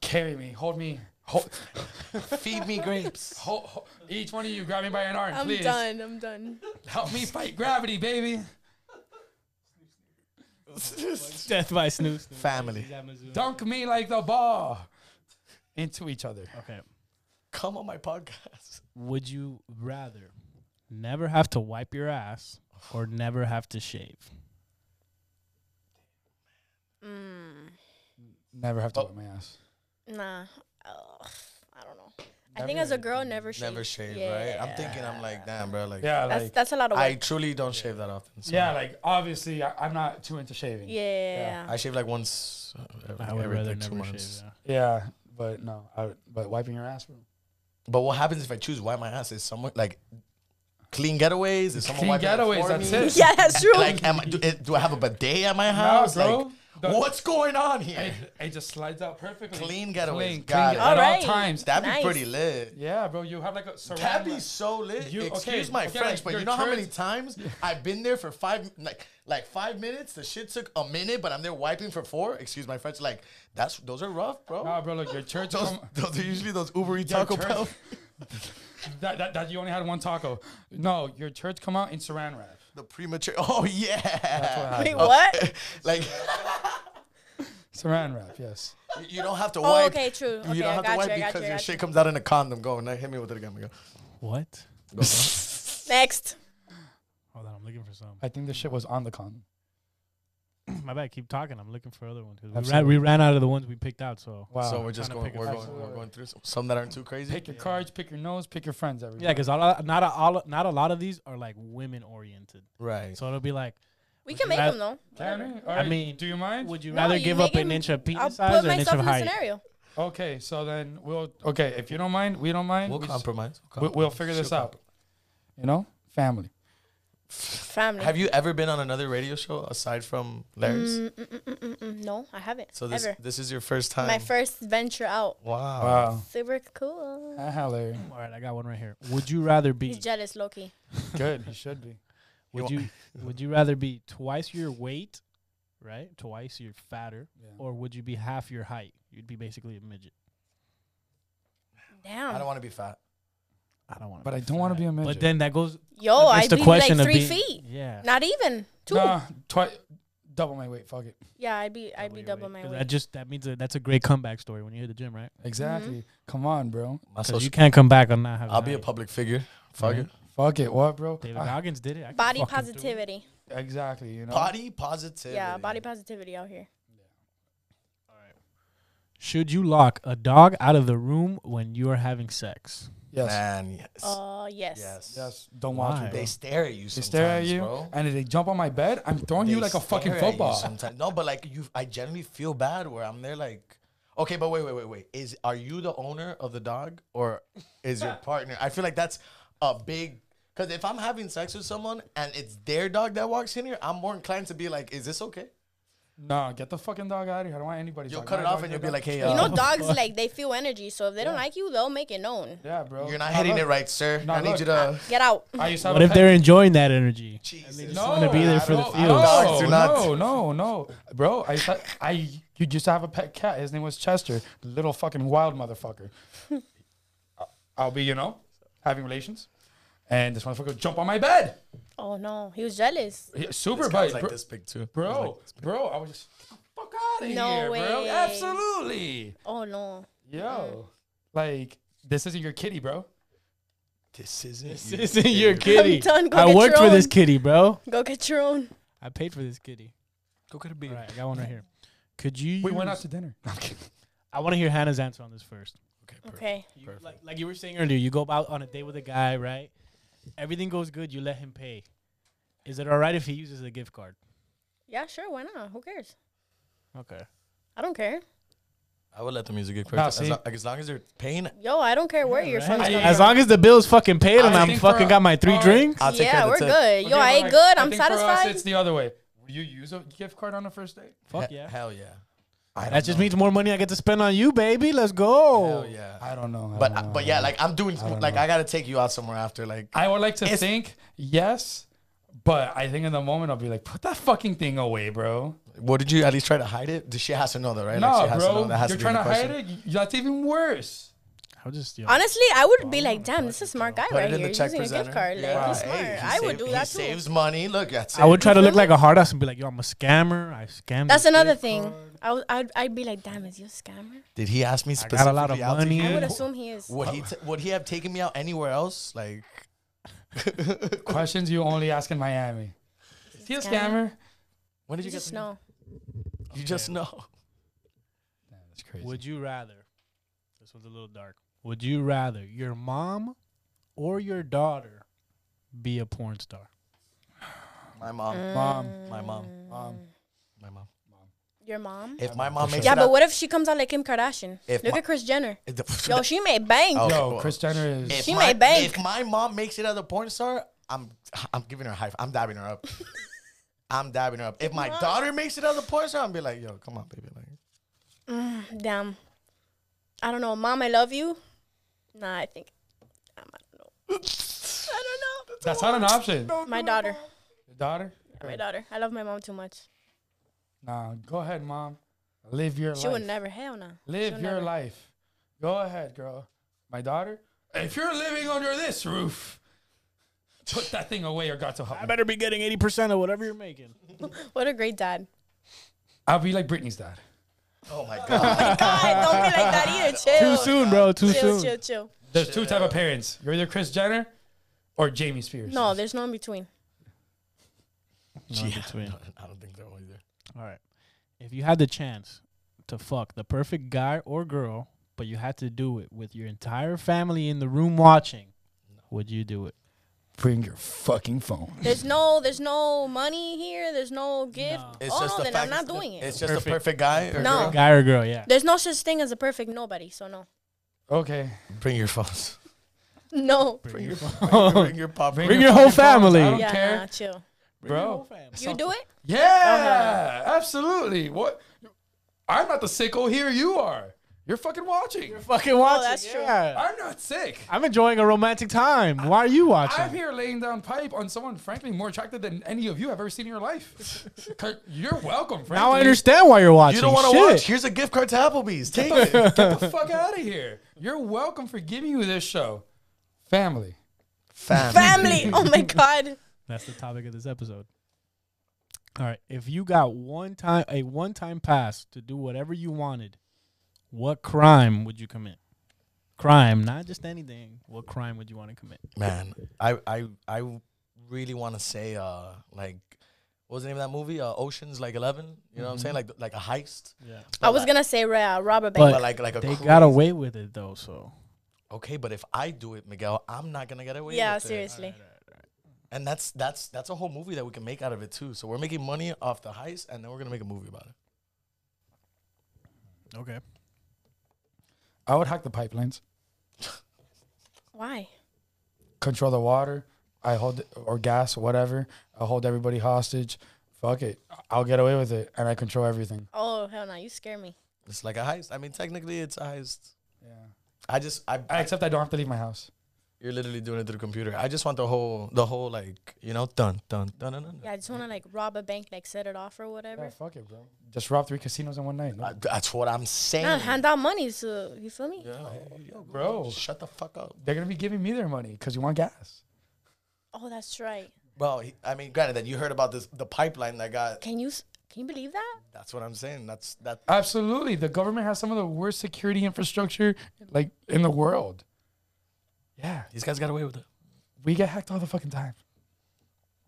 Speaker 1: Carry me. Hold me. Hold,
Speaker 2: Feed me grapes.
Speaker 1: hold, hold- Each one of you grab me by an arm,
Speaker 4: I'm
Speaker 1: please.
Speaker 4: done. I'm done.
Speaker 1: Help me fight gravity, baby.
Speaker 3: Death by snooze.
Speaker 2: Family.
Speaker 1: Dunk me like the ball into each other.
Speaker 3: Okay.
Speaker 2: Come on my podcast.
Speaker 3: Would you rather never have to wipe your ass or never have to shave?
Speaker 1: Never have to
Speaker 2: Oh.
Speaker 1: wipe my ass.
Speaker 4: Mm, Nah. Ugh, I don't know. I think as a girl, never shave.
Speaker 2: Never shave, right? I'm thinking, I'm like, damn, bro. Like,
Speaker 1: Yeah,
Speaker 4: That's
Speaker 1: like
Speaker 4: that's a lot of
Speaker 2: I
Speaker 4: work.
Speaker 2: truly don't shave that often. so-
Speaker 1: yeah, like obviously I, I'm not too into shaving.
Speaker 4: Yeah.
Speaker 2: I shave like once uh, every,
Speaker 3: I would
Speaker 2: every
Speaker 3: rather
Speaker 2: like, two
Speaker 3: never shave.
Speaker 2: months.
Speaker 3: yeah.
Speaker 1: Yeah, but no, I, would- but wiping your ass. Bro.
Speaker 2: But what happens if I choose wipe my ass? Is someone like clean getaways? Is someone
Speaker 1: Clean
Speaker 2: wiping it for
Speaker 1: getaways,
Speaker 2: me?
Speaker 1: that's it.
Speaker 4: Yeah, that's true.
Speaker 2: Like, am I, do, eh, do I have a bidet at my house?
Speaker 1: bro. The-
Speaker 2: Like, what's going on here?
Speaker 1: It, it just slides out perfectly.
Speaker 2: Clean getaways,
Speaker 1: Clean,
Speaker 2: got
Speaker 1: clean at
Speaker 2: it.
Speaker 1: all
Speaker 4: Alright.
Speaker 1: times.
Speaker 2: That'd
Speaker 4: Nice.
Speaker 2: be pretty lit.
Speaker 1: Yeah, bro, you have like a surround.
Speaker 2: That'd be
Speaker 1: like-
Speaker 2: so lit.
Speaker 1: You-
Speaker 2: Excuse
Speaker 1: okay,
Speaker 2: my
Speaker 1: okay, like,
Speaker 2: French, but
Speaker 1: your
Speaker 2: you know how many
Speaker 1: turds-
Speaker 2: times I've been there for five, like, like five minutes. The shit took a minute, but I'm there wiping for four. Excuse my French. Like, that's those are rough, bro.
Speaker 1: Nah, bro, look, your church.
Speaker 2: those,
Speaker 1: come-
Speaker 2: those are usually those Uber Eats
Speaker 1: Yeah,
Speaker 2: Taco
Speaker 1: turds.
Speaker 2: Bell.
Speaker 1: that, that, that you only had one taco. No, your church come out in saran wrap.
Speaker 2: The premature. Oh yeah.
Speaker 1: what I-
Speaker 4: Wait, what?
Speaker 2: like
Speaker 1: Saran wrap, yes.
Speaker 2: you- you don't have to
Speaker 4: Oh,
Speaker 2: wipe.
Speaker 4: okay, true. Okay,
Speaker 2: you don't
Speaker 4: I
Speaker 2: have
Speaker 4: got
Speaker 2: to wipe
Speaker 4: you, I got
Speaker 2: because
Speaker 4: you, I
Speaker 2: your
Speaker 4: got
Speaker 2: shit
Speaker 4: you.
Speaker 2: comes out in a condom. Go now, hit me with it again. Miguel.
Speaker 3: What?
Speaker 2: Go.
Speaker 4: Next.
Speaker 3: Hold on, I'm looking for some.
Speaker 1: I think the shit was on the con.
Speaker 3: My bad. Keep talking. I'm looking for other ones. 'cause We ran,
Speaker 1: Absolutely.
Speaker 3: we ran out of the ones we picked out. So
Speaker 1: Wow.
Speaker 2: so we're just
Speaker 3: Trying to
Speaker 2: going.
Speaker 3: pick a
Speaker 2: We're
Speaker 1: fight.
Speaker 2: going. We're going through some, some that aren't too crazy.
Speaker 1: pick your cards, pick your nose, pick your friends. Every
Speaker 3: yeah, because not a, all not a lot of these are like women oriented.
Speaker 2: Right.
Speaker 3: So it'll be like,
Speaker 4: We
Speaker 3: Would
Speaker 4: can
Speaker 3: you
Speaker 4: make
Speaker 3: ra-
Speaker 4: them though.
Speaker 1: Can
Speaker 4: Whatever.
Speaker 1: we? Alright,
Speaker 3: mean-
Speaker 1: do you mind?
Speaker 3: would you
Speaker 4: No,
Speaker 3: rather
Speaker 4: you
Speaker 3: give
Speaker 4: make
Speaker 3: up an
Speaker 4: him-
Speaker 3: inch of
Speaker 4: I'll
Speaker 3: penis size
Speaker 4: put
Speaker 3: or an inch
Speaker 4: myself
Speaker 3: of
Speaker 4: in the
Speaker 3: height?
Speaker 4: scenario.
Speaker 1: okay, so then we'll. Okay, if you don't mind, we don't mind.
Speaker 2: We'll
Speaker 1: we just-
Speaker 2: compromise.
Speaker 1: we- we'll figure this
Speaker 2: She'll
Speaker 1: out. You know, family.
Speaker 4: Family.
Speaker 2: Have you ever been on another radio show aside from Larry's?
Speaker 4: Mm, mm, mm, mm, mm, mm. No, I haven't.
Speaker 2: So this
Speaker 4: ever.
Speaker 2: this is your first time.
Speaker 4: My first venture out.
Speaker 2: wow.
Speaker 1: Wow.
Speaker 4: Super cool.
Speaker 1: Ah, Larry.
Speaker 3: All right, I got one right here. Would you rather
Speaker 4: He's
Speaker 3: be
Speaker 4: jealous, Loki.
Speaker 1: Good. He should be.
Speaker 3: would you would you rather be twice your weight, right? Twice your fatter,
Speaker 1: Yeah.
Speaker 3: or would you be half your height? You'd be basically a midget.
Speaker 4: Damn.
Speaker 2: I don't want to be fat.
Speaker 3: I don't want
Speaker 1: But I don't wanna be a midget.
Speaker 3: But then that goes
Speaker 4: Yo,
Speaker 3: it's
Speaker 4: Oh, I'd
Speaker 3: the
Speaker 4: be
Speaker 3: question
Speaker 4: like
Speaker 3: of
Speaker 4: three
Speaker 3: being,
Speaker 4: feet.
Speaker 3: Yeah.
Speaker 4: Not even two.
Speaker 1: Nah, twice. Double my weight. Fuck it.
Speaker 4: Yeah, I'd be. I'd be
Speaker 3: your
Speaker 4: double
Speaker 3: weight.
Speaker 4: my
Speaker 3: 'Cause
Speaker 4: weight.
Speaker 3: That just that means that that's a great comeback story when you hit the gym, right?
Speaker 1: Exactly. Come on, bro.
Speaker 2: My
Speaker 3: 'Cause
Speaker 2: social,
Speaker 3: you can't come back on not having.
Speaker 2: I'll be a
Speaker 3: height.
Speaker 2: public figure.
Speaker 1: Mm-hmm.
Speaker 2: Fuck
Speaker 3: Right.
Speaker 2: it.
Speaker 1: Fuck it. What, bro?
Speaker 3: David
Speaker 1: I-
Speaker 3: Goggins did it. I can
Speaker 4: Body
Speaker 3: fucking do it.
Speaker 4: positivity.
Speaker 1: exactly. You know.
Speaker 2: Body positivity.
Speaker 4: Yeah, body positivity out here.
Speaker 3: Should you lock a dog out of the room when you are having sex?
Speaker 1: Yes.
Speaker 2: Man, yes.
Speaker 4: Uh, yes.
Speaker 2: yes.
Speaker 1: Yes. Don't watch
Speaker 3: Why?
Speaker 1: it. Bro.
Speaker 2: They
Speaker 1: They,
Speaker 2: stare at you. Sometimes,
Speaker 1: stare at you,
Speaker 2: bro.
Speaker 1: and if they jump on my bed, I'm throwing you
Speaker 2: They
Speaker 1: like a fucking
Speaker 2: stare at you
Speaker 1: football.
Speaker 2: Sometimes. No, but like you, I generally feel bad where I'm there like, okay, but wait, wait, wait, wait. Is are you the owner of the dog or is your partner? I feel like that's a big. Because if I'm having sex with someone and it's their dog that walks in here, I'm more inclined to be like, is this okay?
Speaker 1: No, get the fucking dog out of here. I don't want anybody.
Speaker 2: You'll cut it off and you'll be like, hey, uh,
Speaker 4: You know, dogs like they feel energy, so if they don't like you, they'll make it known.
Speaker 1: yeah, bro.
Speaker 2: you're not hitting it right, sir.
Speaker 1: Nah,
Speaker 2: I need
Speaker 1: look,
Speaker 2: you to.
Speaker 4: Get out.
Speaker 1: I used to have
Speaker 3: What
Speaker 1: a
Speaker 3: if
Speaker 1: pet-
Speaker 3: they're enjoying that energy?
Speaker 2: Jesus.
Speaker 1: no,
Speaker 3: wanna be there for the
Speaker 1: no,
Speaker 3: feel.
Speaker 1: No,
Speaker 2: Dogs do not.
Speaker 1: no, no, no, bro. I used to, I you used to have a pet cat. His name was Chester. Little fucking wild motherfucker. I'll be, you know, having relations, and this motherfucker would jump on my bed.
Speaker 4: Oh no, he was jealous.
Speaker 1: He-
Speaker 2: This
Speaker 1: Super
Speaker 2: guy's
Speaker 1: bite,
Speaker 2: like
Speaker 1: bro.
Speaker 2: this big too.
Speaker 1: bro, bro. I was just get the fuck out of
Speaker 4: No
Speaker 1: here, bro.
Speaker 4: way.
Speaker 1: Absolutely,
Speaker 4: Oh no.
Speaker 1: yo.
Speaker 4: Mm.
Speaker 1: Like this isn't your kitty, bro.
Speaker 2: This isn't.
Speaker 3: This
Speaker 2: you,
Speaker 3: isn't your
Speaker 2: dude.
Speaker 3: kitty.
Speaker 4: done. Go
Speaker 3: I
Speaker 4: get
Speaker 3: worked
Speaker 4: your
Speaker 3: for this
Speaker 4: own.
Speaker 3: kitty, bro.
Speaker 4: Go get your own.
Speaker 3: I paid for this kitty.
Speaker 2: Go get a
Speaker 3: All
Speaker 2: beer.
Speaker 3: right, I got one right here. Could you?
Speaker 1: We went
Speaker 3: use-
Speaker 1: out to dinner. I'm kidding.
Speaker 3: I want to hear Hannah's answer on this first.
Speaker 2: Okay. perfect.
Speaker 4: Okay.
Speaker 3: You- like, like you were saying earlier, you go out on a date with a guy, right? Everything goes good. You let him pay. Is it all right if he uses a gift card?
Speaker 4: Yeah, sure. Why not? Who cares?
Speaker 3: Okay.
Speaker 4: I don't care.
Speaker 2: I would let the music get
Speaker 1: Nah,
Speaker 2: perfect.
Speaker 1: see?
Speaker 2: as, lo- like, as long as they're paying,
Speaker 4: Yo, I don't care where your
Speaker 3: Right?
Speaker 4: funds come
Speaker 3: As
Speaker 4: from.
Speaker 3: long as the bill's fucking paid and
Speaker 1: I
Speaker 3: I'm
Speaker 1: think for
Speaker 3: fucking
Speaker 1: a-
Speaker 3: got my three
Speaker 1: all right.
Speaker 3: drinks.
Speaker 2: I'll take care
Speaker 4: yeah,
Speaker 2: of
Speaker 4: we're
Speaker 2: the tip.
Speaker 4: good. Yo,
Speaker 1: Okay,
Speaker 4: I
Speaker 1: but,
Speaker 4: ate
Speaker 1: like,
Speaker 4: good.
Speaker 1: I
Speaker 4: I'm
Speaker 1: think for us,
Speaker 4: satisfied.
Speaker 1: it's the other way. Would you use a gift card on a first date?
Speaker 3: Fuck
Speaker 2: He-
Speaker 3: yeah.
Speaker 2: Hell yeah. I
Speaker 3: That just means more money I get to spend on you, baby. Let's go.
Speaker 2: Hell yeah.
Speaker 1: I don't know. I
Speaker 2: but
Speaker 1: don't know.
Speaker 2: but yeah, like I'm doing
Speaker 1: Oh. don't
Speaker 2: like
Speaker 1: know.
Speaker 2: I gotta take you out somewhere after like.
Speaker 1: I would like to
Speaker 2: It's-
Speaker 1: think yes, but I think in the moment I'll be like, put that fucking thing away, bro.
Speaker 2: What did you at least try to hide it? The shit has to know though, right?
Speaker 1: No,
Speaker 2: like, she has to
Speaker 1: bro,
Speaker 2: know that has
Speaker 1: you're
Speaker 2: to be
Speaker 1: trying to
Speaker 2: the
Speaker 1: hide
Speaker 2: question.
Speaker 1: it. Y- That's even worse.
Speaker 3: I'll just yo,
Speaker 4: Honestly, I would be like, damn, this is a smart guy
Speaker 2: Put
Speaker 4: right
Speaker 2: it in
Speaker 4: here
Speaker 2: the check
Speaker 4: using a
Speaker 2: presenter.
Speaker 4: gift card. Like,
Speaker 2: Yeah.
Speaker 4: he's
Speaker 2: Hey,
Speaker 4: smart.
Speaker 2: he
Speaker 4: I would
Speaker 2: save-
Speaker 4: do
Speaker 2: he
Speaker 4: that too.
Speaker 2: saves money. Look, that's
Speaker 3: I would
Speaker 2: it.
Speaker 3: try to look
Speaker 4: feel
Speaker 3: like a hard ass and be like, yo, I'm a scammer. I scam.
Speaker 4: That's another thing. I w- I'd, I'd be like, damn, is he a scammer?
Speaker 2: Did he ask me
Speaker 3: got
Speaker 2: specifically?
Speaker 3: a lot of
Speaker 2: out to
Speaker 3: money.
Speaker 2: eat?
Speaker 4: I would
Speaker 3: Yeah.
Speaker 4: assume he is.
Speaker 2: Would he t- would he have taken me out anywhere else? Like,
Speaker 1: Questions you only ask in Miami. Is he a
Speaker 4: Scammer.
Speaker 1: scammer?
Speaker 2: when did
Speaker 4: You
Speaker 2: you,
Speaker 4: just
Speaker 2: get?
Speaker 4: know.
Speaker 2: the- You just know.
Speaker 1: That's crazy.
Speaker 3: Would you rather? This one's a little dark. Would you rather your mom or your daughter be a porn star?
Speaker 2: My
Speaker 4: Mm.
Speaker 2: mom.
Speaker 1: Mom,
Speaker 2: My mom.
Speaker 1: mom.
Speaker 2: My mom.
Speaker 4: Your mom?
Speaker 2: If my mom makes
Speaker 4: Yeah,
Speaker 2: it
Speaker 4: but
Speaker 2: out-
Speaker 4: what if she comes out like Kim Kardashian?
Speaker 2: If
Speaker 4: Look
Speaker 2: my-
Speaker 4: at Chris Jenner.
Speaker 2: if- Oh.
Speaker 4: Yo, she made bank.
Speaker 2: Okay,
Speaker 1: Yo,
Speaker 2: well,
Speaker 1: Chris Jenner is.
Speaker 2: if
Speaker 4: She
Speaker 2: my,
Speaker 4: may bank.
Speaker 2: If my mom makes it out of the porn star, I'm I'm giving her a high. I'm dabbing her up. I'm dabbing her up. If my daughter makes it out of the porn star, I'm be like, yo, come on, baby. Like,
Speaker 4: Damn. I don't know. Mom, I love you. Nah, I think. Um, I don't know. I don't
Speaker 1: that's not an option.
Speaker 4: know. My daughter.
Speaker 1: Your daughter?
Speaker 4: My daughter. I love my mom too much.
Speaker 1: Nah, go ahead, mom. Live your
Speaker 4: She
Speaker 1: life.
Speaker 4: would never. Hell no.
Speaker 1: Live
Speaker 4: She'll
Speaker 1: your
Speaker 4: never.
Speaker 1: life. Go ahead, girl. My daughter, if you're living under this roof, put that thing away or God to help
Speaker 3: I
Speaker 1: me.
Speaker 3: better be getting eighty percent of whatever you're making.
Speaker 4: What a great dad.
Speaker 1: I'll be like Britney's dad.
Speaker 2: oh my god.
Speaker 4: God, don't be like that either. Chill.
Speaker 3: Too soon, bro. Too
Speaker 4: Chill,
Speaker 3: soon.
Speaker 4: chill, chill.
Speaker 1: There's two type of parents. You're either Chris Jenner or Jamie Spears.
Speaker 4: No, there's no in between.
Speaker 3: No in between.
Speaker 2: I don't think they're all either.
Speaker 3: All right. If you had the chance to fuck the perfect guy or girl, but you had to do it with your entire family in the room watching, would you do it?
Speaker 1: Bring your fucking phone.
Speaker 4: There's no, there's no money here. There's no gift.
Speaker 3: No.
Speaker 2: It's
Speaker 4: oh
Speaker 2: just
Speaker 4: no,
Speaker 2: the
Speaker 4: then I'm
Speaker 2: fact
Speaker 4: not doing it.
Speaker 2: It's just
Speaker 3: Perfect.
Speaker 2: a perfect guy. Or
Speaker 4: No.
Speaker 2: girl.
Speaker 3: Guy or girl, yeah.
Speaker 4: There's no such thing as a perfect nobody. So no.
Speaker 1: Okay.
Speaker 2: Bring your phones.
Speaker 4: No.
Speaker 3: Bring your
Speaker 2: Bring,
Speaker 3: phone.
Speaker 2: your pop.
Speaker 3: Bring your whole
Speaker 1: fucking phones. I
Speaker 3: family.
Speaker 1: don't
Speaker 4: yeah,
Speaker 1: care.
Speaker 4: nah, chill.
Speaker 1: Bro.
Speaker 4: You do it?
Speaker 1: Yeah, absolutely. What? I'm not the sicko here. You are. You're fucking watching.
Speaker 3: Fucking watch.
Speaker 4: that's true.
Speaker 3: yeah.
Speaker 1: I'm not sick.
Speaker 3: I'm enjoying a romantic time. Why are you watching?
Speaker 1: I'm here laying down pipe on someone, frankly, more attractive than any of you have ever seen in your life. Kurt, You're welcome, frankly.
Speaker 3: now I understand why you're watching.
Speaker 2: You don't want to
Speaker 3: Shit.
Speaker 2: watch? Here's a gift card to Applebee's. Take it.
Speaker 1: Get the fuck out of here. You're welcome for giving you this show. Family.
Speaker 2: Fam.
Speaker 4: Family. oh my god.
Speaker 3: That's the topic of this episode. All right, if you got one time a one-time pass to do whatever you wanted, what crime would you commit? Crime, not just anything. What crime would you want to commit?
Speaker 2: Man, I I I really want to say uh like what was the name of that movie? Uh, Ocean's like Eleven. You know what I'm
Speaker 3: Mm-hmm.
Speaker 2: saying? Like like a heist.
Speaker 3: Yeah.
Speaker 4: I was gonna say uh, robber bank.
Speaker 3: But-
Speaker 2: But like like a
Speaker 3: They
Speaker 2: crazy-
Speaker 3: got away with it though, so
Speaker 2: Okay, but if I do it, Miguel, I'm not gonna get away.
Speaker 4: yeah,
Speaker 2: with it.
Speaker 4: seriously.
Speaker 2: And that's that's that's a whole movie that we can make out of it too. So we're making money off the heist, and then we're gonna make a movie about it.
Speaker 3: okay.
Speaker 1: I would hack the pipelines,
Speaker 4: Why?
Speaker 1: control the water. I hold or gas, whatever. I hold everybody hostage. Fuck it. I'll get away with it, and I control everything.
Speaker 4: Oh hell no, you scare me.
Speaker 2: It's like a heist. I mean, technically, it's a heist.
Speaker 1: Yeah.
Speaker 2: I just I,
Speaker 1: I,
Speaker 2: I
Speaker 1: except I don't have to leave my house.
Speaker 2: you're literally doing it through the computer. I just want the whole the whole like you know dun dun dun dun. dun, dun.
Speaker 4: Yeah, I just wanna like rob a bank, like set it off or whatever.
Speaker 1: Yeah, fuck it, bro. Just rob three casinos in one night. No,
Speaker 2: Uh, that's what I'm saying.
Speaker 4: Nah, hand out money, so you feel me?
Speaker 2: Yeah, yo,
Speaker 1: Bro.
Speaker 2: shut the fuck up,
Speaker 1: they're gonna be giving me their money because you want gas.
Speaker 4: Oh, that's right.
Speaker 2: bro. he- I mean, granted that you heard about this the pipeline that got.
Speaker 4: Can you s- can you believe that?
Speaker 2: That's what I'm saying. That's that.
Speaker 1: Absolutely, the government has some of the worst security infrastructure like in the world. Yeah,
Speaker 2: These guys got away with it.
Speaker 1: we get hacked all the fucking time.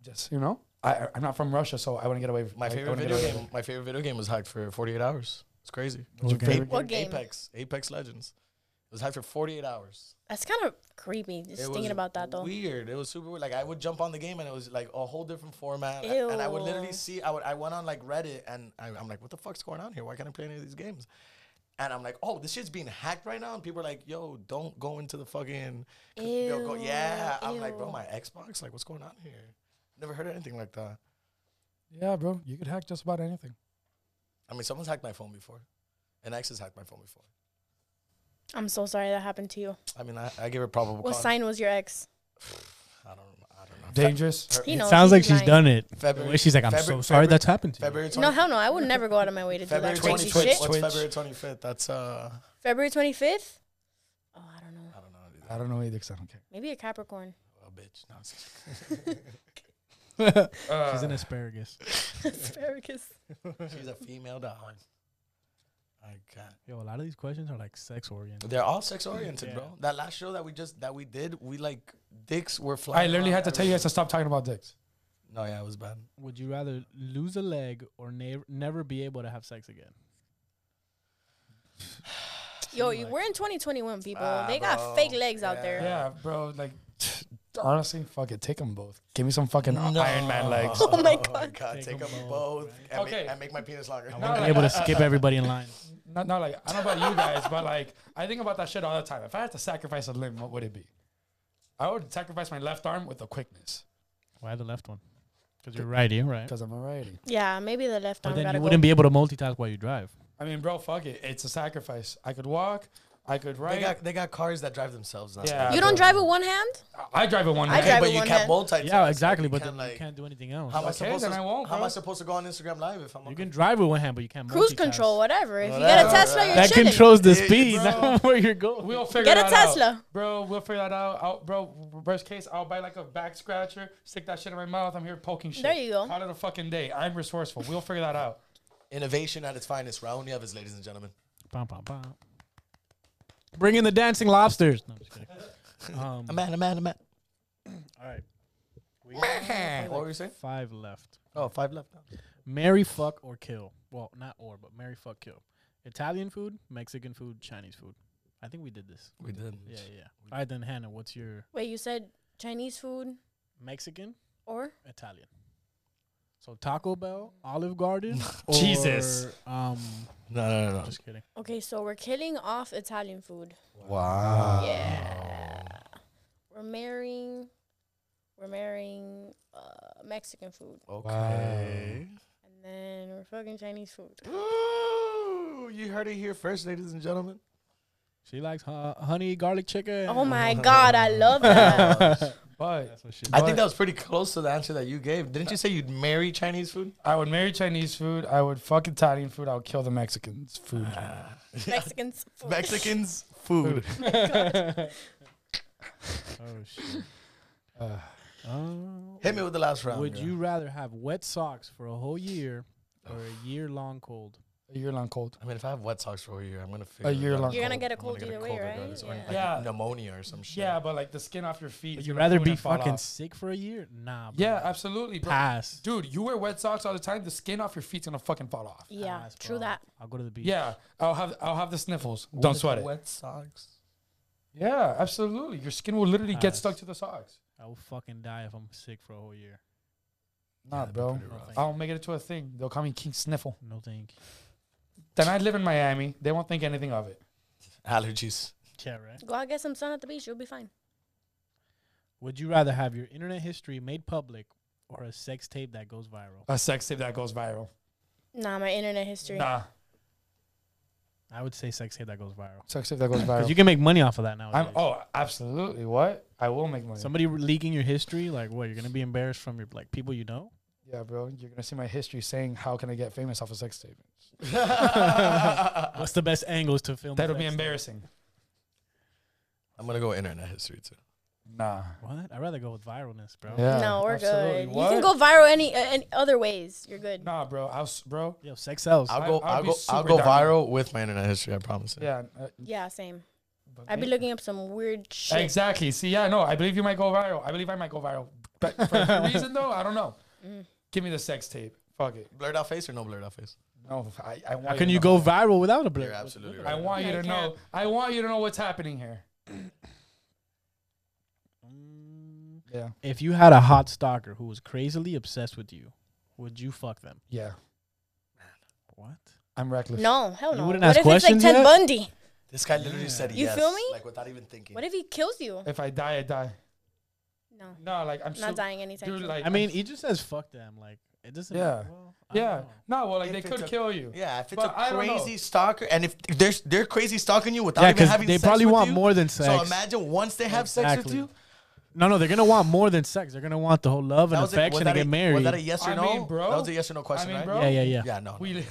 Speaker 1: Just you know, I I- I'm not from Russia, so I wouldn't get away. With,
Speaker 2: My
Speaker 1: I- I
Speaker 2: favorite
Speaker 1: wouldn't get
Speaker 2: video
Speaker 1: away with
Speaker 2: game. My favorite video game was hacked for 48 hours. It's crazy.
Speaker 1: What's your
Speaker 3: Okay.
Speaker 1: favorite
Speaker 4: What game?
Speaker 2: Apex. Apex Legends. It was hacked for 48 hours.
Speaker 4: That's kind of creepy. Just
Speaker 2: It was
Speaker 4: thinking about that though.
Speaker 2: Weird. It was super weird. Like I would jump on the game and it was like a whole different format. a- And I would literally
Speaker 4: Ew.
Speaker 2: see. I would. I went on like Reddit and I, I'm like, what the fuck's going on here? Why can't I play any of these games? And I'm like, oh, this shit's being hacked right now. And people are like, yo, don't go into the fucking. yo, go-
Speaker 4: Ew,
Speaker 2: yeah. I'm like, bro,
Speaker 4: ew.
Speaker 2: my Xbox. Like, what's going on here? Never heard of anything like that.
Speaker 1: it. Yeah, bro, you could hack just about anything.
Speaker 2: I mean, someone's hacked my phone before. An ex has hacked my phone before.
Speaker 4: I'm so sorry that happened to you.
Speaker 2: I mean, I, I give it probable
Speaker 4: What
Speaker 2: cause.
Speaker 4: sign was your ex?
Speaker 2: I don't. I don't know. Fe-
Speaker 1: Dangerous.
Speaker 2: Fe-
Speaker 4: He knows.
Speaker 3: Sounds like
Speaker 4: he's
Speaker 3: she's
Speaker 4: lying.
Speaker 3: done it. The
Speaker 2: February.
Speaker 3: way she's like, I'm
Speaker 2: February-
Speaker 3: so sorry
Speaker 2: February-
Speaker 3: that's happened to you.
Speaker 2: February 20,
Speaker 4: No, hell no. I would never go out of my way to do
Speaker 2: February
Speaker 4: that crazy
Speaker 1: 25th.
Speaker 4: shit.
Speaker 1: What-
Speaker 2: What's
Speaker 1: Twitch.
Speaker 2: February 25th? That's uh.
Speaker 4: February 25th? Oh, I don't know.
Speaker 2: I don't know. Dude.
Speaker 1: I don't know either, 'cause I don't care.
Speaker 4: Maybe a Capricorn.
Speaker 2: A bitch. No, I'm just kidding.
Speaker 3: she's
Speaker 1: Uh,
Speaker 3: an asparagus.
Speaker 4: Asparagus.
Speaker 2: She's a female dog. I can't.
Speaker 3: Yo, a lot of these questions are like sex oriented.
Speaker 2: They're all sex oriented,
Speaker 3: Yeah.
Speaker 2: bro. That last show that we just that we did, we like dicks were
Speaker 1: I
Speaker 2: flying.
Speaker 1: literally
Speaker 2: around
Speaker 1: had to tell you guys to
Speaker 2: everywhere.
Speaker 1: stop talking about dicks.
Speaker 2: No, yeah, it was bad.
Speaker 3: Would you rather lose a leg or ne- never be able to have sex again?
Speaker 4: Yo, you, we're in 2021, people.
Speaker 2: Ah,
Speaker 4: they got
Speaker 2: bro.
Speaker 4: fake legs out there.
Speaker 1: Yeah, bro, like. Honestly, fuck it. Take them both. Give me some fucking
Speaker 2: No.
Speaker 1: Iron Man legs.
Speaker 4: Oh my
Speaker 2: God,
Speaker 3: Take
Speaker 2: take them
Speaker 3: them all,
Speaker 2: both and,
Speaker 1: Okay.
Speaker 2: make, and make my penis longer.
Speaker 3: I
Speaker 1: No,
Speaker 3: want to
Speaker 1: like,
Speaker 3: be able
Speaker 1: uh,
Speaker 3: to skip everybody in line.
Speaker 1: Not, not like I don't know about you guys, but like I think about that shit all the time. If I had to sacrifice a limb, what would it be? I would sacrifice my left arm with the quickness
Speaker 3: Why the left one? Because you're righty, right?
Speaker 1: because I'm a righty.
Speaker 4: Yeah, maybe the left
Speaker 3: But
Speaker 4: arm
Speaker 3: then
Speaker 4: gotta
Speaker 3: you
Speaker 4: go.
Speaker 3: wouldn't be able to multitask while you drive.
Speaker 1: I mean, bro, fuck it. It's a sacrifice. I could walk. I could
Speaker 2: They
Speaker 1: ride.
Speaker 2: got they got cars that drive themselves now.
Speaker 1: Yeah.
Speaker 4: you don't drive with one hand?
Speaker 1: I drive it one
Speaker 4: I
Speaker 1: way.
Speaker 2: but
Speaker 4: drive with
Speaker 2: you
Speaker 4: one
Speaker 2: can't
Speaker 4: hand.
Speaker 2: multitask.
Speaker 3: Yeah, exactly. But then
Speaker 2: you can't, like,
Speaker 3: you can't do anything else.
Speaker 2: How am I
Speaker 1: Okay,
Speaker 2: supposed
Speaker 1: then
Speaker 2: to?
Speaker 1: I won't,
Speaker 2: how am
Speaker 1: bro.
Speaker 2: I supposed to go on Instagram Live if I'm?
Speaker 3: You
Speaker 2: on-
Speaker 3: can drive with one hand, but you can't
Speaker 4: Cruise
Speaker 3: multitask.
Speaker 4: control, whatever. If you
Speaker 2: Whatever.
Speaker 4: get a Tesla, you're
Speaker 3: That
Speaker 4: chilling.
Speaker 3: controls the
Speaker 2: Yeah,
Speaker 3: speed,
Speaker 1: bro.
Speaker 3: not where you're going.
Speaker 1: We'll figure
Speaker 4: Get a
Speaker 1: that out,
Speaker 4: Tesla.
Speaker 1: bro. We'll figure that out. I'll, bro, worst case, I'll buy like a back scratcher, stick that shit in my mouth. I'm here poking shit.
Speaker 4: There you go.
Speaker 1: Out of the fucking day. I'm resourceful. We'll figure that out.
Speaker 2: Innovation at its finest. Raul Nieves, ladies and gentlemen.
Speaker 3: Bum, bum, bum. Bring in the dancing lobsters. No, I'm just kidding. Um,
Speaker 2: man, a man, a man.
Speaker 3: all right,
Speaker 2: What were you saying?
Speaker 3: five left.
Speaker 2: Oh, five left. Now.
Speaker 3: Marry, fuck, or kill. Well, not or, but marry, fuck, kill. Italian food, Mexican food, Chinese food. I think we did this.
Speaker 2: We did.
Speaker 3: Yeah, yeah. All right, then Hannah, what's your
Speaker 4: Wait, you said Chinese food
Speaker 3: Mexican,
Speaker 4: or?
Speaker 3: Italian? So Taco Bell, Olive Garden, or,
Speaker 1: Jesus.
Speaker 3: Um,
Speaker 2: No, no, no, no.
Speaker 3: just kidding.
Speaker 2: Ah.
Speaker 4: Okay, so we're killing off Italian food.
Speaker 2: Wow.
Speaker 4: Yeah. we're marrying, we're marrying uh, Mexican food,
Speaker 2: Okay.
Speaker 4: and then we're fucking Chinese food.
Speaker 2: Ooh, you heard it here first, ladies and gentlemen.
Speaker 3: She likes uh, honey garlic chicken.
Speaker 4: Oh my god, I love that.
Speaker 1: But
Speaker 3: That's what she.
Speaker 2: I think that was pretty close to the answer that you gave. Didn't you say you'd marry Chinese food?
Speaker 1: I would marry Chinese food. I would fuck Italian food. I would kill the Mexicans food.
Speaker 4: Mexicans food.
Speaker 2: Mexicans food.
Speaker 3: Oh shit.
Speaker 1: Uh,
Speaker 3: Oh.
Speaker 2: Hit me with the last round.
Speaker 3: Would
Speaker 2: girl.
Speaker 3: you rather have wet socks for a whole year or a year long cold?
Speaker 1: a year long cold.
Speaker 2: I mean, if I have wet socks for a year, I'm gonna figure. it
Speaker 1: year
Speaker 2: out.
Speaker 1: long
Speaker 4: You're gonna get a
Speaker 2: I'm
Speaker 4: cold
Speaker 2: get
Speaker 4: either way,
Speaker 2: cold
Speaker 4: right?
Speaker 2: regardless, or,
Speaker 4: Yeah.
Speaker 1: Yeah.
Speaker 2: like, Pneumonia or some shit.
Speaker 1: Yeah, but like the skin off your feet.
Speaker 3: Would
Speaker 1: is
Speaker 3: you
Speaker 1: gonna
Speaker 3: rather
Speaker 1: ruin
Speaker 3: be
Speaker 1: and fall
Speaker 3: fucking
Speaker 1: out.
Speaker 3: sick for a year? Nah. Bro.
Speaker 1: Yeah, absolutely, bro.
Speaker 3: Pass.
Speaker 1: Dude, you wear wet socks all the time. The skin off your feet's gonna fucking fall off.
Speaker 4: Yeah,
Speaker 3: Pass,
Speaker 4: true
Speaker 3: bro.
Speaker 4: that.
Speaker 3: I'll go to the beach.
Speaker 1: Yeah, I'll have I'll have the sniffles. Don't sweat it.
Speaker 2: Wet socks.
Speaker 1: Yeah, absolutely. Your skin will literally get
Speaker 3: Pass.
Speaker 1: stuck to the socks.
Speaker 3: I will fucking die if I'm sick for a whole year.
Speaker 1: Nah, bro.
Speaker 3: pretty rough.
Speaker 1: I'll make it to a thing. They'll call me King Sniffle.
Speaker 3: No thank. you.
Speaker 1: Then I live in Miami. They won't think anything of it.
Speaker 2: Allergies.
Speaker 3: Yeah, right.
Speaker 4: Go out get some sun at the beach. You'll be fine.
Speaker 3: Would you rather have your internet history made public or a sex tape that goes viral?
Speaker 1: A sex tape that goes viral.
Speaker 4: Nah, my internet history.
Speaker 1: Nah,
Speaker 3: I would say sex tape that goes viral.
Speaker 1: sex tape that goes
Speaker 3: Because
Speaker 1: viral.
Speaker 3: you can make money off of that now.
Speaker 1: I'm, oh, absolutely. What? I will make money.
Speaker 3: Somebody re- leaking your history, like what? You're gonna be embarrassed from your like people you know.
Speaker 1: yeah, bro. You're gonna see my history saying how can I get famous off a sex tape.
Speaker 3: What's the best angles to film? a
Speaker 1: Uh, That'll be
Speaker 3: sex tape?
Speaker 1: embarrassing.
Speaker 2: I'm gonna go internet history too.
Speaker 1: Nah.
Speaker 3: What? I'd rather go with viralness, bro.
Speaker 1: Yeah.
Speaker 4: no, we're
Speaker 1: absolutely.
Speaker 4: good.
Speaker 1: What?
Speaker 4: You can go viral any uh, any other ways. You're good.
Speaker 1: Nah, bro. I was, bro.
Speaker 3: Yo, sex sells.
Speaker 2: I'll
Speaker 1: I-
Speaker 2: go.
Speaker 1: I'll
Speaker 2: I'll
Speaker 1: be
Speaker 2: go. I'll
Speaker 1: super
Speaker 2: go
Speaker 1: down.
Speaker 2: viral with my internet history. I promise. it.
Speaker 1: Yeah. uh,
Speaker 4: Yeah, same.
Speaker 1: but
Speaker 4: I'd be
Speaker 1: maybe-
Speaker 4: looking up some weird shit.
Speaker 1: Exactly. See, yeah, no, I believe you might go viral. I believe I might go viral. But for a reason though, I don't know.
Speaker 4: Mm.
Speaker 1: Give me the sex tape. Fuck it.
Speaker 2: Blurred out face or no blurred out face?
Speaker 1: No, I, I want.
Speaker 3: How can
Speaker 1: to
Speaker 3: you
Speaker 1: know.
Speaker 3: go viral without a blur?
Speaker 2: You're absolutely
Speaker 1: I
Speaker 2: right.
Speaker 1: want
Speaker 4: No,
Speaker 1: you
Speaker 4: you
Speaker 1: to know. I want you to know what's happening here.
Speaker 3: Mm,
Speaker 1: Yeah.
Speaker 3: If you had a hot stalker who was crazily obsessed with you, would you fuck them?
Speaker 1: Yeah.
Speaker 3: What?
Speaker 1: I'm reckless.
Speaker 4: No, hell
Speaker 3: You
Speaker 4: no.
Speaker 3: wouldn't
Speaker 4: what
Speaker 3: ask
Speaker 4: if it's like
Speaker 3: questions
Speaker 4: Ted
Speaker 3: yet?
Speaker 4: Bundy?
Speaker 2: This guy literally said
Speaker 4: You
Speaker 2: yes,
Speaker 4: feel me?
Speaker 2: like without even thinking.
Speaker 4: What if he kills you?
Speaker 1: If I die, I die.
Speaker 4: No,
Speaker 1: No, like I'm
Speaker 4: not
Speaker 1: so-
Speaker 4: dying anytime
Speaker 1: Dude,
Speaker 4: soon.
Speaker 1: like
Speaker 3: I mean, he just says fuck them. Like it doesn't.
Speaker 1: Yeah.
Speaker 3: matter. Well, I don't
Speaker 1: yeah.
Speaker 3: know.
Speaker 1: No, well, like
Speaker 2: If
Speaker 1: they
Speaker 2: it's
Speaker 1: could
Speaker 2: a-
Speaker 1: kill you.
Speaker 2: Yeah, if it's
Speaker 1: But I
Speaker 2: a
Speaker 1: don't know.
Speaker 2: crazy stalker, and if they're they're crazy stalking you without
Speaker 3: Yeah,
Speaker 2: even
Speaker 3: because
Speaker 2: having
Speaker 3: they
Speaker 2: sex
Speaker 3: probably
Speaker 2: with
Speaker 3: want
Speaker 2: you,
Speaker 3: more than sex.
Speaker 2: So imagine once they have sex with
Speaker 3: Exactly.
Speaker 2: you.
Speaker 3: No, no, they're gonna want more than sex. They're gonna want the whole love and
Speaker 2: a, was
Speaker 3: affection to
Speaker 2: that a,
Speaker 3: get married.
Speaker 2: Was that a yes or
Speaker 1: I
Speaker 2: no?
Speaker 1: mean, bro.
Speaker 2: That was a yes or no question,
Speaker 1: mean,
Speaker 2: right?
Speaker 1: bro.
Speaker 3: yeah, yeah, yeah.
Speaker 2: Yeah, no.
Speaker 1: We li-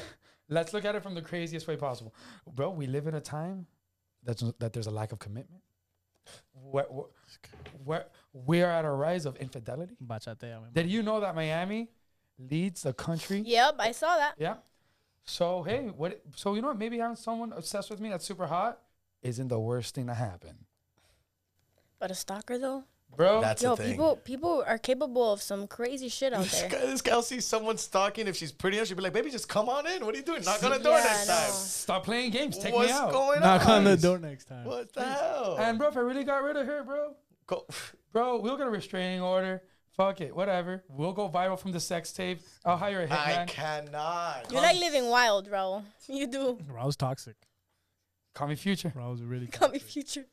Speaker 1: let's look at it from the craziest way possible, bro. We live in a time that's that there's a lack of commitment. Where, where we are at a rise of infidelity.
Speaker 3: Bachatea, mi
Speaker 1: Did you know that Miami leads the country?
Speaker 4: Yep, I saw that.
Speaker 1: Yeah. So hey, what? So you know what? Maybe having someone obsessed with me that's super hot isn't the worst thing to happen,
Speaker 4: But a stalker though,
Speaker 1: bro.
Speaker 2: That's
Speaker 4: yo,
Speaker 2: the thing.
Speaker 4: people people are capable of some crazy shit out
Speaker 2: this,
Speaker 4: there.
Speaker 2: guy, this guy will see someone stalking. If she's pretty enough, she'll be like, baby, just come on in. What are you doing? Knock on the door
Speaker 4: Yeah,
Speaker 2: next
Speaker 4: I know.
Speaker 2: time.
Speaker 1: Stop playing games. Take
Speaker 2: What's
Speaker 1: me out.
Speaker 2: going
Speaker 3: Knock on the
Speaker 2: Nice.
Speaker 3: door next time.
Speaker 2: What the hell?
Speaker 1: and bro, if I really got rid of her, bro,
Speaker 2: Go-
Speaker 1: bro, we'll get a restraining order. Fuck it, whatever. We'll go viral from the sex tape. I'll hire a
Speaker 2: I
Speaker 1: hitman.
Speaker 2: cannot.
Speaker 4: You're like living wild, bro. You do.
Speaker 3: Bro, I was toxic.
Speaker 1: Call me future.
Speaker 3: Bro, I was really
Speaker 4: Call me
Speaker 3: toxic.
Speaker 4: future.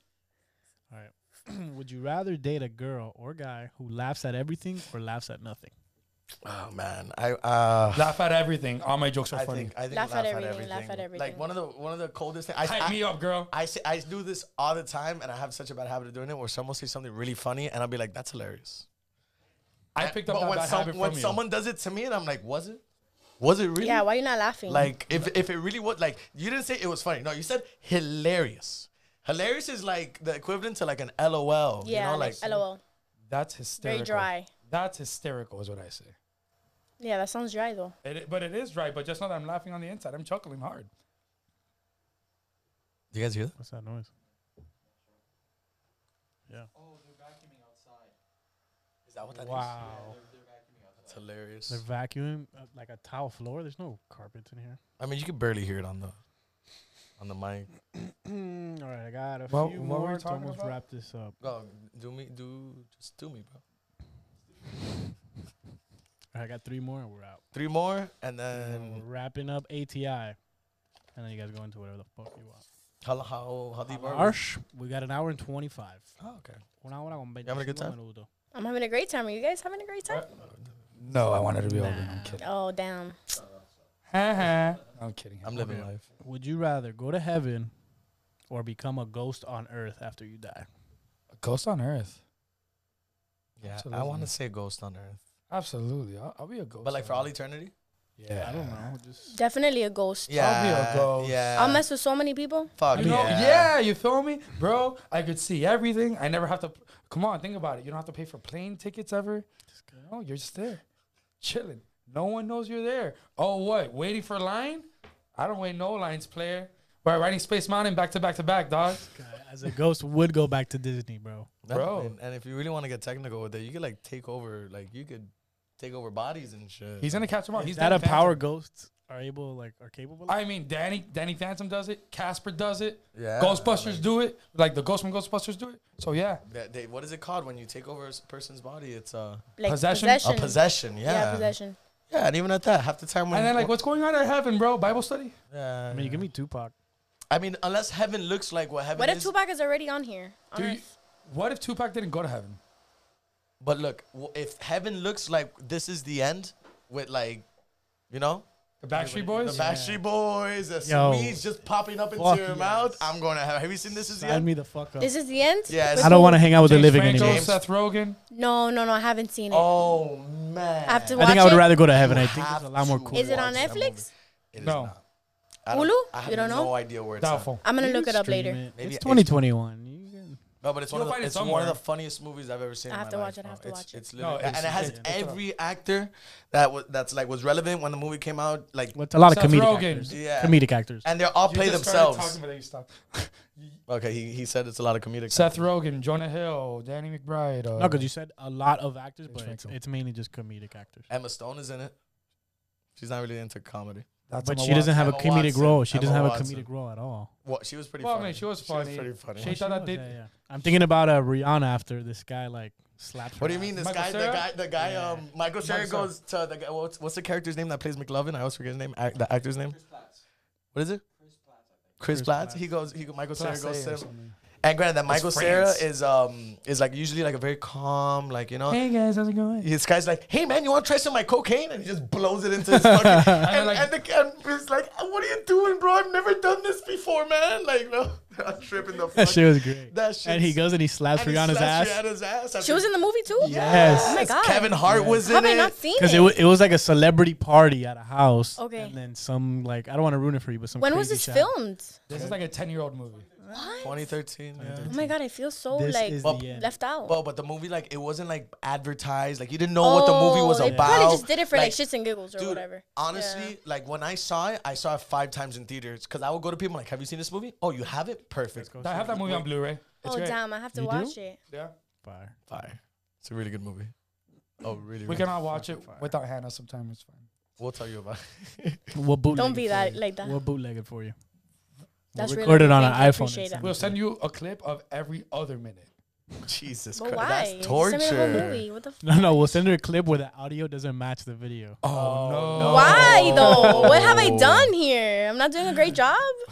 Speaker 3: All right. Would you rather date a girl or guy who laughs at everything or laughs at nothing?
Speaker 2: Oh man, I uh,
Speaker 1: Laugh at everything. All my jokes are
Speaker 2: I
Speaker 1: funny.
Speaker 2: think I think
Speaker 4: Laugh
Speaker 2: laugh,
Speaker 4: at everything, laugh at
Speaker 2: Like
Speaker 4: everything.
Speaker 2: one of the one of the coldest things.
Speaker 1: Hype
Speaker 2: I,
Speaker 1: me up, girl.
Speaker 2: I say, I do this all the time, and I have such a bad habit of doing it. Where someone says something really funny, and I'll be like, "That's hilarious."
Speaker 1: I picked up
Speaker 2: but
Speaker 1: that
Speaker 2: when,
Speaker 1: bad
Speaker 2: some-
Speaker 1: habit
Speaker 2: when
Speaker 1: from
Speaker 2: someone does it to me, and I'm like, "Was it? Was it really?"
Speaker 4: Yeah, why you not laughing?
Speaker 2: Like if if it really was like you didn't say it was funny. No, you said hilarious. Hilarious is like the equivalent to like an LOL.
Speaker 4: yeah,
Speaker 2: you know,
Speaker 4: like,
Speaker 2: like,
Speaker 4: lol.
Speaker 1: you. That's
Speaker 4: Very
Speaker 1: hysterical.
Speaker 4: dry.
Speaker 1: That's hysterical, is what I say.
Speaker 4: Yeah, that sounds dry though.
Speaker 1: It, i- but it is right. But just know that I'm laughing on the inside. I'm chuckling hard.
Speaker 2: Do you guys hear that?
Speaker 3: What's that noise? Yeah.
Speaker 5: Oh, they're vacuuming outside.
Speaker 2: Is that what that is?
Speaker 3: Wow.
Speaker 5: They're vacuuming outside.
Speaker 2: It's hilarious.
Speaker 3: They're vacuuming uh, like a tile floor. There's no carpets in here.
Speaker 2: I mean, you can barely hear it on the on the mic.
Speaker 3: All right, I got a
Speaker 1: Well,
Speaker 3: few
Speaker 1: what were we
Speaker 3: more to
Speaker 1: talking
Speaker 3: almost
Speaker 1: about?
Speaker 3: wrap this up.
Speaker 2: Go do me, do just do me, bro.
Speaker 3: All right, I got three more and we're out.
Speaker 2: Three more,
Speaker 3: And
Speaker 2: and then
Speaker 3: we're wrapping up ATI. And then you guys go into whatever the fuck you want.
Speaker 2: How, how, how deep are we?
Speaker 3: Harsh. We got an hour and 25.
Speaker 2: Oh, okay.
Speaker 3: Una hora con
Speaker 2: You having a good
Speaker 3: 25
Speaker 2: time?
Speaker 3: minutos.
Speaker 4: I'm having a great time. Are you guys having a great time?
Speaker 1: No, I wanted to be older. I'm kidding.
Speaker 4: Oh, damn.
Speaker 1: Ha, ha. I'm kidding.
Speaker 2: I'm living life.
Speaker 3: Would you rather go to heaven or become a ghost on earth after you die?
Speaker 1: A ghost on Earth.
Speaker 2: Yeah, I
Speaker 1: Absolutely.
Speaker 2: want to say ghost on earth,
Speaker 1: Absolutely. I'll, I'll be a ghost.
Speaker 2: but like
Speaker 1: on
Speaker 2: for all
Speaker 1: Earth.
Speaker 2: eternity.
Speaker 1: Yeah.
Speaker 3: I don't know. Just
Speaker 4: Definitely a ghost.
Speaker 2: Yeah,
Speaker 1: I'll be a ghost.
Speaker 2: Yeah,
Speaker 4: I'll mess with so many people.
Speaker 2: Fuck
Speaker 1: You know,
Speaker 2: yeah.
Speaker 1: yeah, you feel me, bro? I could see everything. I never have to. Come on, think about it. You don't have to pay for plane tickets ever. No, you're just there, chilling. No one knows you're there. Oh, what? Waiting for line? I don't wait no lines, player. Right, riding Space Mountain back to back to back, dog.
Speaker 3: God, as a ghost would go back to Disney, bro.
Speaker 2: That-
Speaker 1: Bro.
Speaker 2: And, and if you really want to get technical with it, you could like take over, like you could take over bodies and shit.
Speaker 1: He's gonna catch him up. He's
Speaker 3: Is that a
Speaker 1: Danny
Speaker 3: power ghosts are able like are capable? Of?
Speaker 1: Phantom. I mean, Danny, Danny Phantom does it. Casper does it.
Speaker 2: yeah.
Speaker 1: Ghostbusters do it. Like the Ghost from Ghostbusters do it. So yeah,
Speaker 2: That they, what is it called when you take over a s- person's body? It's uh,
Speaker 4: Like
Speaker 1: Possession?
Speaker 4: possession.
Speaker 1: A
Speaker 2: a possession. Yeah.
Speaker 4: Yeah. possession.
Speaker 2: Yeah, and even at that, half the time when.
Speaker 1: and then like, what's going on at heaven, bro? Bible study.
Speaker 2: Yeah.
Speaker 3: I mean, you give me Tupac.
Speaker 2: I mean, unless heaven looks like what heaven
Speaker 4: What if
Speaker 2: is.
Speaker 4: Tupac is already on here? On
Speaker 1: Do you-
Speaker 4: Earth?
Speaker 1: What if Tupac didn't go to heaven?
Speaker 2: But look, w- if heaven looks like this is the end, with like, you know,
Speaker 1: The Backstreet Boys.
Speaker 2: the Backstreet Boys, the
Speaker 3: Yo.
Speaker 2: sweets just popping up into
Speaker 3: Fuck
Speaker 2: your
Speaker 3: yes.
Speaker 2: mouth. I'm going to have. Have you seen this? Is the
Speaker 3: Sign
Speaker 2: end?
Speaker 3: me the fuck up.
Speaker 4: This is the end.
Speaker 2: Yeah,
Speaker 4: With
Speaker 2: it's-
Speaker 3: I don't
Speaker 4: who?
Speaker 3: want to hang out with
Speaker 1: James
Speaker 3: the living
Speaker 1: Franco,
Speaker 3: anymore.
Speaker 2: James-
Speaker 1: Seth Rogen.
Speaker 4: No, no, no. I haven't seen it.
Speaker 2: Oh man.
Speaker 4: I have to
Speaker 3: I think
Speaker 4: watch
Speaker 3: I would
Speaker 4: it?
Speaker 3: rather go to heaven.
Speaker 2: You
Speaker 3: I think it's a
Speaker 2: have
Speaker 3: lot more
Speaker 2: to
Speaker 3: cool.
Speaker 4: Is it
Speaker 2: watch
Speaker 4: on
Speaker 2: that
Speaker 4: Netflix?
Speaker 2: It is
Speaker 1: No.
Speaker 2: not.
Speaker 4: Hulu?
Speaker 2: I have
Speaker 4: You don't know?
Speaker 2: No idea where it's at.
Speaker 1: Doubtful.
Speaker 4: I'm gonna
Speaker 3: You
Speaker 4: look it
Speaker 3: can
Speaker 4: up
Speaker 3: stream
Speaker 4: later.
Speaker 3: it.
Speaker 2: Maybe
Speaker 3: It's
Speaker 2: it's-
Speaker 3: 2021. You can-
Speaker 2: No, but it's one
Speaker 1: You'll
Speaker 2: of
Speaker 1: find
Speaker 2: the,
Speaker 1: it
Speaker 2: it's one of the
Speaker 1: somewhere.
Speaker 2: funniest movies I've ever seen.
Speaker 4: I
Speaker 2: in
Speaker 4: have
Speaker 2: my
Speaker 4: to watch
Speaker 2: life,
Speaker 4: it, I have
Speaker 2: bro.
Speaker 4: to
Speaker 2: It's-
Speaker 4: watch it.
Speaker 2: It's
Speaker 1: No,
Speaker 2: literally,
Speaker 1: it's-
Speaker 2: and it has
Speaker 1: it's- it's
Speaker 2: every actor that was that's like was relevant when the movie came out. Like,
Speaker 3: Well, it's a lot
Speaker 1: Seth
Speaker 3: of comedic
Speaker 1: Rogen.
Speaker 3: actors.
Speaker 2: Yeah.
Speaker 3: Comedic actors.
Speaker 2: and they all
Speaker 1: You
Speaker 2: play
Speaker 1: just started
Speaker 2: themselves.
Speaker 1: Talking, but then you stopped.
Speaker 2: Okay, he, he said it's a lot of comedic.
Speaker 1: Seth Rogen, Jonah Hill, Danny McBride. Uh,
Speaker 3: No, because you said a lot of actors,
Speaker 1: James
Speaker 3: but it's,
Speaker 1: Franco.
Speaker 3: it's mainly just comedic actors.
Speaker 2: Emma Stone is in it. She's not really into comedy.
Speaker 1: that's
Speaker 3: But
Speaker 1: Emma
Speaker 3: she doesn't
Speaker 1: Watson.
Speaker 3: have a
Speaker 2: Emma
Speaker 3: comedic
Speaker 2: Watson.
Speaker 3: role. She
Speaker 2: Emma
Speaker 3: doesn't have a
Speaker 2: Watson.
Speaker 3: comedic role at all.
Speaker 2: Well, she was pretty
Speaker 1: Well, I
Speaker 2: funny.
Speaker 1: mean, she was funny.
Speaker 2: pretty funny.
Speaker 1: She
Speaker 3: Well,
Speaker 1: thought that
Speaker 3: was,
Speaker 1: did-
Speaker 3: yeah, yeah. I'm thinking about uh, Rihanna after this guy like slaps.
Speaker 2: What do
Speaker 3: her
Speaker 2: you
Speaker 3: ass.
Speaker 2: mean? This
Speaker 1: Michael
Speaker 2: guy,
Speaker 1: Cera?
Speaker 2: the guy, the guy,
Speaker 3: Yeah.
Speaker 2: um, Michael Cera
Speaker 1: Michael
Speaker 2: goes to the guy. What's, what's the character's name that plays McLovin? I always forget his name. Ac- the actor's name. What is it? Chris
Speaker 3: Chris
Speaker 2: Platts.
Speaker 3: Platts.
Speaker 2: He goes. He go- Michael Cera
Speaker 1: Class A
Speaker 2: goes
Speaker 1: or
Speaker 2: to him.
Speaker 1: something.
Speaker 2: And granted, that Michael Cera
Speaker 1: France.
Speaker 2: is um is like usually like a very calm, like you know.
Speaker 1: Hey guys, how's it going?
Speaker 2: His guy's like, "Hey man, you want to try some of my cocaine?" And he just blows it into his fucking. and, and,
Speaker 1: like-
Speaker 2: the, and it's like, "What are you doing, bro? I've never done this before, man." Like, no, I'm tripping the
Speaker 3: That
Speaker 2: fuck.
Speaker 3: shit was great.
Speaker 2: That shit.
Speaker 3: and he goes and he slaps
Speaker 2: and he
Speaker 3: Rihanna's
Speaker 2: slaps
Speaker 3: ass
Speaker 2: Rihanna's ass. after-
Speaker 4: She was in the movie too.
Speaker 3: Yes.
Speaker 4: Oh my god.
Speaker 2: Kevin Hart was in
Speaker 4: How have I
Speaker 2: it.
Speaker 4: not seen
Speaker 3: because
Speaker 4: it?
Speaker 3: it, wa- it was like a celebrity party at a house.
Speaker 4: Okay.
Speaker 3: And then some like I don't want to ruin it for you, but some.
Speaker 4: when was
Speaker 3: crazy
Speaker 4: this
Speaker 3: shot.
Speaker 4: filmed?
Speaker 1: This is like a ten-year-old movie.
Speaker 4: What?
Speaker 2: 2013. yeah.
Speaker 4: Oh my god, I feel so
Speaker 3: This
Speaker 4: like
Speaker 3: is
Speaker 2: Well,
Speaker 3: the end.
Speaker 4: left out.
Speaker 2: Well, but the movie like it wasn't like advertised. Like you didn't know what the movie was
Speaker 4: Oh, they
Speaker 2: about.
Speaker 4: Probably just did it for like, shits and giggles or
Speaker 2: dude,
Speaker 4: whatever.
Speaker 2: Honestly,
Speaker 4: Yeah.
Speaker 2: like when I saw it, I saw it five times in theaters because I would go to people like, "Have you seen this movie? Oh, you have it. Perfect.
Speaker 1: I have that movie on Blu-ray. It's
Speaker 4: Oh
Speaker 1: great.
Speaker 4: damn, I have to
Speaker 3: You do?
Speaker 4: watch it.
Speaker 1: Yeah,
Speaker 3: Fire.
Speaker 2: Fire. It's a really good movie. Oh, really?
Speaker 1: we
Speaker 2: really
Speaker 1: cannot watch
Speaker 2: fucking
Speaker 1: it
Speaker 2: fire.
Speaker 1: without Hannah. Sometimes it's fine.
Speaker 2: We'll tell you about. it.
Speaker 3: We'll bootleg
Speaker 4: Don't
Speaker 3: it
Speaker 4: be
Speaker 3: for
Speaker 4: that
Speaker 3: you.
Speaker 4: like that.
Speaker 3: We'll bootleg it for you.
Speaker 4: That's
Speaker 3: we'll
Speaker 4: really
Speaker 3: record it on
Speaker 4: amazing.
Speaker 3: an
Speaker 4: I
Speaker 3: iPhone.
Speaker 4: appreciate
Speaker 3: and
Speaker 4: that.
Speaker 3: send
Speaker 1: We'll
Speaker 3: it to
Speaker 1: send you a clip of every other minute.
Speaker 2: Jesus
Speaker 4: But
Speaker 2: Christ,
Speaker 4: why?
Speaker 2: that's
Speaker 4: Just send me the whole
Speaker 2: torture.
Speaker 4: movie. What the
Speaker 3: No, no, we'll send her a clip where the audio doesn't match the video.
Speaker 1: Oh, no!
Speaker 4: Why though? What have I
Speaker 2: Oh.
Speaker 4: done here? I'm not doing a great job.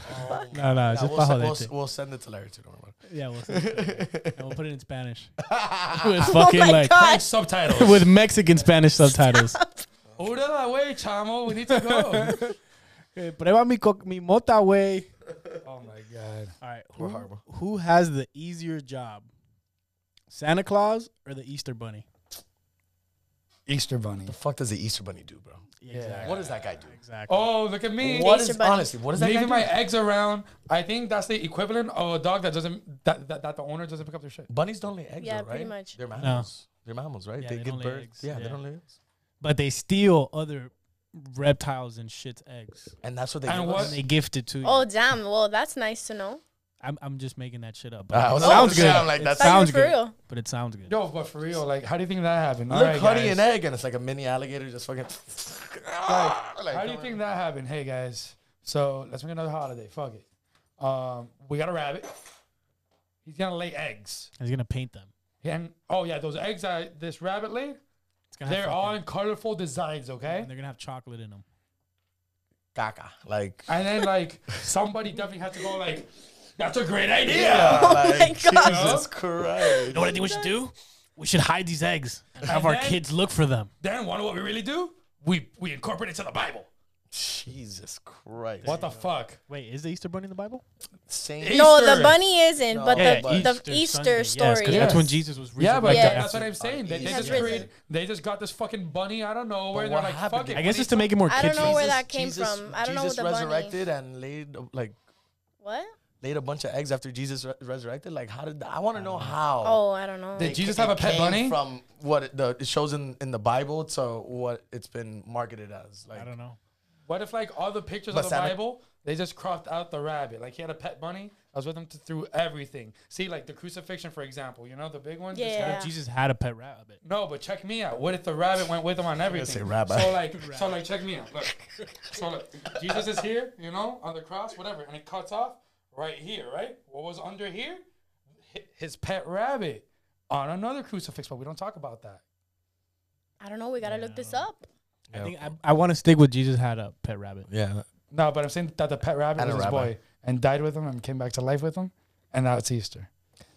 Speaker 3: No, no,
Speaker 2: Yeah,
Speaker 3: just
Speaker 2: Oh, we'll,
Speaker 3: pa
Speaker 2: send, we'll,
Speaker 3: joderte.
Speaker 2: we'll send it to Larry too. Don't worry about it.
Speaker 3: Yeah, we'll send it. and we'll put it in Spanish. with
Speaker 2: Oh
Speaker 3: fucking
Speaker 4: Oh my
Speaker 3: like
Speaker 4: God.
Speaker 1: subtitles.
Speaker 3: with Mexican Spanish subtitles.
Speaker 1: Hold on, wait, chamo. We need to go.
Speaker 3: Eh, Prueba mi, co- mi mota, way.
Speaker 1: oh my god.
Speaker 3: All right,
Speaker 2: We're
Speaker 3: who,
Speaker 2: horrible.
Speaker 3: who has the easier job, Santa Claus or the Easter Bunny?
Speaker 1: Easter Bunny.
Speaker 2: The fuck does the Easter Bunny do, bro? What does that guy do?
Speaker 3: Exactly.
Speaker 1: Oh, look at me.
Speaker 2: What
Speaker 4: Easter
Speaker 2: is
Speaker 4: Bunny.
Speaker 2: honestly? What does that guy
Speaker 1: Leaving
Speaker 2: do?
Speaker 1: my eggs around. I think that's the equivalent of a dog that doesn't that, that, that the owner doesn't pick up their shit.
Speaker 2: Bunnies don't lay eggs,
Speaker 4: Yeah,
Speaker 2: though, right?
Speaker 4: pretty much.
Speaker 2: They're mammals. They're mammals, right?
Speaker 3: Yeah,
Speaker 2: they,
Speaker 3: they
Speaker 2: give
Speaker 3: don't lay
Speaker 2: birth.
Speaker 3: eggs.
Speaker 2: Yeah, they
Speaker 3: Yeah.
Speaker 2: don't lay eggs.
Speaker 3: But they steal other reptiles and shit's eggs.
Speaker 2: And that's what they.
Speaker 1: And
Speaker 2: give us.
Speaker 1: what-
Speaker 3: And they gift it to you.
Speaker 4: Oh damn. Well, that's nice to know.
Speaker 3: I'm, I'm just making that shit up.
Speaker 2: Ah, I
Speaker 3: But it
Speaker 2: was about
Speaker 3: sounds
Speaker 2: to
Speaker 3: good.
Speaker 2: say, I'm like,
Speaker 3: It
Speaker 2: that's-
Speaker 4: Thought you were
Speaker 3: sounds
Speaker 4: for
Speaker 3: good.
Speaker 4: real.
Speaker 3: But it sounds good.
Speaker 1: Yo, but for real, like, how do you think that happened?
Speaker 2: Look, honey and egg, and it's like a mini alligator just fucking. Like,
Speaker 1: How do you
Speaker 2: come
Speaker 1: think
Speaker 2: on.
Speaker 1: that happened? Hey guys, so let's make another holiday. Fuck it. Um, we got a rabbit. He's gonna lay eggs.
Speaker 3: He's gonna paint them.
Speaker 1: And oh yeah, those eggs that this rabbit laid,
Speaker 3: It's
Speaker 2: Ah,
Speaker 3: gonna have
Speaker 1: they're all
Speaker 3: fucking-
Speaker 1: in colorful designs. Okay.
Speaker 3: and They're gonna have chocolate in them.
Speaker 2: Caca. Like,
Speaker 1: And then like somebody definitely had to go like That's a great idea.
Speaker 2: oh
Speaker 4: my God.
Speaker 2: Jesus Christ.
Speaker 3: know what I think we should do? We should hide these eggs. Have our
Speaker 1: then-
Speaker 3: kids look for them.
Speaker 1: Then want to what we really do? We we incorporate it to the Bible.
Speaker 2: Jesus Christ.
Speaker 1: What the fuck?
Speaker 3: Wait, is the Easter bunny in the Bible?
Speaker 2: Saint.
Speaker 1: Easter.
Speaker 4: No, the bunny isn't, but
Speaker 2: No,
Speaker 4: the
Speaker 2: but-
Speaker 4: the Easter,
Speaker 3: Yes,
Speaker 4: story.
Speaker 3: 'cause that's when
Speaker 1: Yes.
Speaker 3: Jesus was risen.
Speaker 1: Yeah, but
Speaker 4: Yes.
Speaker 1: that's what I'm saying. They, they
Speaker 4: He has
Speaker 1: just
Speaker 4: risen.
Speaker 1: created, they just got this fucking bunny. I don't know where they're
Speaker 2: what
Speaker 1: like,
Speaker 2: happened?
Speaker 1: fuck it.
Speaker 3: I guess it's to make it more
Speaker 4: I don't
Speaker 3: kitschy.
Speaker 4: know where that came from. I don't know
Speaker 2: Jesus
Speaker 4: what the bunny-
Speaker 2: resurrected and laid a- like
Speaker 4: What?
Speaker 2: laid a bunch of eggs after Jesus re- resurrected. Like how did I want to know
Speaker 1: Uh-huh.
Speaker 2: how?
Speaker 4: Oh, I don't know.
Speaker 1: Did Jesus
Speaker 2: it
Speaker 1: have a pet
Speaker 2: came
Speaker 1: bunny?
Speaker 2: From what it, the it shows in, in the Bible to what it's been marketed as. Like
Speaker 3: I don't know.
Speaker 1: What if like all the pictures
Speaker 2: But
Speaker 1: of the
Speaker 2: Santa-
Speaker 1: Bible, they just crossed out the rabbit? Like he had a pet bunny. I was with him to, through everything. See, like the crucifixion, for example. You know the big one. Just-
Speaker 4: Yeah.
Speaker 3: Jesus had a pet rabbit.
Speaker 1: No, but check me out. What if the rabbit went with him on everything?
Speaker 2: say rabbi.
Speaker 1: So like, so like, check me out. Look, so look, Jesus is here, you know, on the cross, whatever, and it cuts off right here, right? What was under here? Hi- His pet rabbit on another crucifix, but we don't talk about that.
Speaker 4: I don't know. We gotta look this up.
Speaker 3: I think I, I want to stick with Jesus had a pet rabbit.
Speaker 2: yeah.
Speaker 1: No, but I'm saying that the pet rabbit
Speaker 2: And
Speaker 1: was
Speaker 2: a
Speaker 1: his
Speaker 2: rabbi.
Speaker 1: boy and died with him and came back to life with him, and now it's Easter.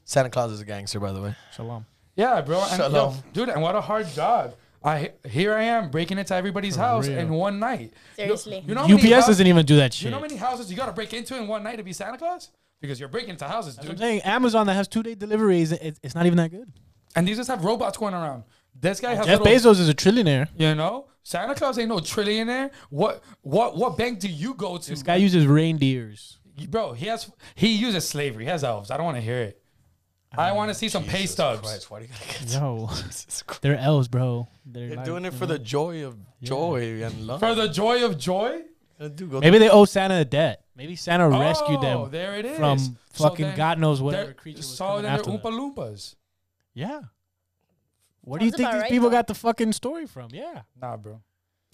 Speaker 2: Santa Claus is a gangster, by the way.
Speaker 3: Shalom.
Speaker 1: Yeah, bro, and, yo,
Speaker 2: Shalom.
Speaker 1: dude, and what a hard job. I here I am breaking into everybody's house
Speaker 3: real.
Speaker 1: in one night. You-
Speaker 4: Seriously.
Speaker 1: you know how many
Speaker 3: UPS
Speaker 1: hou-
Speaker 3: doesn't even do that
Speaker 1: You
Speaker 3: shit.
Speaker 1: know how many houses you gotta break into in one night to be Santa Claus? Because you're breaking into houses,
Speaker 3: I'm
Speaker 1: dude.
Speaker 3: saying Amazon that has two day deliveries. It, it's not even that good.
Speaker 1: And these just have robots going around. This guy has
Speaker 3: Jeff
Speaker 1: little,
Speaker 3: Bezos is a trillionaire.
Speaker 1: you know, Santa Claus ain't no trillionaire. What what what bank do you go to?
Speaker 3: This guy uses reindeers.
Speaker 1: Bro, he has he uses slavery. He has elves. I don't want to hear it. I want to see some pay stubs.
Speaker 2: Christ, why do you gotta get
Speaker 3: No,
Speaker 2: Jesus Christ.
Speaker 3: they're elves, bro. They're
Speaker 2: They're
Speaker 3: like-
Speaker 2: doing it for the joy of joy and love.
Speaker 1: For the joy of joy?
Speaker 2: Uh, do go
Speaker 3: Maybe they owe Santa a debt. Maybe Santa rescued
Speaker 1: Oh,
Speaker 3: them
Speaker 1: there it is.
Speaker 3: from
Speaker 1: So
Speaker 3: fucking
Speaker 1: then
Speaker 3: God knows
Speaker 1: they're-
Speaker 3: whatever creature was
Speaker 1: So
Speaker 3: coming
Speaker 1: then they're
Speaker 3: after them.
Speaker 1: Oompa Loompas.
Speaker 3: Yeah. Where do you
Speaker 4: Sounds
Speaker 3: think
Speaker 4: about
Speaker 3: these
Speaker 4: right,
Speaker 3: people
Speaker 4: though.
Speaker 3: got the fucking story from? Yeah.
Speaker 1: Nah, bro.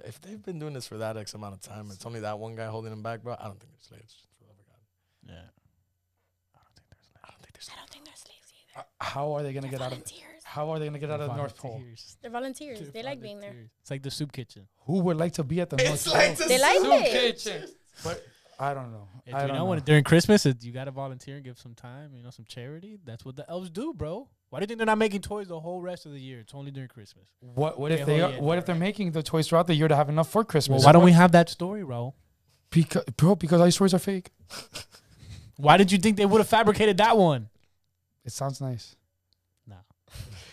Speaker 2: If they've been doing this for that X amount of time, it's only that one guy holding him back, bro. I don't think they're slaves. For the love of
Speaker 3: Yeah.
Speaker 2: God. I don't think they're
Speaker 4: I don't think they're slaves either.
Speaker 1: How are they gonna get out of
Speaker 4: Volunteers.
Speaker 1: How are they gonna get out of the North Pole?
Speaker 4: They're volunteers. They like being there.
Speaker 3: It's like the soup kitchen.
Speaker 1: Who would like to be at the North Pole?
Speaker 4: They like
Speaker 1: soup
Speaker 4: it.
Speaker 1: kitchen. But I don't know.
Speaker 3: If
Speaker 1: I
Speaker 3: you
Speaker 1: don't
Speaker 3: know, when during Christmas, it, you gotta volunteer and give some time. You know, some charity. That's what the elves do, bro. Why do you think they're not making toys the whole rest of the year? It's only during Christmas.
Speaker 1: What what
Speaker 3: Yeah,
Speaker 1: if they
Speaker 3: well,
Speaker 1: are,
Speaker 3: yeah,
Speaker 1: what
Speaker 3: you're
Speaker 1: if they're making the choice throughout the year to have enough for Christmas?
Speaker 3: Well, why don't we have that story, bro?
Speaker 1: Because, bro, because ice stories are fake.
Speaker 3: Why did you think they would have fabricated that one?
Speaker 1: It sounds nice.
Speaker 3: No.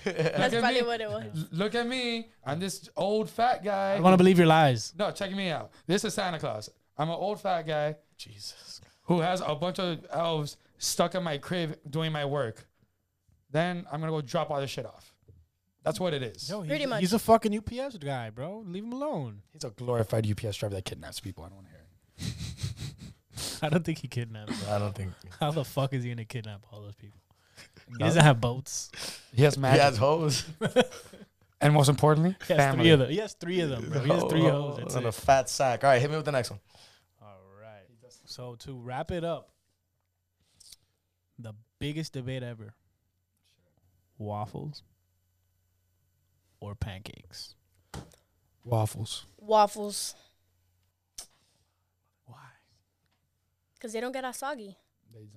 Speaker 4: That's
Speaker 1: at
Speaker 4: probably
Speaker 1: me.
Speaker 4: what it was.
Speaker 1: L- Look at me. I'm this old fat guy.
Speaker 3: I want to believe your lies.
Speaker 1: no, check me out. This is Santa Claus. I'm an old fat guy
Speaker 2: Jesus.
Speaker 1: who has a bunch of elves stuck in my crib doing my work. Then I'm gonna go drop all this shit off. That's what it is.
Speaker 3: No, he's,
Speaker 4: Pretty much.
Speaker 3: he's a fucking UPS guy, bro. Leave him alone.
Speaker 1: He's a glorified UPS driver that kidnaps people. I don't want to hear it.
Speaker 3: I don't think he kidnapped. them.
Speaker 2: I don't think
Speaker 3: How the fuck is he gonna kidnap all those people? He doesn't have boats.
Speaker 1: He has
Speaker 2: he
Speaker 1: magic,
Speaker 2: has hoes.
Speaker 1: and most importantly,
Speaker 3: He has
Speaker 1: family.
Speaker 3: three of them. He has three of them, bro. He has three hoes. That's
Speaker 2: Oh, and a
Speaker 3: it.
Speaker 2: fat sack. All right, hit me with the next one.
Speaker 3: All right. So to wrap it up, the biggest debate ever: waffles or pancakes.
Speaker 1: Waffles.
Speaker 4: Waffles,
Speaker 3: Why?
Speaker 4: because they don't get asagi.
Speaker 1: They don't,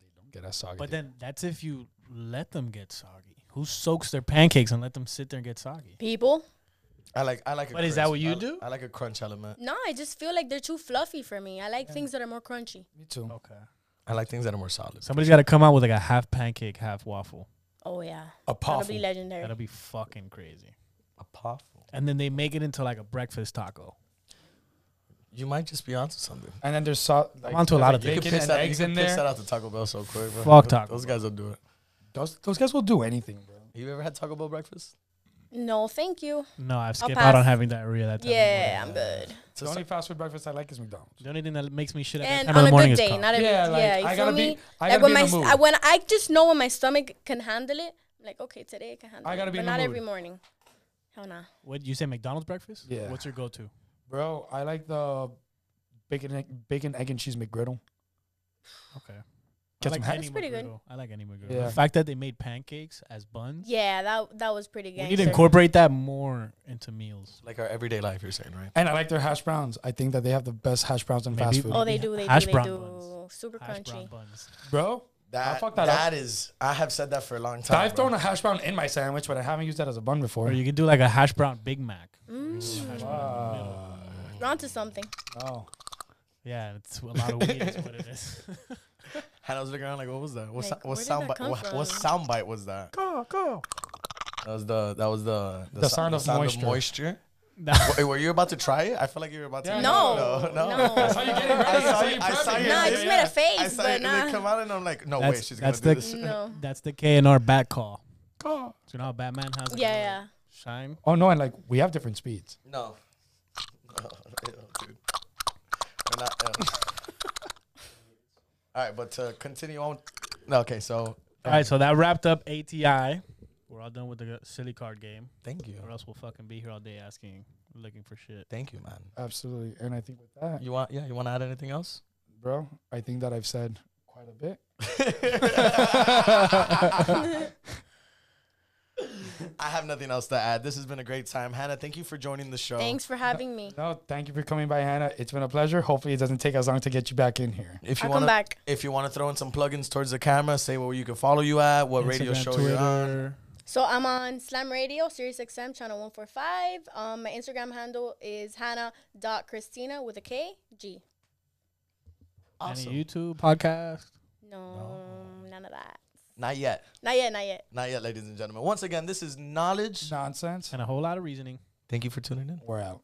Speaker 1: they don't get us soggy.
Speaker 3: But then that's if you let them get soggy. Who soaks their pancakes and let them sit there and get soggy?
Speaker 4: People?
Speaker 2: I like. I like. A
Speaker 3: But is that
Speaker 2: crisp.
Speaker 3: what you
Speaker 2: I-
Speaker 3: do?
Speaker 2: I like a crunch element.
Speaker 4: No, I just feel like they're too fluffy for me. I like things that are more crunchy.
Speaker 1: me too.
Speaker 3: Okay.
Speaker 2: I like things that are more solid.
Speaker 3: Somebody's got to come out with like a half pancake, half waffle.
Speaker 4: Oh yeah,
Speaker 2: a
Speaker 4: that'll
Speaker 2: puff.
Speaker 4: be legendary.
Speaker 3: That'll be fucking crazy.
Speaker 2: A puff.
Speaker 3: And then they make it into like a breakfast taco.
Speaker 2: You might just be onto something.
Speaker 1: And then there's so- like,
Speaker 3: onto a lot of
Speaker 1: there's, like,
Speaker 3: things.
Speaker 1: bacon
Speaker 2: You can piss
Speaker 1: and
Speaker 2: that,
Speaker 1: eggs
Speaker 2: you can
Speaker 1: in
Speaker 2: piss
Speaker 1: there.
Speaker 2: that out to Taco Bell so quick, bro.
Speaker 3: Fuck
Speaker 2: Those-
Speaker 3: Taco
Speaker 2: Those guys will do it.
Speaker 1: Those those guys will do anything, bro.
Speaker 2: Have you ever had Taco Bell breakfast?
Speaker 4: no, thank you.
Speaker 3: No, I've skipped
Speaker 4: pass.
Speaker 3: out on having diarrhea that time. of
Speaker 4: Yeah, I'm
Speaker 3: morning.
Speaker 4: good.
Speaker 2: It's
Speaker 1: The
Speaker 2: a
Speaker 1: only fast food breakfast I like is McDonald's.
Speaker 3: The only thing that makes me shit at that
Speaker 4: And
Speaker 3: time of
Speaker 4: on
Speaker 3: the
Speaker 4: a
Speaker 3: morning
Speaker 4: good
Speaker 3: is
Speaker 4: day,
Speaker 3: coffee.
Speaker 4: not every
Speaker 1: Yeah,
Speaker 4: yeah,
Speaker 1: like,
Speaker 4: you
Speaker 1: I
Speaker 4: feel
Speaker 1: gotta
Speaker 4: me?
Speaker 1: be- I
Speaker 4: Like,
Speaker 1: gotta
Speaker 4: when
Speaker 1: be in
Speaker 4: my
Speaker 1: the
Speaker 4: s-
Speaker 1: mood.
Speaker 4: I- when I just know when my stomach can handle it. I'm like, okay, today I can handle.
Speaker 1: I gotta
Speaker 4: it.
Speaker 1: be
Speaker 4: but
Speaker 1: in the
Speaker 4: not
Speaker 1: mood.
Speaker 4: every morning. Hell nah.
Speaker 3: What you say, McDonald's breakfast?
Speaker 1: Yeah.
Speaker 3: What's your go-to?
Speaker 1: Bro, I like the bacon egg, bacon egg and cheese McGriddle.
Speaker 3: Okay.
Speaker 1: Get
Speaker 3: I
Speaker 1: some
Speaker 3: like
Speaker 1: ha-
Speaker 3: any
Speaker 4: That's pretty good.
Speaker 3: McGriddle. I like any McGriddle.
Speaker 1: Yeah.
Speaker 3: The fact that they made pancakes as buns.
Speaker 4: Yeah, that that was pretty
Speaker 3: We
Speaker 4: good.
Speaker 3: need to incorporate that more into
Speaker 1: e-
Speaker 3: meals.
Speaker 2: Like our everyday life, you're saying, right?
Speaker 1: And I like their hash browns. I think that they have the best hash browns in fast
Speaker 3: Maybe-
Speaker 1: food.
Speaker 4: Oh, they do. They
Speaker 3: Hash
Speaker 4: do. They
Speaker 3: brown
Speaker 4: do.
Speaker 3: buns.
Speaker 4: Super
Speaker 3: Hash brown
Speaker 4: crunchy.
Speaker 3: buns.
Speaker 1: Bro,
Speaker 2: That,
Speaker 1: fucked that
Speaker 2: that is- I have said that for a long time.
Speaker 1: I've
Speaker 2: bro.
Speaker 1: thrown a hash brown in my sandwich, but I haven't used that as a bun before.
Speaker 3: Or you could do like a hash brown Big Mac.
Speaker 1: Wow.
Speaker 4: Mm. Onto something.
Speaker 1: Oh.
Speaker 3: Yeah, it's a lot of weed. is what it is.
Speaker 2: And I was looking around like, what was that? What,
Speaker 4: Like,
Speaker 2: sou- what
Speaker 4: where did that
Speaker 2: soundbite?
Speaker 4: come
Speaker 2: What, what
Speaker 4: from?
Speaker 2: soundbite was that?
Speaker 1: Go, go.
Speaker 2: That was the that was the
Speaker 1: The sound of moisture.
Speaker 2: moisture.
Speaker 3: No.
Speaker 2: Wait, were you about to try it? I feel like you were about to.
Speaker 1: Yeah,
Speaker 4: No,
Speaker 2: no, no.
Speaker 4: no.
Speaker 1: That's how you get it ready.
Speaker 2: I saw,
Speaker 1: That's how
Speaker 2: you,
Speaker 1: you
Speaker 2: I saw
Speaker 1: prep
Speaker 2: you.
Speaker 1: it.
Speaker 4: Nah, I just made a face,
Speaker 2: I saw
Speaker 4: but
Speaker 2: it, and
Speaker 4: nah.
Speaker 2: they come out, and I'm like, no
Speaker 3: That's-
Speaker 2: way, she's gonna
Speaker 3: that's
Speaker 2: do
Speaker 3: the-
Speaker 2: this.
Speaker 4: No.
Speaker 3: That's the K and R bat call.
Speaker 1: Go.
Speaker 3: So you know how Batman has like,
Speaker 4: Yeah,
Speaker 3: a
Speaker 4: yeah.
Speaker 3: shine.
Speaker 1: Oh, no. And like, we have different speeds.
Speaker 2: No. No, dude. We're not. yeah. All right, but to continue on. No, okay, so
Speaker 3: All right, so that wrapped up ATI. We're all done with the silly card game,
Speaker 2: thank you,
Speaker 3: or else we'll fucking be here all day asking, looking for shit.
Speaker 2: thank you, man.
Speaker 1: Absolutely. And I think with that,
Speaker 2: You want? Yeah, you want to add anything else?
Speaker 1: bro, I think that I've said quite a bit.
Speaker 2: I have nothing else to add. This has been a great time, Hannah. Thank you for joining the show.
Speaker 4: Thanks for having me.
Speaker 1: No, thank you for coming by, Hannah. It's been a pleasure. Hopefully, it doesn't take as long to get you back in here.
Speaker 2: If you
Speaker 4: I'll
Speaker 2: want
Speaker 4: come
Speaker 2: to,
Speaker 4: back.
Speaker 2: if you want to throw in some plugins towards the camera, say where you can follow you at, what radio
Speaker 3: Instagram,
Speaker 2: show you're on.
Speaker 4: So I'm on Slam Radio, Sirius XM, channel 145. Um, my Instagram handle is hannah.christina with a K G.
Speaker 3: Any YouTube podcast.
Speaker 4: No, none of that.
Speaker 2: Not yet,
Speaker 4: Not yet, not yet.
Speaker 2: not yet, ladies and gentlemen. Once again, this is knowledge.
Speaker 1: Nonsense.
Speaker 3: and a whole lot of reasoning.
Speaker 2: Thank you for tuning in.
Speaker 1: We're out.